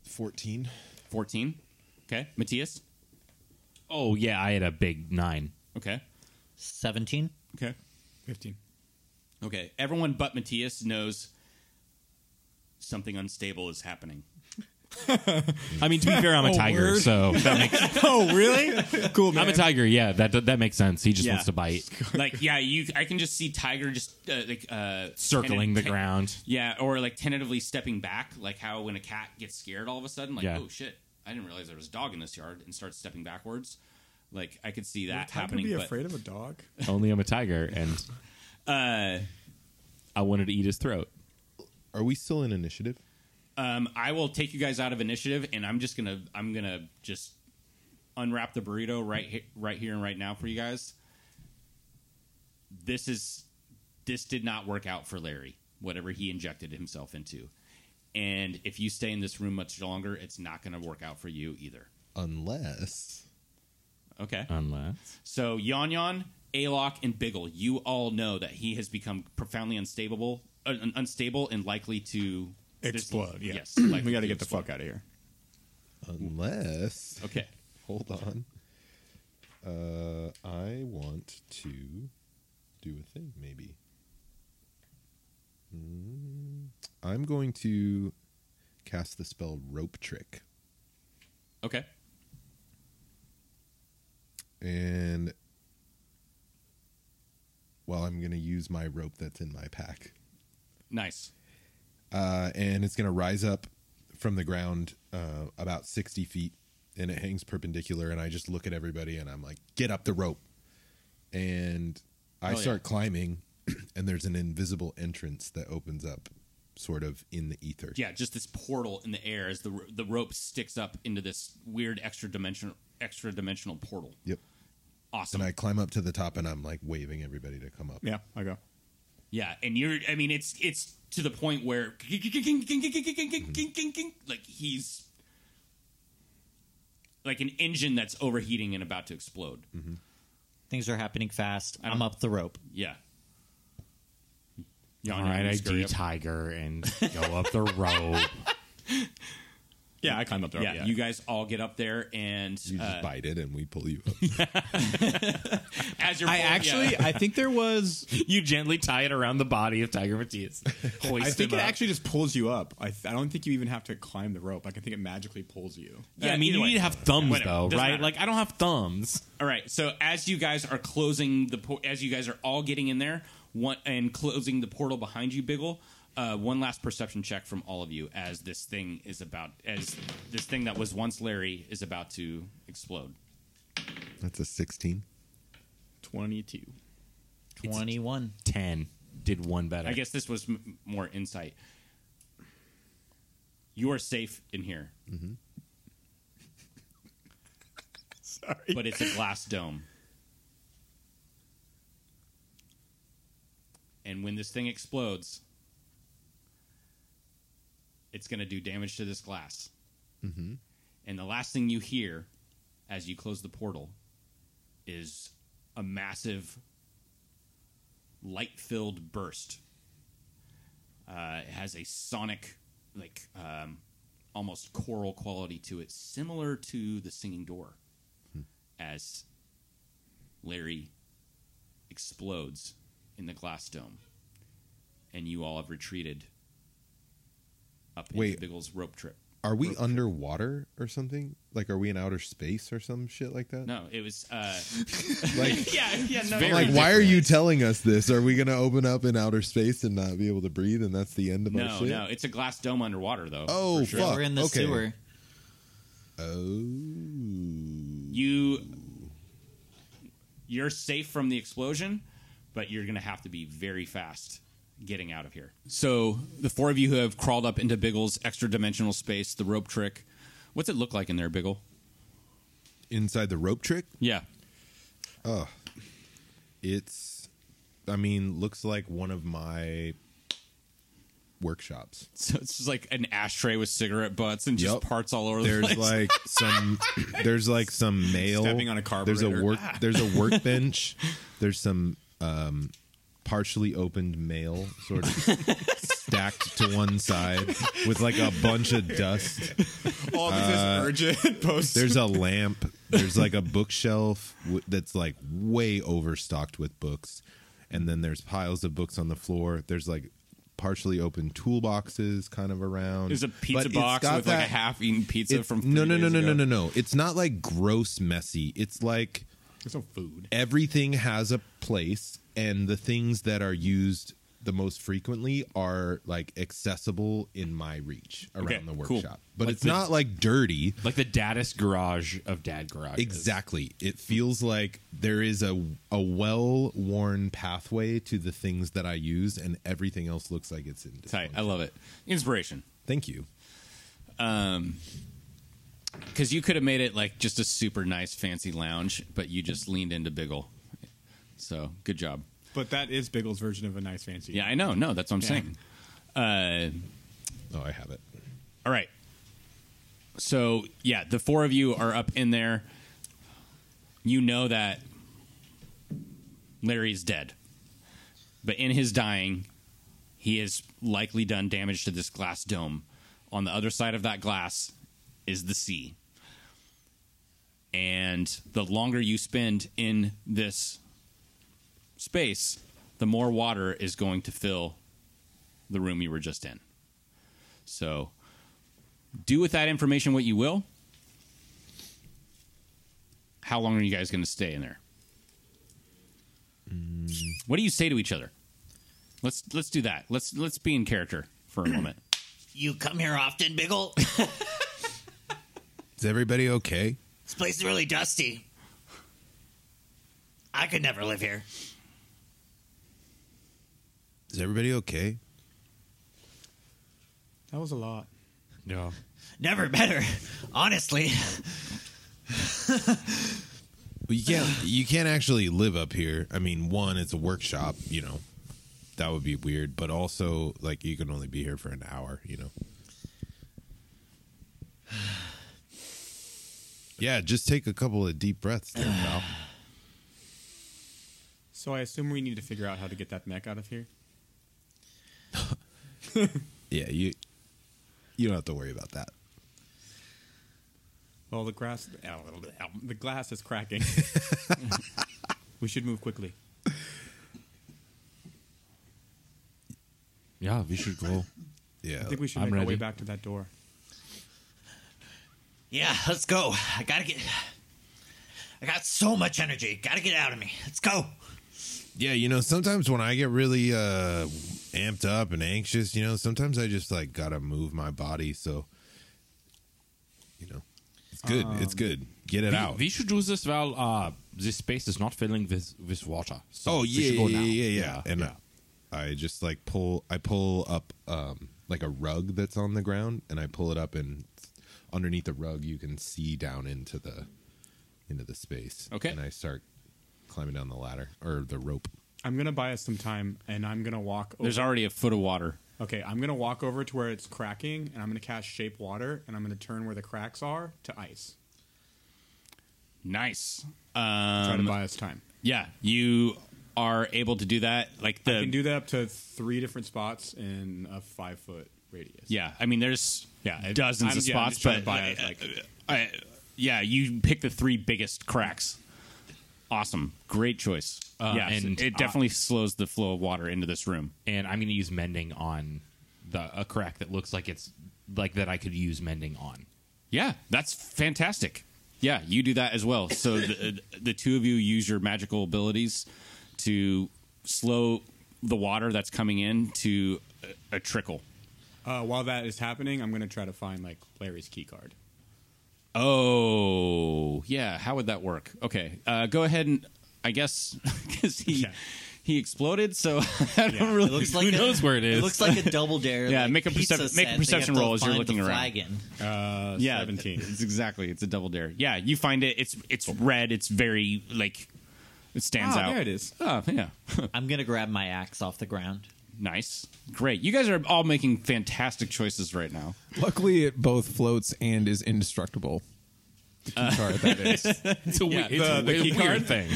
[SPEAKER 8] Fourteen.
[SPEAKER 10] 14. Okay. Matthias?
[SPEAKER 9] Oh, yeah. I had a big nine.
[SPEAKER 10] Okay.
[SPEAKER 6] 17?
[SPEAKER 10] Okay.
[SPEAKER 2] 15.
[SPEAKER 10] Okay. Everyone but Matthias knows something unstable is happening.
[SPEAKER 9] I mean, to be fair, I'm a tiger,
[SPEAKER 2] word.
[SPEAKER 9] so that makes,
[SPEAKER 2] Oh, really? cool, man.
[SPEAKER 9] I'm a tiger. Yeah, that that makes sense. He just
[SPEAKER 10] Yeah.
[SPEAKER 9] wants to bite,
[SPEAKER 10] like, yeah, you. I can just see Tiger just uh, like uh,
[SPEAKER 9] circling the
[SPEAKER 10] tenta-
[SPEAKER 9] ground.
[SPEAKER 10] Yeah, or like tentatively stepping back, like how when a cat gets scared all of a sudden, like,
[SPEAKER 9] Yeah.
[SPEAKER 10] oh shit, I didn't realize there was a dog in this yard, and starts stepping backwards. Like I could see that
[SPEAKER 2] Tiger
[SPEAKER 10] happening.
[SPEAKER 2] be
[SPEAKER 10] but
[SPEAKER 2] afraid of a dog?
[SPEAKER 9] Only I'm a tiger, and
[SPEAKER 10] uh,
[SPEAKER 9] I wanted to eat his throat.
[SPEAKER 8] Are we still in initiative?
[SPEAKER 10] Um, I will take you guys out of initiative, and I'm just gonna I'm gonna just unwrap the burrito right he- right here and right now for you guys. This is this did not work out for Larry. Whatever he injected himself into, and if you stay in this room much longer, it's not going to work out for you either.
[SPEAKER 8] Unless
[SPEAKER 10] Okay.
[SPEAKER 9] Unless.
[SPEAKER 10] So Yon Yon, Alok, and Biggle, you all know that he has become profoundly unstable, uh, un- unstable, and likely to
[SPEAKER 2] Explode, yeah.
[SPEAKER 10] Yes,
[SPEAKER 2] we
[SPEAKER 10] likely
[SPEAKER 2] got to
[SPEAKER 10] to
[SPEAKER 2] get the
[SPEAKER 10] explode.
[SPEAKER 2] fuck out of here.
[SPEAKER 8] Unless.
[SPEAKER 10] Okay.
[SPEAKER 8] Hold on. Uh, I want to do a thing, maybe. Mm, I'm going to cast the spell Rope Trick.
[SPEAKER 10] Okay.
[SPEAKER 8] And. Well, I'm going to use my rope that's in my pack.
[SPEAKER 10] Nice.
[SPEAKER 8] uh, and it's going to rise up from the ground uh, about 60 feet and it hangs perpendicular and i just look at everybody and i'm like get up the rope and i
[SPEAKER 10] Oh, yeah.
[SPEAKER 8] start climbing and there's an invisible entrance that opens up sort of in the ether
[SPEAKER 10] Yeah, just this portal in the air as the ro- the rope sticks up into this weird extra dimensional extra dimensional portal.
[SPEAKER 8] yep
[SPEAKER 10] Awesome.
[SPEAKER 8] and i climb up to the top and i'm like waving everybody to come up
[SPEAKER 2] Yeah, I go.
[SPEAKER 10] yeah, and you're I mean it's it's to the point where like he's like an engine that's overheating and about to explode.
[SPEAKER 2] Mm-hmm.
[SPEAKER 6] Things are happening fast. I'm up the rope.
[SPEAKER 10] Yeah.
[SPEAKER 9] All
[SPEAKER 10] Yon,
[SPEAKER 9] right,
[SPEAKER 10] you
[SPEAKER 9] I
[SPEAKER 10] scurry
[SPEAKER 9] do
[SPEAKER 10] up.
[SPEAKER 9] tiger and go up the road.
[SPEAKER 2] Yeah, I climb up there.
[SPEAKER 10] yeah, you guys all get up there and
[SPEAKER 8] you just
[SPEAKER 10] uh,
[SPEAKER 8] bite it and we pull you up
[SPEAKER 10] as you're
[SPEAKER 2] I
[SPEAKER 10] pulling-
[SPEAKER 2] actually,
[SPEAKER 10] yeah.
[SPEAKER 2] I think there was.
[SPEAKER 9] you gently tie it around the body of Tiger Matias. Hoist
[SPEAKER 2] I think
[SPEAKER 9] him
[SPEAKER 2] it
[SPEAKER 9] up.
[SPEAKER 2] actually just pulls you up. I, th- I don't think you even have to climb the rope. Like, I think it magically pulls you.
[SPEAKER 9] Yeah,
[SPEAKER 10] Yeah,
[SPEAKER 9] I mean,
[SPEAKER 10] either
[SPEAKER 9] you
[SPEAKER 10] way.
[SPEAKER 9] need to have thumbs
[SPEAKER 10] Whatever.
[SPEAKER 9] though,
[SPEAKER 10] Doesn't
[SPEAKER 9] right?
[SPEAKER 10] matter.
[SPEAKER 9] Like, I don't have thumbs.
[SPEAKER 10] All right. So as you guys are closing the por- as you guys are all getting in there, one and closing the portal behind you, Biggle. Uh, one last perception check from all of you as this thing is about as this thing that was once Larry is about to explode.
[SPEAKER 8] that's a 16
[SPEAKER 2] Twenty-two.
[SPEAKER 6] 21.
[SPEAKER 9] Ten did one better.
[SPEAKER 10] I guess this was m- more insight. You are safe in here,
[SPEAKER 2] Sorry.
[SPEAKER 10] but it's a glass dome. And when this thing explodes, it's going to do damage to this glass. Mm-hmm. And the last thing you hear as you close the portal is a massive light filled burst. Uh, it has a sonic, like um, almost choral quality to it, similar to the singing door
[SPEAKER 8] Hmm.
[SPEAKER 10] as Larry explodes in the glass dome, and you all have retreated up
[SPEAKER 8] Wait.
[SPEAKER 10] into Biggle's rope trip.
[SPEAKER 8] are we underwater or something like are we in outer space or some shit like that
[SPEAKER 10] No, it was. Uh,
[SPEAKER 8] like
[SPEAKER 10] yeah, yeah, no.
[SPEAKER 8] I'm like, why are you telling us this? Are we going to open up in outer space and not be able to breathe, and that's the end of our
[SPEAKER 10] No,
[SPEAKER 8] shit?
[SPEAKER 10] no, it's a glass dome underwater though.
[SPEAKER 8] Oh
[SPEAKER 6] Yeah,
[SPEAKER 8] fuck!
[SPEAKER 6] We're in the
[SPEAKER 8] okay.
[SPEAKER 6] sewer.
[SPEAKER 8] Oh,
[SPEAKER 10] you you're safe from the explosion, but you're going to have to be very fast getting out of here. So the four of you who have crawled up into Biggle's extra dimensional space, the rope trick. What's it look like in there, Biggle?
[SPEAKER 8] inside the rope trick,
[SPEAKER 10] Yeah,
[SPEAKER 8] it's. I mean, looks like one of my workshops.
[SPEAKER 10] So it's just like an ashtray with cigarette butts and just
[SPEAKER 8] Yup.
[SPEAKER 10] parts all over the
[SPEAKER 8] There's
[SPEAKER 10] place.
[SPEAKER 8] like some. There's like some mail.
[SPEAKER 2] Stepping on a
[SPEAKER 8] There's a
[SPEAKER 2] carburetor.
[SPEAKER 8] work.
[SPEAKER 10] Ah.
[SPEAKER 8] There's a workbench. there's some um, partially opened mail, sort of stacked to one side with like a bunch of dust.
[SPEAKER 2] All this
[SPEAKER 9] Uh,
[SPEAKER 2] urgent post.
[SPEAKER 8] There's a lamp. There's like a bookshelf w- that's like way overstocked with books, and then there's piles of books on the floor. There's like partially open toolboxes kind of around.
[SPEAKER 10] There's a
[SPEAKER 8] But
[SPEAKER 10] pizza
[SPEAKER 8] it's
[SPEAKER 10] box
[SPEAKER 8] got
[SPEAKER 10] with like a
[SPEAKER 8] that-
[SPEAKER 10] half-eaten pizza
[SPEAKER 8] it's-
[SPEAKER 10] from three
[SPEAKER 8] no no no
[SPEAKER 10] days
[SPEAKER 8] no no
[SPEAKER 10] ago.
[SPEAKER 8] no no. It's not like gross messy. It's like
[SPEAKER 2] There's no food.
[SPEAKER 8] everything has a place and the things that are used the most frequently are like accessible in my reach around
[SPEAKER 10] Okay,
[SPEAKER 8] the
[SPEAKER 10] cool.
[SPEAKER 8] workshop but
[SPEAKER 9] Like
[SPEAKER 8] it's
[SPEAKER 9] the-
[SPEAKER 8] not like dirty
[SPEAKER 9] like the daddest garage of dad garage.
[SPEAKER 8] exactly it feels like there is a a well-worn pathway to the things that i use and everything else looks like it's in
[SPEAKER 10] Tight. I love it. Inspiration.
[SPEAKER 8] thank you
[SPEAKER 10] Um, because you could have made it like just a super nice fancy lounge, but you just leaned into Biggle. So good job.
[SPEAKER 2] But that is Biggle's version of a nice fancy.
[SPEAKER 10] Yeah, I know. No, that's what I'm saying. Uh.
[SPEAKER 8] oh i have it
[SPEAKER 10] All right. So yeah, the four of you are up in there. you know that Larry is dead. But in his dying, he has likely done damage to this glass dome. On the other side of that glass is the sea. And the longer you spend in this space, the more water is going to fill the room you were just in. So do with that information what you will. How long are you guys going to stay in there? What do you say to each other? Let's let's do that. Let's let's be in character for a moment.
[SPEAKER 6] You come here often, Biggle?
[SPEAKER 8] Is everybody okay?
[SPEAKER 6] This place is really dusty. I could never live here.
[SPEAKER 8] Is everybody okay?
[SPEAKER 2] That was a lot.
[SPEAKER 9] No.
[SPEAKER 6] Never better, honestly.
[SPEAKER 8] Well, you can't you can't actually live up here. I mean, one, it's a workshop, you know. That would be weird, but also like you can only be here for an hour, you know. Yeah, just take a couple of deep breaths there, pal.
[SPEAKER 2] So I assume we need to figure out how to get that mech out of here.
[SPEAKER 8] Yeah, you you don't have to worry about that.
[SPEAKER 2] Well, the grass, uh, the glass is cracking. we should move quickly.
[SPEAKER 9] Yeah, we should go.
[SPEAKER 8] Yeah.
[SPEAKER 2] I think we should
[SPEAKER 9] I'm
[SPEAKER 2] make our way
[SPEAKER 9] ready.
[SPEAKER 2] back to that door.
[SPEAKER 6] Yeah, let's go. I gotta get. I got so much energy. Gotta get it out of me. Let's go.
[SPEAKER 8] Yeah, you know, sometimes when I get really uh amped up and anxious, you know, sometimes I just like gotta move my body. So, you know, it's good.
[SPEAKER 2] Um,
[SPEAKER 8] it's good. Get it
[SPEAKER 9] We,
[SPEAKER 8] out.
[SPEAKER 9] we should do this while uh, this space is not filling with, with water. So
[SPEAKER 8] oh
[SPEAKER 9] we
[SPEAKER 8] yeah,
[SPEAKER 9] should go
[SPEAKER 8] yeah,
[SPEAKER 9] now.
[SPEAKER 8] yeah, yeah, yeah. And I I just like pull. I pull up um like a rug that's on the ground, and I pull it up, and underneath the rug, you can see down into the into the space.
[SPEAKER 10] Okay.
[SPEAKER 8] And I start climbing down the ladder or the rope.
[SPEAKER 2] I'm gonna buy us some time, and I'm gonna walk. Over.
[SPEAKER 10] There's already a foot of water.
[SPEAKER 2] Okay, I'm gonna walk over to where it's cracking, and I'm gonna cast shape water, and I'm gonna turn where the cracks are to ice.
[SPEAKER 10] Nice.
[SPEAKER 2] Try to
[SPEAKER 10] Um,
[SPEAKER 2] buy us time.
[SPEAKER 10] yeah, you are able to do that. Like
[SPEAKER 2] I
[SPEAKER 10] the
[SPEAKER 2] can do that up to three different spots in a five foot radius.
[SPEAKER 10] yeah. I mean, there's yeah dozens
[SPEAKER 2] I'm-
[SPEAKER 10] of
[SPEAKER 2] yeah, I'm
[SPEAKER 10] spots,
[SPEAKER 2] just trying to
[SPEAKER 10] but
[SPEAKER 2] buy
[SPEAKER 10] uh,
[SPEAKER 2] it, like-
[SPEAKER 10] I, yeah, you pick the three biggest cracks. Awesome, great choice. yeah,
[SPEAKER 9] and,
[SPEAKER 10] and it
[SPEAKER 9] uh,
[SPEAKER 10] definitely slows the flow of water into this room.
[SPEAKER 9] And I'm going to use mending on the a crack that looks like it's like that I could use mending on.
[SPEAKER 10] Yeah, that's fantastic. Yeah, you do that as well. So the, the two of you use your magical abilities to slow the water that's coming in to a, a trickle.
[SPEAKER 2] Uh, while that is happening, I'm gonna try to find like Larry's key card.
[SPEAKER 10] Oh, yeah. How would that work? Okay, uh, go ahead and I guess because he
[SPEAKER 2] Yeah.
[SPEAKER 10] he exploded, so I don't
[SPEAKER 2] Yeah, it
[SPEAKER 10] really
[SPEAKER 6] Looks
[SPEAKER 10] who
[SPEAKER 6] like a-
[SPEAKER 10] knows where it is.
[SPEAKER 6] It looks like a double dare.
[SPEAKER 10] Yeah,
[SPEAKER 6] like,
[SPEAKER 10] make a
[SPEAKER 6] pizza
[SPEAKER 10] percep-
[SPEAKER 6] set
[SPEAKER 10] make a
[SPEAKER 6] that you
[SPEAKER 10] perception
[SPEAKER 6] have to
[SPEAKER 10] roll as you're
[SPEAKER 6] find
[SPEAKER 10] looking
[SPEAKER 6] the
[SPEAKER 10] around.
[SPEAKER 6] flag in.
[SPEAKER 2] Uh,
[SPEAKER 10] yeah,
[SPEAKER 2] seventeen.
[SPEAKER 10] It's exactly. It's a double dare. Yeah, you find it. It's it's red. It's very like it stands
[SPEAKER 2] Ah,
[SPEAKER 10] out.
[SPEAKER 2] there it is.
[SPEAKER 10] Oh yeah.
[SPEAKER 6] I'm gonna grab my axe off the ground.
[SPEAKER 10] Nice. Great. You guys are all making fantastic choices right now.
[SPEAKER 3] Luckily, it both floats and is indestructible. The key card, that is.
[SPEAKER 9] It's a, yeah,
[SPEAKER 2] the- the key card
[SPEAKER 9] thing.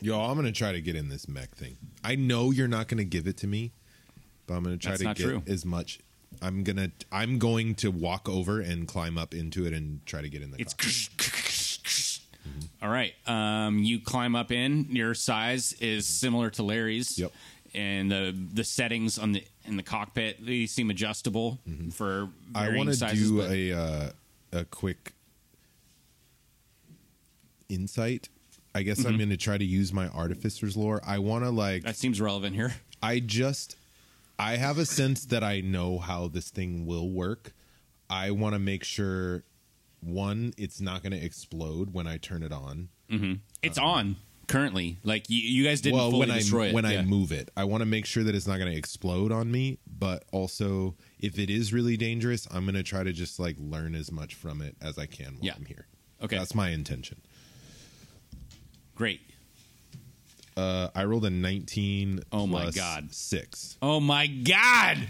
[SPEAKER 8] Yo, I'm gonna try to get in this mech thing. I know you're not gonna give it to me, but I'm gonna try
[SPEAKER 10] That's
[SPEAKER 8] to
[SPEAKER 10] not
[SPEAKER 8] get
[SPEAKER 10] true.
[SPEAKER 8] as much. I'm gonna. I'm going to walk over and climb up into it and try to get in the.
[SPEAKER 10] It's
[SPEAKER 8] cockpit.
[SPEAKER 10] all right. Um, you climb up in. Your size is similar to Larry's.
[SPEAKER 8] Yep.
[SPEAKER 10] And the the settings on the in the cockpit they seem adjustable for
[SPEAKER 8] Mm-hmm. I
[SPEAKER 10] varying
[SPEAKER 8] want to
[SPEAKER 10] sizes.
[SPEAKER 8] do
[SPEAKER 10] but-
[SPEAKER 8] a uh, a quick insight. I guess
[SPEAKER 10] Mm-hmm.
[SPEAKER 8] I'm going to try to use my artificer's lore. I want to like.
[SPEAKER 10] that seems relevant here.
[SPEAKER 8] I just. I have a sense that I know how this thing will work. I want to make sure one, it's not going to explode when I turn it on.
[SPEAKER 10] It's on currently. Like you, you guys didn't
[SPEAKER 8] Uh-huh. well,
[SPEAKER 10] fully
[SPEAKER 8] when I
[SPEAKER 10] destroy it.
[SPEAKER 8] when I
[SPEAKER 10] Yeah.
[SPEAKER 8] move it, I want to make sure that it's not going to explode on me. But also, if it is really dangerous, I'm going to try to just like learn as much from it as I can while
[SPEAKER 10] Yeah.
[SPEAKER 8] I'm here.
[SPEAKER 10] Okay.
[SPEAKER 8] that's my intention.
[SPEAKER 10] Great.
[SPEAKER 8] Uh, I rolled a 19.
[SPEAKER 10] Oh my
[SPEAKER 8] plus
[SPEAKER 10] God.
[SPEAKER 8] six.
[SPEAKER 10] Oh my god.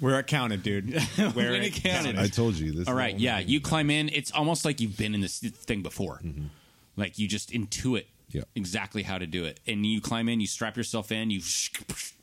[SPEAKER 2] Where it counted, dude. Where
[SPEAKER 10] When it counted.
[SPEAKER 8] I told you this.
[SPEAKER 10] All
[SPEAKER 8] is
[SPEAKER 10] right,
[SPEAKER 8] all-
[SPEAKER 10] yeah. You climb in. It's almost like you've been in this thing before. Like you just intuit
[SPEAKER 8] Mm-hmm. Yeah.
[SPEAKER 10] exactly how to do it. And you climb in, you strap yourself in, you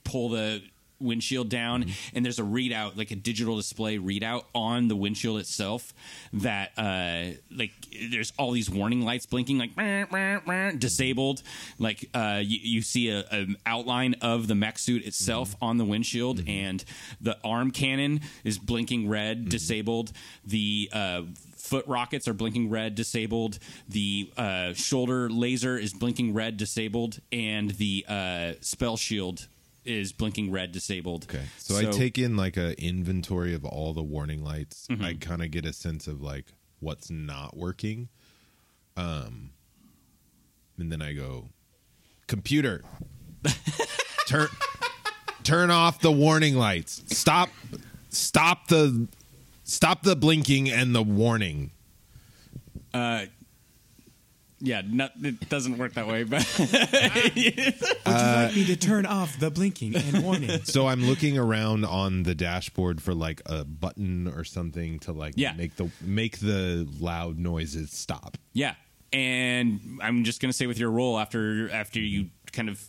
[SPEAKER 10] pull the windshield down,
[SPEAKER 8] Mm-hmm.
[SPEAKER 10] and there's a readout, like a digital display readout on the windshield itself that, uh, like, there's all these warning lights blinking, like, "Meow, meow, meow," disabled. Like, uh, you, you see a, an outline of the mech suit itself
[SPEAKER 8] Mm-hmm.
[SPEAKER 10] on the windshield, and the arm cannon is blinking red,
[SPEAKER 8] Mm-hmm.
[SPEAKER 10] disabled. The, uh, foot rockets are blinking red disabled the uh, shoulder laser is blinking red disabled and the uh, spell shield is blinking red disabled
[SPEAKER 8] Okay. So, I take in like a inventory of all the warning lights. I kind of get a sense of like what's not working. Um and then I go computer turn turn off the warning lights. Stop stop the stop the blinking and the warning.
[SPEAKER 10] yeah no, it doesn't work that way but
[SPEAKER 2] I need to turn off the blinking and warning.
[SPEAKER 8] So I'm looking around on the dashboard for like a button or something to like
[SPEAKER 10] Yeah.
[SPEAKER 8] make the make the loud noises stop.
[SPEAKER 10] yeah and i'm just going to say with your roll after after you kind of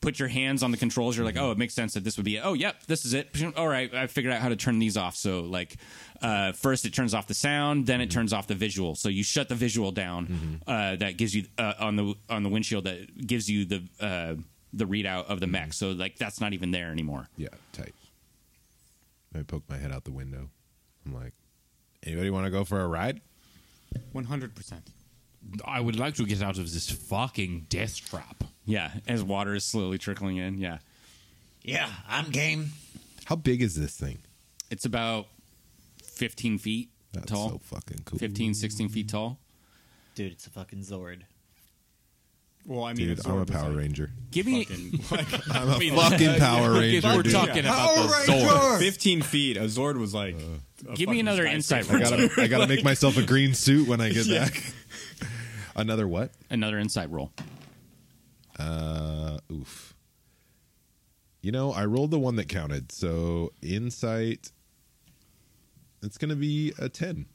[SPEAKER 10] put your hands on the controls you're like
[SPEAKER 8] Mm-hmm.
[SPEAKER 10] oh it makes sense that this would be it. oh yep this is it all right i figured out how to turn these off so like uh, first it turns off the sound then
[SPEAKER 8] Mm-hmm.
[SPEAKER 10] it turns off the visual so you shut the visual down uh, that gives you uh, on the on the windshield that gives you the uh, the readout of the
[SPEAKER 8] Mm-hmm.
[SPEAKER 10] mech so like that's not even there anymore
[SPEAKER 8] Yeah, tight. I poke my head out the window. I'm like, anybody want to go for a ride?
[SPEAKER 2] One hundred percent.
[SPEAKER 9] I would like to get out of this fucking death trap.
[SPEAKER 10] yeah as water is slowly trickling in yeah
[SPEAKER 6] Yeah, I'm game.
[SPEAKER 8] How big is this thing?
[SPEAKER 10] it's about 15 feet
[SPEAKER 8] That's
[SPEAKER 10] tall
[SPEAKER 8] so Mm-hmm. fucking cool.
[SPEAKER 10] 15 16 feet tall
[SPEAKER 6] Dude, it's a fucking Zord.
[SPEAKER 2] Well, I mean,
[SPEAKER 8] Dude,
[SPEAKER 2] it's
[SPEAKER 8] I'm a
[SPEAKER 2] sort of
[SPEAKER 8] Power
[SPEAKER 2] like-
[SPEAKER 8] Ranger.
[SPEAKER 10] give me
[SPEAKER 8] I'm a fucking Power Ranger.
[SPEAKER 9] We're
[SPEAKER 8] dude.
[SPEAKER 9] talking about the Zord.
[SPEAKER 2] Fifteen feet. A Zord was like.
[SPEAKER 6] Uh,
[SPEAKER 2] a
[SPEAKER 10] give
[SPEAKER 2] fucking
[SPEAKER 10] me another
[SPEAKER 2] skyscraper.
[SPEAKER 10] insight
[SPEAKER 8] I
[SPEAKER 10] roll.
[SPEAKER 8] gotta, I gotta make myself a green suit when I get back. Another what?
[SPEAKER 10] another insight roll
[SPEAKER 8] Uh, oof. You know, I rolled the one that counted. So insight. It's gonna be a ten.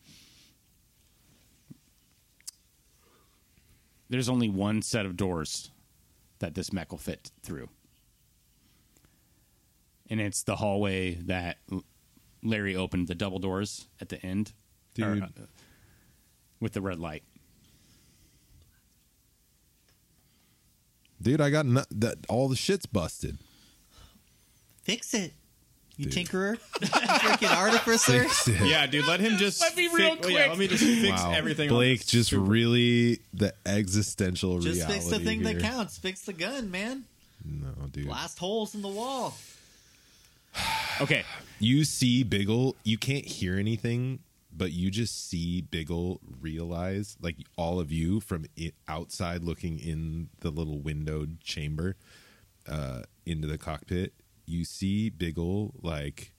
[SPEAKER 10] there's only one set of doors that this mech will fit through. And it's the hallway that L- Larry opened, the double doors at the end or,
[SPEAKER 8] Dude.
[SPEAKER 10] uh, with the red light.
[SPEAKER 8] Dude, I got no- that. All the shit's busted.
[SPEAKER 6] Fix it, you
[SPEAKER 8] Dude.
[SPEAKER 6] tinkerer, you freaking artificer.
[SPEAKER 2] Yeah, dude. Let him just.
[SPEAKER 10] Let me
[SPEAKER 9] oh,
[SPEAKER 2] fix-
[SPEAKER 10] real
[SPEAKER 2] Yeah, let me just fix everything. on
[SPEAKER 8] Blake
[SPEAKER 2] this
[SPEAKER 8] just
[SPEAKER 2] super-
[SPEAKER 8] really the existential
[SPEAKER 6] Just
[SPEAKER 8] reality.
[SPEAKER 6] fix the thing
[SPEAKER 8] here.
[SPEAKER 6] that counts. Fix the gun, man.
[SPEAKER 8] No, dude.
[SPEAKER 6] Blast holes in the wall.
[SPEAKER 10] Okay.
[SPEAKER 8] You see Biggle. You can't hear anything, but you just see Biggle realize, like all of you from it, outside looking in the little windowed chamber uh, into the cockpit. You see Biggle like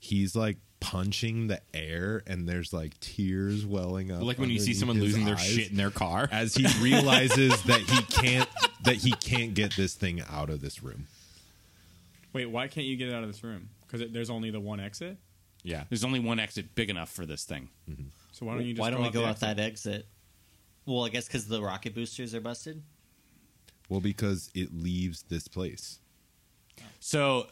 [SPEAKER 8] he's like punching the air, and there's like tears welling up.
[SPEAKER 9] Like when you see
[SPEAKER 8] underneath
[SPEAKER 9] someone
[SPEAKER 8] his
[SPEAKER 9] losing their
[SPEAKER 8] eyes.
[SPEAKER 9] shit in their car.
[SPEAKER 8] as he realizes that he can't that he can't get this thing out of this room.
[SPEAKER 2] Wait, why can't you get it out of this room? Because there's only the one exit.
[SPEAKER 9] Yeah.
[SPEAKER 10] There's only one exit big enough for this thing.
[SPEAKER 2] So why don't you just
[SPEAKER 6] Why don't
[SPEAKER 2] go
[SPEAKER 6] we
[SPEAKER 2] out
[SPEAKER 6] go
[SPEAKER 2] the
[SPEAKER 6] out
[SPEAKER 2] exit?
[SPEAKER 6] that exit? Well, I guess because the rocket boosters are busted.
[SPEAKER 8] Well, because it leaves this place.
[SPEAKER 10] So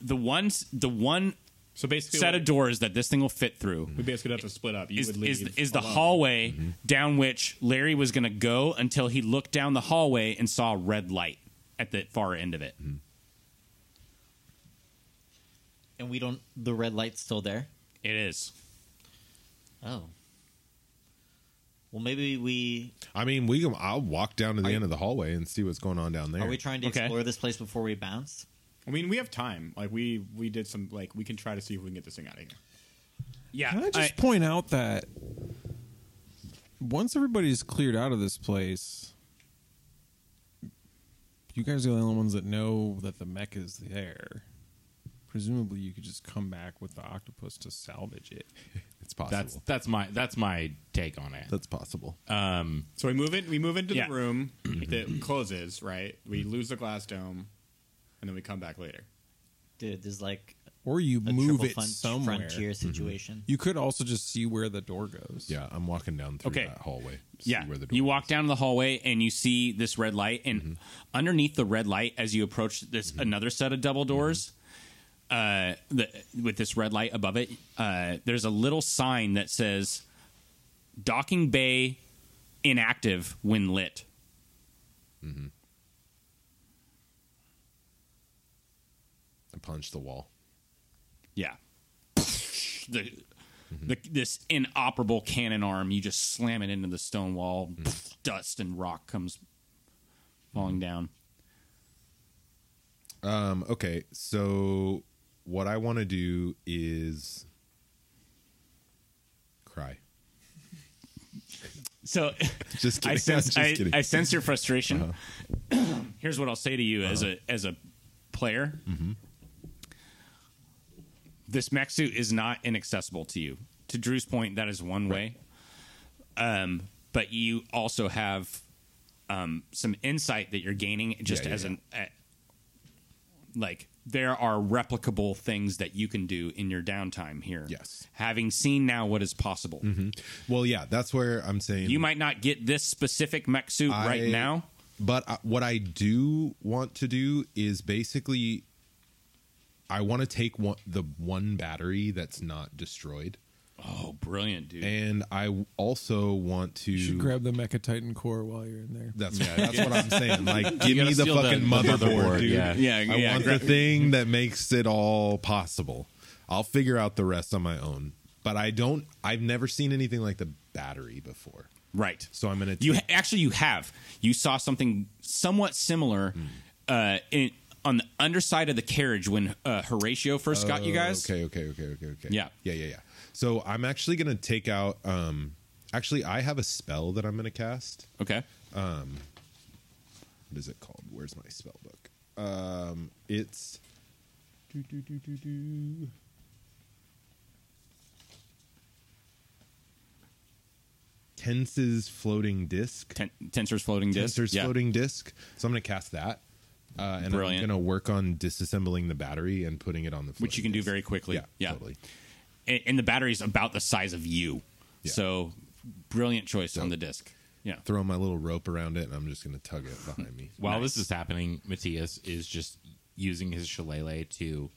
[SPEAKER 10] the ones the one
[SPEAKER 2] So basically,
[SPEAKER 10] set
[SPEAKER 2] what-
[SPEAKER 10] of doors that this thing will fit through
[SPEAKER 2] we basically have to split up. You
[SPEAKER 10] is
[SPEAKER 2] would leave.
[SPEAKER 10] is, is the
[SPEAKER 2] alone.
[SPEAKER 10] hallway down which Larry was going to go until he looked down the hallway and saw a red light at the far end of it.
[SPEAKER 6] And we don't. The red light's still there.
[SPEAKER 10] It is.
[SPEAKER 6] Oh. Well, maybe we
[SPEAKER 8] I mean, we can. I'll walk down to the end of the hallway and see what's going on down there.
[SPEAKER 6] are we trying to
[SPEAKER 10] Okay.
[SPEAKER 6] explore this place before we bounce.
[SPEAKER 2] I mean, we have time. Like we we did some. Like we can try to see if we can get this thing out of here.
[SPEAKER 10] Yeah.
[SPEAKER 3] Can I just
[SPEAKER 10] I-
[SPEAKER 3] point out that once everybody's cleared out of this place, you guys are the only ones that know that the mech is there. Presumably, you could just come back with the octopus to salvage it.
[SPEAKER 8] it's possible.
[SPEAKER 9] That's
[SPEAKER 8] That's,
[SPEAKER 9] that's my that's my take on it.
[SPEAKER 8] possible.
[SPEAKER 10] Uh,
[SPEAKER 2] So we move it. We move into
[SPEAKER 10] Yeah.
[SPEAKER 2] the room that closes. Right. We lose the glass dome, and then we come back later.
[SPEAKER 6] Dude, there's like
[SPEAKER 3] or you
[SPEAKER 6] a
[SPEAKER 3] move
[SPEAKER 6] triple
[SPEAKER 3] it
[SPEAKER 6] fun-
[SPEAKER 3] somewhere.
[SPEAKER 6] frontier
[SPEAKER 2] Mm-hmm.
[SPEAKER 6] situation.
[SPEAKER 3] You could also just see where the door goes.
[SPEAKER 8] Yeah, I'm walking down through
[SPEAKER 10] Okay.
[SPEAKER 8] that hallway. See
[SPEAKER 10] Yeah.
[SPEAKER 8] where the door
[SPEAKER 10] you walk down the hallway and you see this red light, and underneath the red light, as you approach this another set of double doors, uh, the, with this red light above it, uh, there's a little sign that says "Docking Bay Inactive When Lit."
[SPEAKER 8] I punch the wall.
[SPEAKER 10] Yeah. The, the this inoperable cannon arm, you just slam it into the stone wall. Dust and rock comes falling down.
[SPEAKER 8] Um, okay, so what I want to do is cry.
[SPEAKER 10] So.
[SPEAKER 8] Just kidding.
[SPEAKER 10] I sense
[SPEAKER 8] just
[SPEAKER 10] I,
[SPEAKER 8] kidding. Uh-huh.
[SPEAKER 10] I sense your frustration. Here's what I'll say to you as a as a player.
[SPEAKER 8] Mm-hmm.
[SPEAKER 10] This mech suit is not inaccessible to you. To Drew's point, that is one way. Um, but you also have um, some insight that you're gaining just
[SPEAKER 8] Yeah, yeah,
[SPEAKER 10] as an uh, like there are replicable things that you can do in your downtime here.
[SPEAKER 8] Yes. Mm-hmm.
[SPEAKER 10] having seen now what is possible,
[SPEAKER 8] well, yeah, that's where I'm saying
[SPEAKER 10] you might not get this specific mech suit
[SPEAKER 8] I-
[SPEAKER 10] right now.
[SPEAKER 8] But I, what I do want to do is basically, I want to take one, the one battery that's not destroyed,
[SPEAKER 10] Oh, brilliant, dude.
[SPEAKER 8] and I also want to.
[SPEAKER 3] You should grab the Mecha Titan core while you're in there.
[SPEAKER 8] that's yeah, that's what I'm saying. Like, give
[SPEAKER 9] gotta
[SPEAKER 8] me the
[SPEAKER 9] steal the-
[SPEAKER 8] fucking
[SPEAKER 9] the
[SPEAKER 8] motherboard,
[SPEAKER 9] motherboard,
[SPEAKER 8] dude.
[SPEAKER 9] yeah.
[SPEAKER 10] Yeah,
[SPEAKER 8] I
[SPEAKER 10] yeah,
[SPEAKER 8] want
[SPEAKER 10] gra-
[SPEAKER 8] the thing that makes it all possible. I'll figure out the rest on my own. But I don't. I've never seen anything like the battery before,
[SPEAKER 10] right.
[SPEAKER 8] so I'm gonna.
[SPEAKER 10] You ha- actually you have you saw something somewhat similar uh, in, on the underside of the carriage when uh, Horatio first got you
[SPEAKER 8] Oh,
[SPEAKER 10] guys.
[SPEAKER 8] Okay, okay, okay, okay, okay.
[SPEAKER 10] Yeah.
[SPEAKER 8] Yeah, yeah, yeah. So I'm actually gonna take out um actually I have a spell that I'm gonna cast.
[SPEAKER 10] Okay.
[SPEAKER 8] What is it called? Where's my spell book? Um it's do, do, do, do, do. Tense's floating disc.
[SPEAKER 10] Ten- tensor's floating disc.
[SPEAKER 8] Tensor's
[SPEAKER 10] Yeah.
[SPEAKER 8] floating disc. So I'm gonna cast that. Uh, and
[SPEAKER 10] Brilliant.
[SPEAKER 8] I'm gonna work on disassembling the battery and putting it on the
[SPEAKER 10] Which
[SPEAKER 8] floating
[SPEAKER 10] you can do
[SPEAKER 8] disc.
[SPEAKER 10] very quickly.
[SPEAKER 8] Yeah,
[SPEAKER 10] Yeah.
[SPEAKER 8] totally.
[SPEAKER 10] And, and the battery's about the size of you.
[SPEAKER 8] Yeah.
[SPEAKER 10] So brilliant choice on
[SPEAKER 8] So-
[SPEAKER 10] the disc. Yeah.
[SPEAKER 8] throw my little rope around it and I'm just going to tug it behind me.
[SPEAKER 9] While this is happening, Matthias is just using his shillelagh to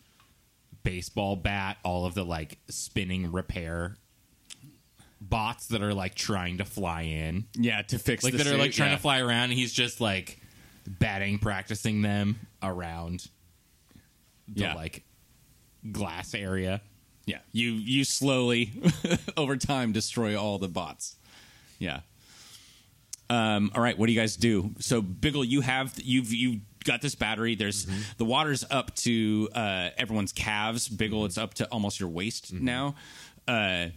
[SPEAKER 9] baseball bat all of the like spinning repair bots that are like trying to fly in,
[SPEAKER 10] Yeah, to fix
[SPEAKER 9] like
[SPEAKER 10] the
[SPEAKER 9] that are
[SPEAKER 10] suit,
[SPEAKER 9] like trying
[SPEAKER 10] yeah.
[SPEAKER 9] to fly around. And he's just like batting, practicing them around the
[SPEAKER 10] Yeah.
[SPEAKER 9] like glass area.
[SPEAKER 10] Yeah, you you slowly over time destroy all the bots. Yeah. Um, all right, what do you guys do? So Biggle, you have you've you got this battery. There's the water's up to uh, everyone's calves. Biggle, it's up to almost your waist now. Uh,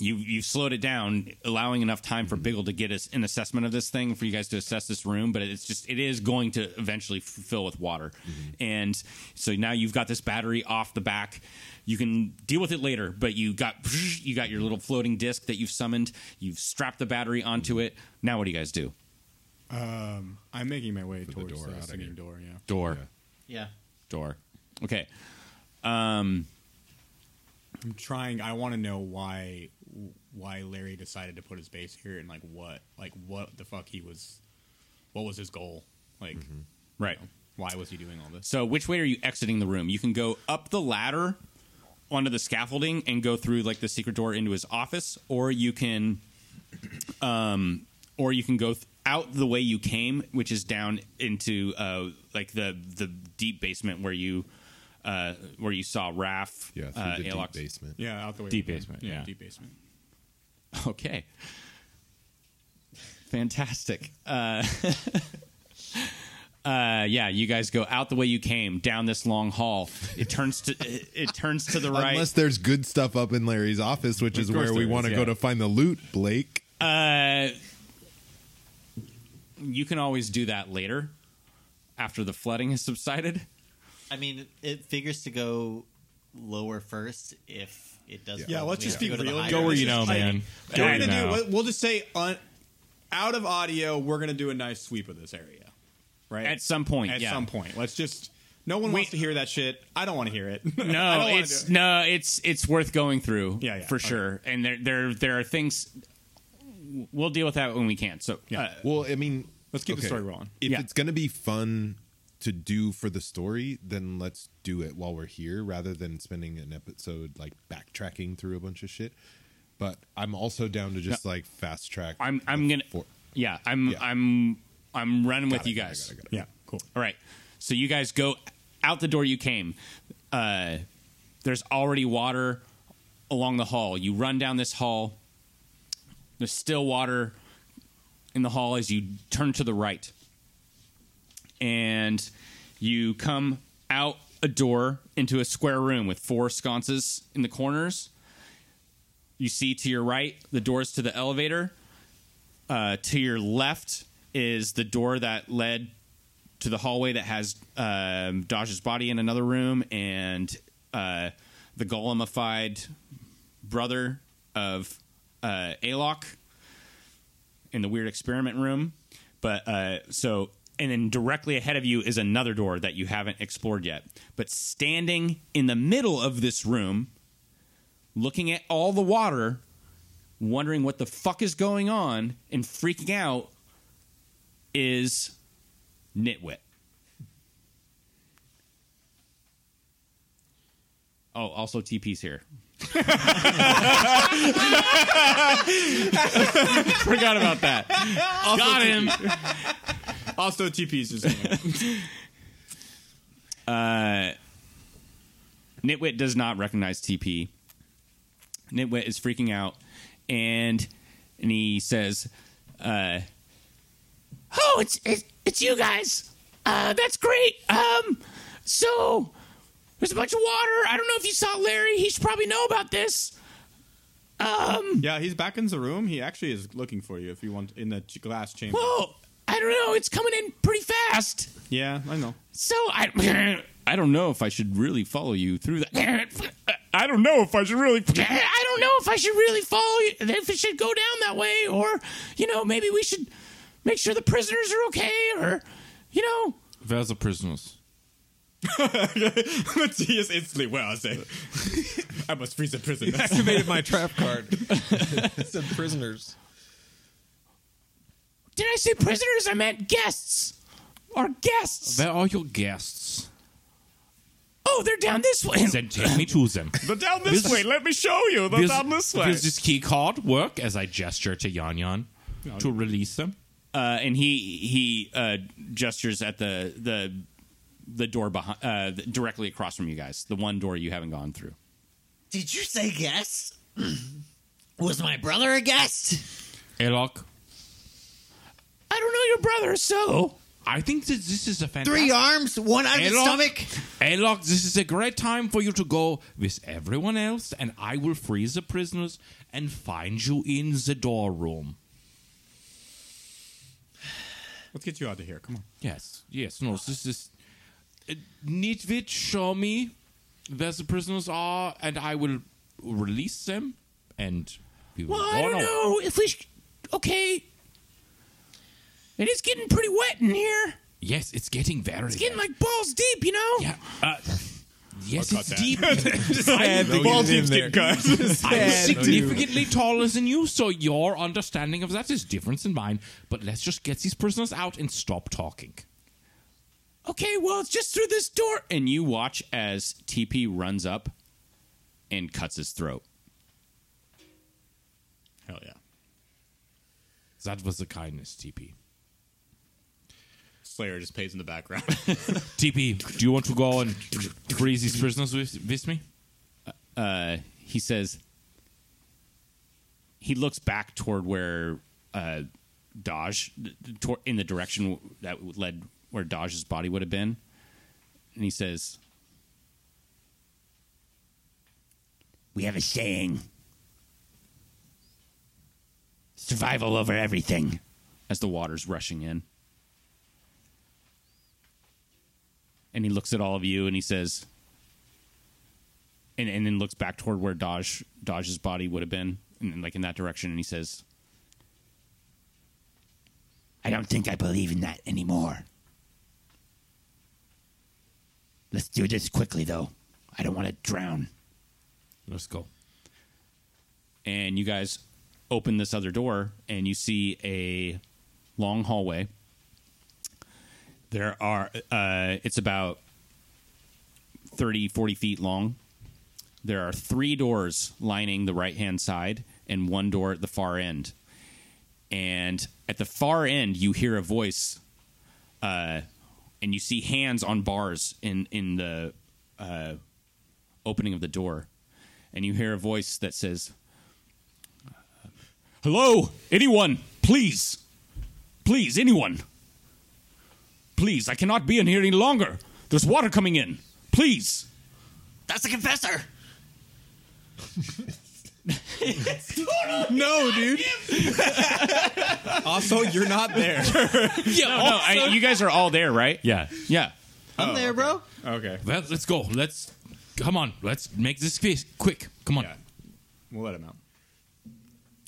[SPEAKER 10] you you've slowed it down, allowing enough time for Biggle to get us an assessment of this thing for you guys to assess this room. But it's just it is going to eventually f- fill with water, and so now you've got this battery off the back. You can deal with it later, but you got you got your little floating disc that you've summoned. You've strapped the battery onto it. Now what do you guys do?
[SPEAKER 2] Um, I'm making my way
[SPEAKER 8] the
[SPEAKER 2] towards
[SPEAKER 8] door
[SPEAKER 2] the
[SPEAKER 8] outta
[SPEAKER 2] singing
[SPEAKER 8] here.
[SPEAKER 2] door. Yeah.
[SPEAKER 9] Door,
[SPEAKER 6] Yeah.
[SPEAKER 9] door.
[SPEAKER 10] Okay,
[SPEAKER 2] I'm trying. I want to know why why Larry decided to put his base here and like what like what the fuck he was what was his goal like
[SPEAKER 9] Mm-hmm.
[SPEAKER 10] right.
[SPEAKER 2] why was he doing all this?
[SPEAKER 10] So which way are you exiting the room? You can go up the ladder onto the scaffolding and go through like the secret door into his office, or you can, um, or you can go th- out the way you came, which is down into uh like the the deep basement where you. Uh, where you saw Raph,
[SPEAKER 8] Yeah, through
[SPEAKER 10] uh,
[SPEAKER 8] the deep
[SPEAKER 10] Alox.
[SPEAKER 8] basement.
[SPEAKER 2] Yeah, out the way.
[SPEAKER 9] Deep basement, yeah.
[SPEAKER 2] deep basement.
[SPEAKER 10] Okay, fantastic. uh, yeah, you guys go out the way you came, down this long hall. It turns to it, it turns to the right.
[SPEAKER 8] Unless there's good stuff up in Larry's office, which is
[SPEAKER 9] course
[SPEAKER 8] where we
[SPEAKER 9] there
[SPEAKER 8] want to
[SPEAKER 9] is,
[SPEAKER 8] go
[SPEAKER 9] yeah.
[SPEAKER 8] to find the loot, Blake.
[SPEAKER 10] Uh, you can always do that later, after the flooding has subsided.
[SPEAKER 6] I mean, it figures to go lower first if it does.
[SPEAKER 2] Yeah,
[SPEAKER 6] well.
[SPEAKER 2] let's
[SPEAKER 6] We
[SPEAKER 2] just
[SPEAKER 6] have to
[SPEAKER 2] be
[SPEAKER 6] go to the
[SPEAKER 2] real.
[SPEAKER 6] higher
[SPEAKER 9] Go where you
[SPEAKER 6] end.
[SPEAKER 9] know, man.
[SPEAKER 2] Like,
[SPEAKER 9] Go
[SPEAKER 2] we're
[SPEAKER 9] where you
[SPEAKER 2] gonna do-
[SPEAKER 9] know.
[SPEAKER 2] we'll- We'll just say on, out of audio, we're gonna do a nice sweep of this area, right?
[SPEAKER 10] At some point,
[SPEAKER 2] At
[SPEAKER 10] yeah.
[SPEAKER 2] some point, let's just No one wants to hear that shit. I don't want to hear it. I
[SPEAKER 10] No,
[SPEAKER 2] don't wanna
[SPEAKER 10] it's
[SPEAKER 2] do it.
[SPEAKER 10] no, it's it's worth going through.
[SPEAKER 2] Yeah, yeah,
[SPEAKER 10] for
[SPEAKER 2] okay.
[SPEAKER 10] sure. And there there there are things we'll deal with that when we can. So uh, yeah.
[SPEAKER 8] Well, I mean,
[SPEAKER 2] Let's keep the story rolling.
[SPEAKER 8] If
[SPEAKER 10] Yeah.
[SPEAKER 8] it's going to be fun to do for the story, then let's do it while we're here rather than spending an episode like backtracking through a bunch of shit. But I'm also down to just like fast track.
[SPEAKER 10] I'm I'm
[SPEAKER 8] the
[SPEAKER 10] gonna
[SPEAKER 8] four-
[SPEAKER 10] yeah I'm
[SPEAKER 8] Yeah.
[SPEAKER 10] I'm I'm running with
[SPEAKER 8] Got it,
[SPEAKER 10] you
[SPEAKER 8] got it,
[SPEAKER 10] guys.
[SPEAKER 8] got it, got it.
[SPEAKER 2] Yeah, cool.
[SPEAKER 10] All right, so you guys go out the door you came. Uh, there's already water along the hall. You run down this hall. There's still water in the hall as you turn to the right, and you come out a door into a square room with four sconces in the corners. You see to your right the doors to the elevator. Uh, to your left is the door that led to the hallway that has um, Dodge's body in another room and uh, the golemified brother of uh, Alok in the weird experiment room. But uh, so, and then directly ahead of you is another door that you haven't explored yet. But standing in the middle of this room, looking at all the water, wondering what the fuck is going on, and freaking out is Nitwit. Oh, also TP's here. Forgot about that. Got him.
[SPEAKER 2] Also, TP's is going.
[SPEAKER 10] Uh, Nitwit does not recognize TP. Nitwit is freaking out, and and he says, uh, "Oh, it's it's, it's you guys. Uh, that's great. Um, so there's a bunch of water. I don't know if you saw Larry. He should probably know about this.
[SPEAKER 2] yeah, he's back in the room. He actually is looking for you if you want in the ch- glass chamber.
[SPEAKER 10] Oh, I don't know. It's coming in pretty fast.
[SPEAKER 2] Yeah, I know.
[SPEAKER 10] So I." I don't know if I should really follow you through that. I don't know if I should really. I don't know if I should really follow you. If it should go down that way, or you know, maybe we should make sure the prisoners are okay, or you know.
[SPEAKER 9] Vaza prisoners.
[SPEAKER 2] Matthias instantly, well, I say, I must freeze the prison.
[SPEAKER 3] Activated my trap card. it said prisoners.
[SPEAKER 10] Did I say prisoners? I meant guests. Our guests.
[SPEAKER 9] They're all your guests.
[SPEAKER 10] oh, they're down this way.
[SPEAKER 9] Then take me to them.
[SPEAKER 10] They're down this, way. Let me show you. They're
[SPEAKER 9] Does this key card work as I gesture to Yan Yan to release them?
[SPEAKER 10] uh, and he he uh, gestures at the the the door behind, uh, the- directly across from you guys. The one door you haven't gone through.
[SPEAKER 6] Did you say guest? Was my brother a guest?
[SPEAKER 9] Elok,
[SPEAKER 10] I don't know your brother, so
[SPEAKER 9] I think that this is a fantastic.
[SPEAKER 6] Three arms, one out of the
[SPEAKER 9] Hello?
[SPEAKER 6] stomach.
[SPEAKER 9] Alok, this is a great time for you to go with everyone else, and I will free the prisoners and find you in the door room.
[SPEAKER 2] Let's get you out of here. Come on.
[SPEAKER 9] Yes, yes, no, this is. Uh, Nitwit, show me where the prisoners are, and I will release them, and we will
[SPEAKER 10] Well,
[SPEAKER 9] go
[SPEAKER 10] I don't
[SPEAKER 9] on.
[SPEAKER 10] know if we. Sh- okay. It is getting pretty wet in here.
[SPEAKER 9] Yes, it's getting very.
[SPEAKER 10] It's getting like balls deep, you know.
[SPEAKER 9] yeah. Uh, yes,
[SPEAKER 2] cut
[SPEAKER 9] it's
[SPEAKER 2] that.
[SPEAKER 9] deep.
[SPEAKER 2] the ball team's getting cut.
[SPEAKER 9] I'm significantly taller than you, so your understanding of that is different than mine. But let's just get these prisoners out and stop talking.
[SPEAKER 10] Okay, well, it's just through this door, and you watch as TP runs up and cuts his throat.
[SPEAKER 2] Hell yeah.
[SPEAKER 9] That was the kindness, TP.
[SPEAKER 2] Slayer just pays in the background.
[SPEAKER 9] TP, do you want to go and free these prisoners with, with me?
[SPEAKER 10] Uh, He says. He looks back toward where uh, Dodge, toward, in the direction that led where Dodge's body would have been, and he says,
[SPEAKER 12] We have a saying survival over everything.
[SPEAKER 10] as the water's rushing in. And he looks at all of you and he says, and, and then looks back toward where Dodge Dodge's body would have been, and then, like in that direction, and he says,
[SPEAKER 12] I don't think I believe in that anymore. Let's do this quickly, though. I don't want to drown.
[SPEAKER 9] Let's go.
[SPEAKER 10] and you guys open this other door and you see a long hallway there are uh, it's about 30 40 feet long there are three doors lining the right hand side and one door at the far end and at the far end you hear a voice uh, and you see hands on bars in in the uh, opening of the door and you hear a voice that says Hello, anyone, please. Please, anyone. Please, I cannot be in here any longer. There's water coming in. Please.
[SPEAKER 12] That's the confessor.
[SPEAKER 2] No, dude. also, you're not there.
[SPEAKER 10] Yeah, no, no, I, you guys are all there, right?
[SPEAKER 9] Yeah.
[SPEAKER 10] Yeah.
[SPEAKER 6] I'm there, bro.
[SPEAKER 2] Oh, Okay,
[SPEAKER 9] Let, let's go. Let's come on. Let's make this face quick. Come on.
[SPEAKER 2] Yeah. we'll let him out.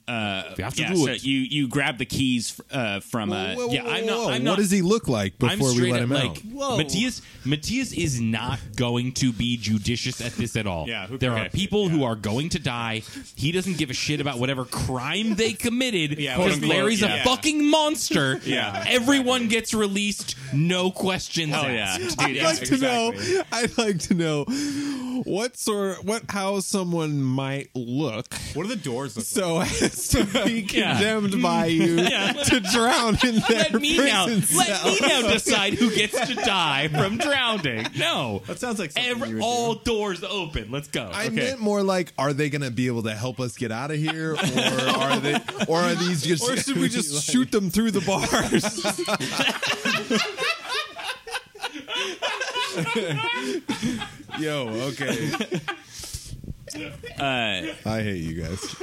[SPEAKER 9] We have to
[SPEAKER 10] Yeah,
[SPEAKER 9] do
[SPEAKER 10] so
[SPEAKER 9] it.
[SPEAKER 10] you you grab the keys uh, from uh,
[SPEAKER 8] Whoa, whoa,
[SPEAKER 10] yeah.
[SPEAKER 8] whoa,
[SPEAKER 10] I'm not.
[SPEAKER 8] whoa.
[SPEAKER 10] I'm
[SPEAKER 8] what
[SPEAKER 10] not.
[SPEAKER 8] does he look like
[SPEAKER 9] I'm
[SPEAKER 8] before we
[SPEAKER 9] straight
[SPEAKER 8] let him
[SPEAKER 9] up
[SPEAKER 8] out?
[SPEAKER 9] like Matthias. Matthias is not going to be judicious at this at all.
[SPEAKER 2] Yeah, who
[SPEAKER 9] there are
[SPEAKER 2] cares?
[SPEAKER 9] people who are going to die. He doesn't give a shit about whatever crime they committed
[SPEAKER 2] Yeah,
[SPEAKER 9] because
[SPEAKER 2] quote-unquote,
[SPEAKER 9] Larry's a
[SPEAKER 2] yeah.
[SPEAKER 9] fucking monster.
[SPEAKER 2] Yeah.
[SPEAKER 9] everyone gets released, no questions
[SPEAKER 10] Oh yeah,
[SPEAKER 9] asked.
[SPEAKER 10] dude.
[SPEAKER 3] I'd
[SPEAKER 10] yeah,
[SPEAKER 3] like to
[SPEAKER 2] exactly.
[SPEAKER 3] know. I'd like to know what sort, what how someone might look
[SPEAKER 2] What do the doors look
[SPEAKER 3] so as to be condemned by you to drown in their
[SPEAKER 9] Let me now.
[SPEAKER 3] prison
[SPEAKER 9] Let
[SPEAKER 3] cell.
[SPEAKER 9] me now decide who gets to die from drowning. No,
[SPEAKER 2] That sounds like something
[SPEAKER 9] Every-
[SPEAKER 2] you would
[SPEAKER 9] all doors open. Let's go.
[SPEAKER 8] I meant more like, are they going to be able to help us get out of here, or are they, or are these just?
[SPEAKER 3] Or should we just shoot them through the bars?
[SPEAKER 8] Yo, okay. I hate you guys.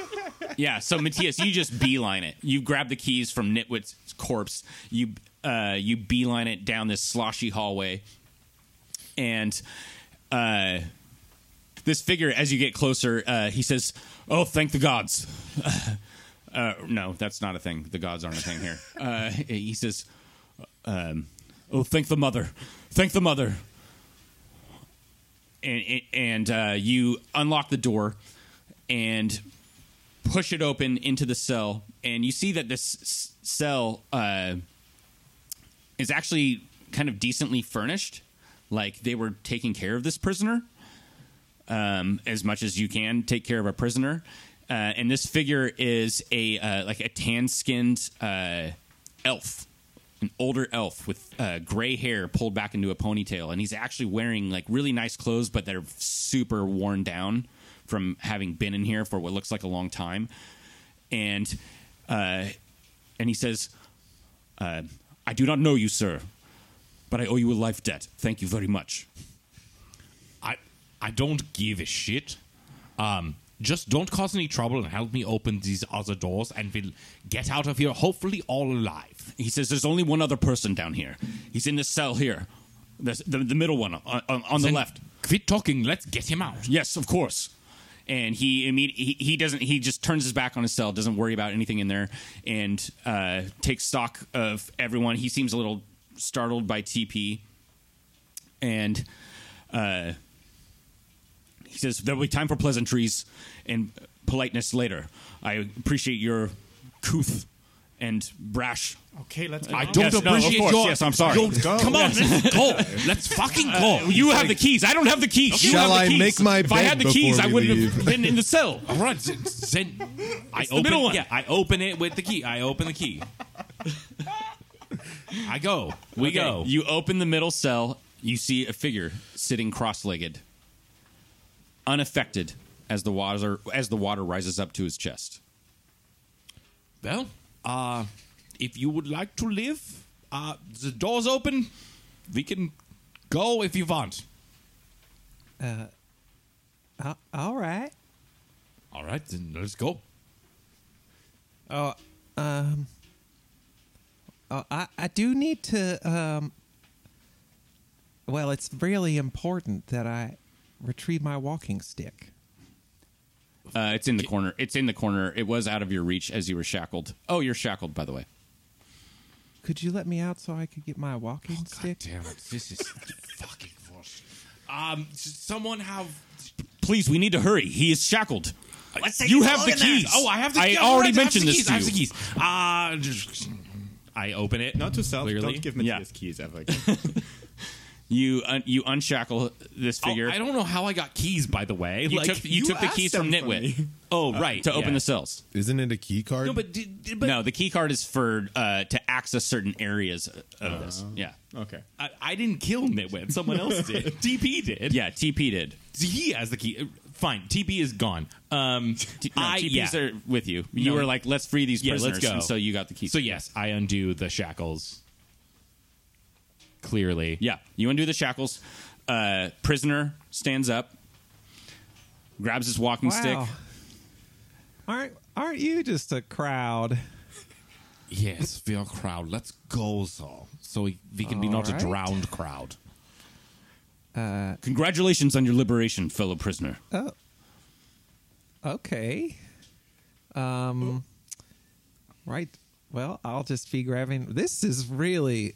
[SPEAKER 10] yeah. So Matthias, you just beeline it. You grab the keys from Nitwit's corpse. You uh, you beeline it down this sloshy hallway, and uh, this figure, as you get closer, uh, he says, "Oh, thank the gods." uh, no, that's not a thing. The gods aren't a thing here. Uh, he says, um, "Oh, thank the mother, thank the mother." And and uh, you unlock the door, and push it open into the cell, and you see that this s- cell uh, is actually kind of decently furnished. Like they were taking care of this prisoner um, as much as you can take care of a prisoner. Uh, and this figure is a uh, like a tan skinned uh, elf, an older elf with uh, gray hair pulled back into a ponytail, and he's actually wearing like really nice clothes, but they're super worn down from having been in here for what looks like a long time. And uh, and he says, uh, "I do not know you, sir, but I owe you a life debt. Thank you very much."
[SPEAKER 9] I I don't give a shit. Um, just don't cause any trouble and help me open these other doors, and we'll get out of here hopefully all alive.
[SPEAKER 10] He says there's only one other person down here. He's in this cell here. This, the, the middle one on, on, on the
[SPEAKER 9] Then
[SPEAKER 10] left.
[SPEAKER 9] Quit talking. Let's get him out.
[SPEAKER 10] Yes, of course. And he immediately he, he doesn't he just turns his back on his cell, doesn't worry about anything in there, and uh, takes stock of everyone. He seems a little startled by TP, and uh, he says there will be time for pleasantries and politeness later. I appreciate your couth and brash
[SPEAKER 2] Okay, let's.
[SPEAKER 9] I don't
[SPEAKER 10] Yes, no, of
[SPEAKER 9] appreciate
[SPEAKER 10] course.
[SPEAKER 9] your.
[SPEAKER 10] Yes, I'm sorry.
[SPEAKER 9] Yo, Come on, let's go. Let's fucking go.
[SPEAKER 10] Uh, You have the keys. I don't have the keys. You
[SPEAKER 8] Shall
[SPEAKER 10] have the
[SPEAKER 8] I
[SPEAKER 10] keys.
[SPEAKER 8] make my
[SPEAKER 10] If I
[SPEAKER 8] bed
[SPEAKER 10] had the keys,
[SPEAKER 8] before
[SPEAKER 10] I
[SPEAKER 8] we
[SPEAKER 10] wouldn't have
[SPEAKER 8] leave?
[SPEAKER 10] been in the cell.
[SPEAKER 9] All right, s- send. I
[SPEAKER 10] the
[SPEAKER 9] open.
[SPEAKER 10] middle one.
[SPEAKER 9] Yeah, I open it with the key. I open the key. I go. We
[SPEAKER 10] Okay,
[SPEAKER 9] go.
[SPEAKER 10] You open the middle cell. You see a figure sitting cross-legged, unaffected as the water as the water rises up to his chest.
[SPEAKER 9] Well, uh, if you would like to live, uh, the door's open. We can go if you want.
[SPEAKER 3] All right.
[SPEAKER 9] All right, then let's go.
[SPEAKER 3] Oh, um, oh, I I do need to. Um, well, it's really important that I retrieve my walking stick.
[SPEAKER 10] Uh, it's in the corner. It's in the corner. It was out of your reach as you were shackled. Oh, you're shackled, by the way.
[SPEAKER 3] Could you let me out so I could get my walking
[SPEAKER 9] God
[SPEAKER 3] stick?
[SPEAKER 9] damn it! This is fucking worse.
[SPEAKER 7] Um, s- someone have. Please, we need to hurry. He is shackled.
[SPEAKER 12] Let's take
[SPEAKER 7] you
[SPEAKER 12] his
[SPEAKER 7] have
[SPEAKER 12] cloak
[SPEAKER 7] the
[SPEAKER 12] in there.
[SPEAKER 7] keys.
[SPEAKER 9] Oh, I have the
[SPEAKER 7] I
[SPEAKER 9] yeah,
[SPEAKER 7] already
[SPEAKER 9] right, I have
[SPEAKER 7] mentioned
[SPEAKER 9] the
[SPEAKER 7] this
[SPEAKER 9] keys,
[SPEAKER 7] to
[SPEAKER 9] I have the
[SPEAKER 7] you.
[SPEAKER 9] keys. Uh, just- I open it.
[SPEAKER 2] Not to sell.
[SPEAKER 9] Clearly.
[SPEAKER 2] Don't give Matthias keys ever.
[SPEAKER 7] You un- you unshackle this
[SPEAKER 9] Oh,
[SPEAKER 7] figure
[SPEAKER 9] I don't know how I got keys, by the way.
[SPEAKER 7] You
[SPEAKER 9] like,
[SPEAKER 7] took- you took the keys
[SPEAKER 9] asked
[SPEAKER 7] from
[SPEAKER 9] them for
[SPEAKER 7] Nitwit.
[SPEAKER 9] me. Oh, right.
[SPEAKER 7] to open
[SPEAKER 9] yeah.
[SPEAKER 7] the cells.
[SPEAKER 8] Isn't it a key card?
[SPEAKER 9] No, but, did- did- but
[SPEAKER 7] no, the key card is for uh, to access certain areas of
[SPEAKER 6] Uh-huh.
[SPEAKER 7] this. Yeah,
[SPEAKER 2] okay.
[SPEAKER 9] I, I didn't kill Nitwit. Someone else did. TP did.
[SPEAKER 7] yeah. TP did.
[SPEAKER 9] He has the key. Uh, Fine. TP is gone. Um,
[SPEAKER 7] T- no,
[SPEAKER 9] I,
[SPEAKER 7] TPs
[SPEAKER 9] yeah.
[SPEAKER 7] are with you. You
[SPEAKER 9] No.
[SPEAKER 7] were like, let's free these
[SPEAKER 9] Yeah, let's
[SPEAKER 7] prisoners.
[SPEAKER 9] go.
[SPEAKER 7] And so you got the key.
[SPEAKER 9] So yes, I undo the shackles. Clearly,
[SPEAKER 7] Yeah, you undo the shackles. Uh, prisoner stands up, grabs his walking stick.
[SPEAKER 3] Wow. Aren't aren't you just a crowd?
[SPEAKER 9] Yes, feel crowd. Let's go, so so we, we can be
[SPEAKER 3] All
[SPEAKER 9] not
[SPEAKER 3] right.
[SPEAKER 9] a drowned crowd. Uh-huh.
[SPEAKER 7] Congratulations on your liberation, fellow prisoner.
[SPEAKER 3] Okay. Um. Right. Well, I'll just be grabbing. This is really.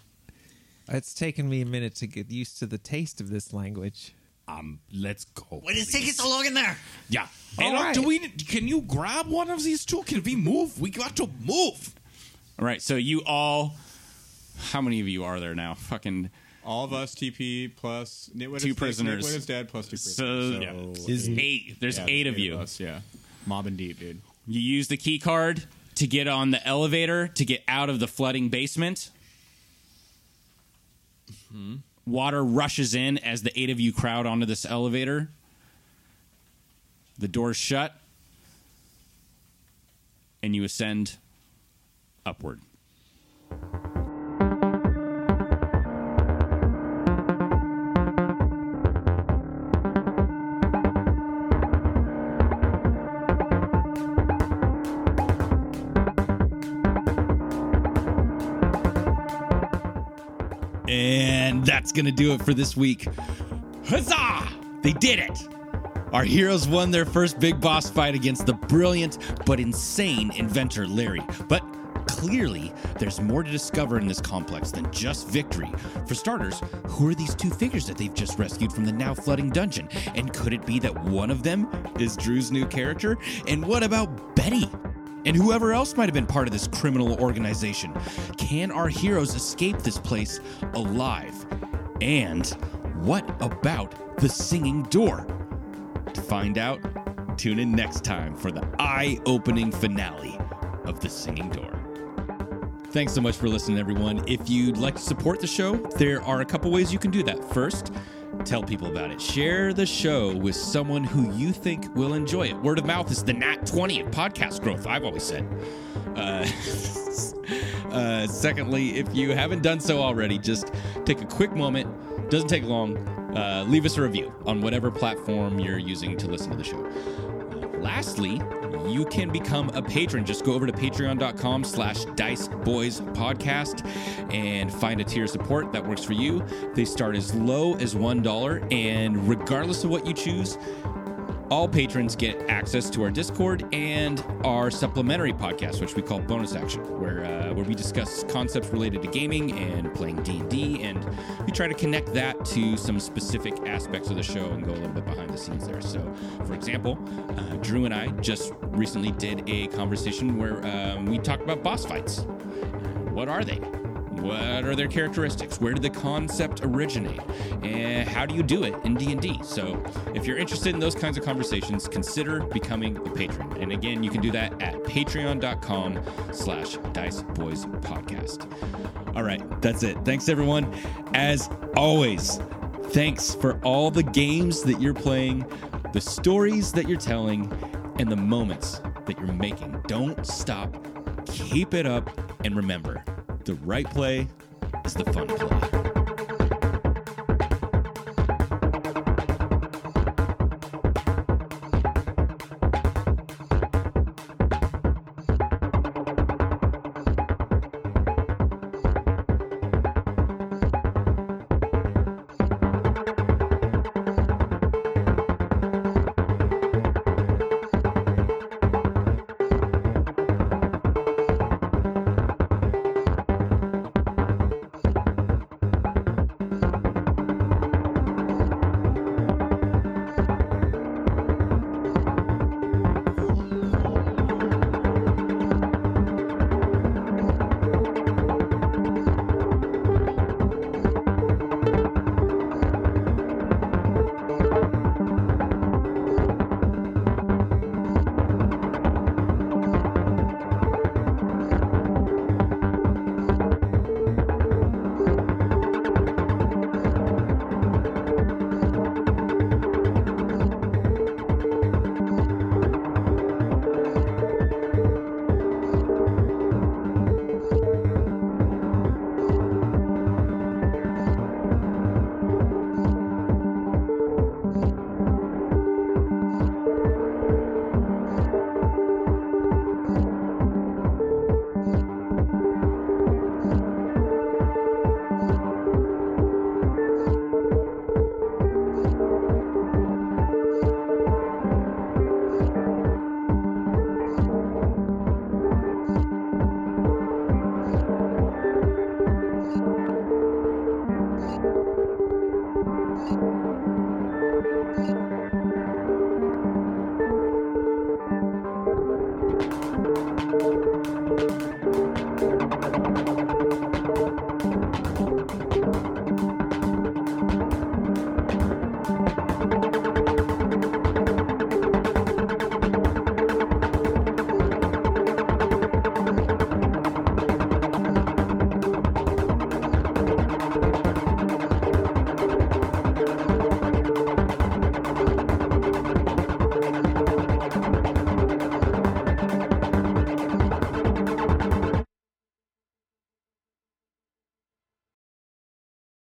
[SPEAKER 3] It's taken me a minute to get used to the taste of this language.
[SPEAKER 9] Um, let's go. Oh,
[SPEAKER 6] What is taking so long in there?
[SPEAKER 9] Yeah.
[SPEAKER 3] All
[SPEAKER 9] And uh,
[SPEAKER 3] right.
[SPEAKER 9] do we? Can you grab one of these two? Can we move? We got to move.
[SPEAKER 7] All right, so you all. How many of you are there now? Fucking.
[SPEAKER 2] All of us TP plus Nitwit
[SPEAKER 7] Two
[SPEAKER 2] is-
[SPEAKER 7] prisoners.
[SPEAKER 2] Nitwit is dead plus two prisoners.
[SPEAKER 7] So,
[SPEAKER 2] So,
[SPEAKER 7] Is eight. There's
[SPEAKER 2] yeah,
[SPEAKER 7] eight of you.
[SPEAKER 2] us, yeah. Mob and deep, dude.
[SPEAKER 7] You use the key card to get on the elevator to get out of the flooding basement. Hmm. Water rushes in as the eight of you crowd onto this elevator. The doors shut, and you ascend upward.
[SPEAKER 10] And that's going to do it for this week. Huzzah! They did it! Our heroes won their first big boss fight against the brilliant but insane inventor Larry. But clearly, there's more to discover in this complex than just victory. For starters, who are these two figures that they've just rescued from the now flooding dungeon? And could it be that one of them is Drew's new character? And what about Betty? And whoever else might have been part of this criminal organization. Can our heroes escape this place alive? And what about the singing door? To find out, tune in next time for the eye opening finale of The Singing Door. Thanks so much for listening, everyone. If you'd like to support the show, there are a couple ways you can do that. First, tell people about it. Share the show with someone who you think will enjoy it. Word of mouth is the nat 20 of podcast growth, I've always said. Uh, secondly, if you haven't done so already, just take a quick moment. Doesn't take long. Uh, leave us a review on whatever platform you're using to listen to the show. Uh, lastly, you can become a patron. Just go over to patreon.com slash dice boys podcast and find a tier of support that works for you. They start as low as $1, and regardless of what you choose, all patrons get access to our Discord and our supplementary podcast, which we call Bonus Action, where uh, where we discuss concepts related to gaming and playing D and D, and we try to connect that to some specific aspects of the show and go a little bit behind the scenes there. So, for example, uh, Drew and I just recently did a conversation where um, we talked about boss fights. What are they? What are their characteristics? Where did the concept originate? And how do you do it in D&D? So, if you're interested in those kinds of conversations, consider becoming a patron. And again, you can do that at patreon.com slash diceboyspodcast. All right, that's it. Thanks, everyone. As always, thanks for all the games that you're playing, the stories that you're telling, and the moments that you're making. Don't stop keep it up, and remember the right play is the fun play.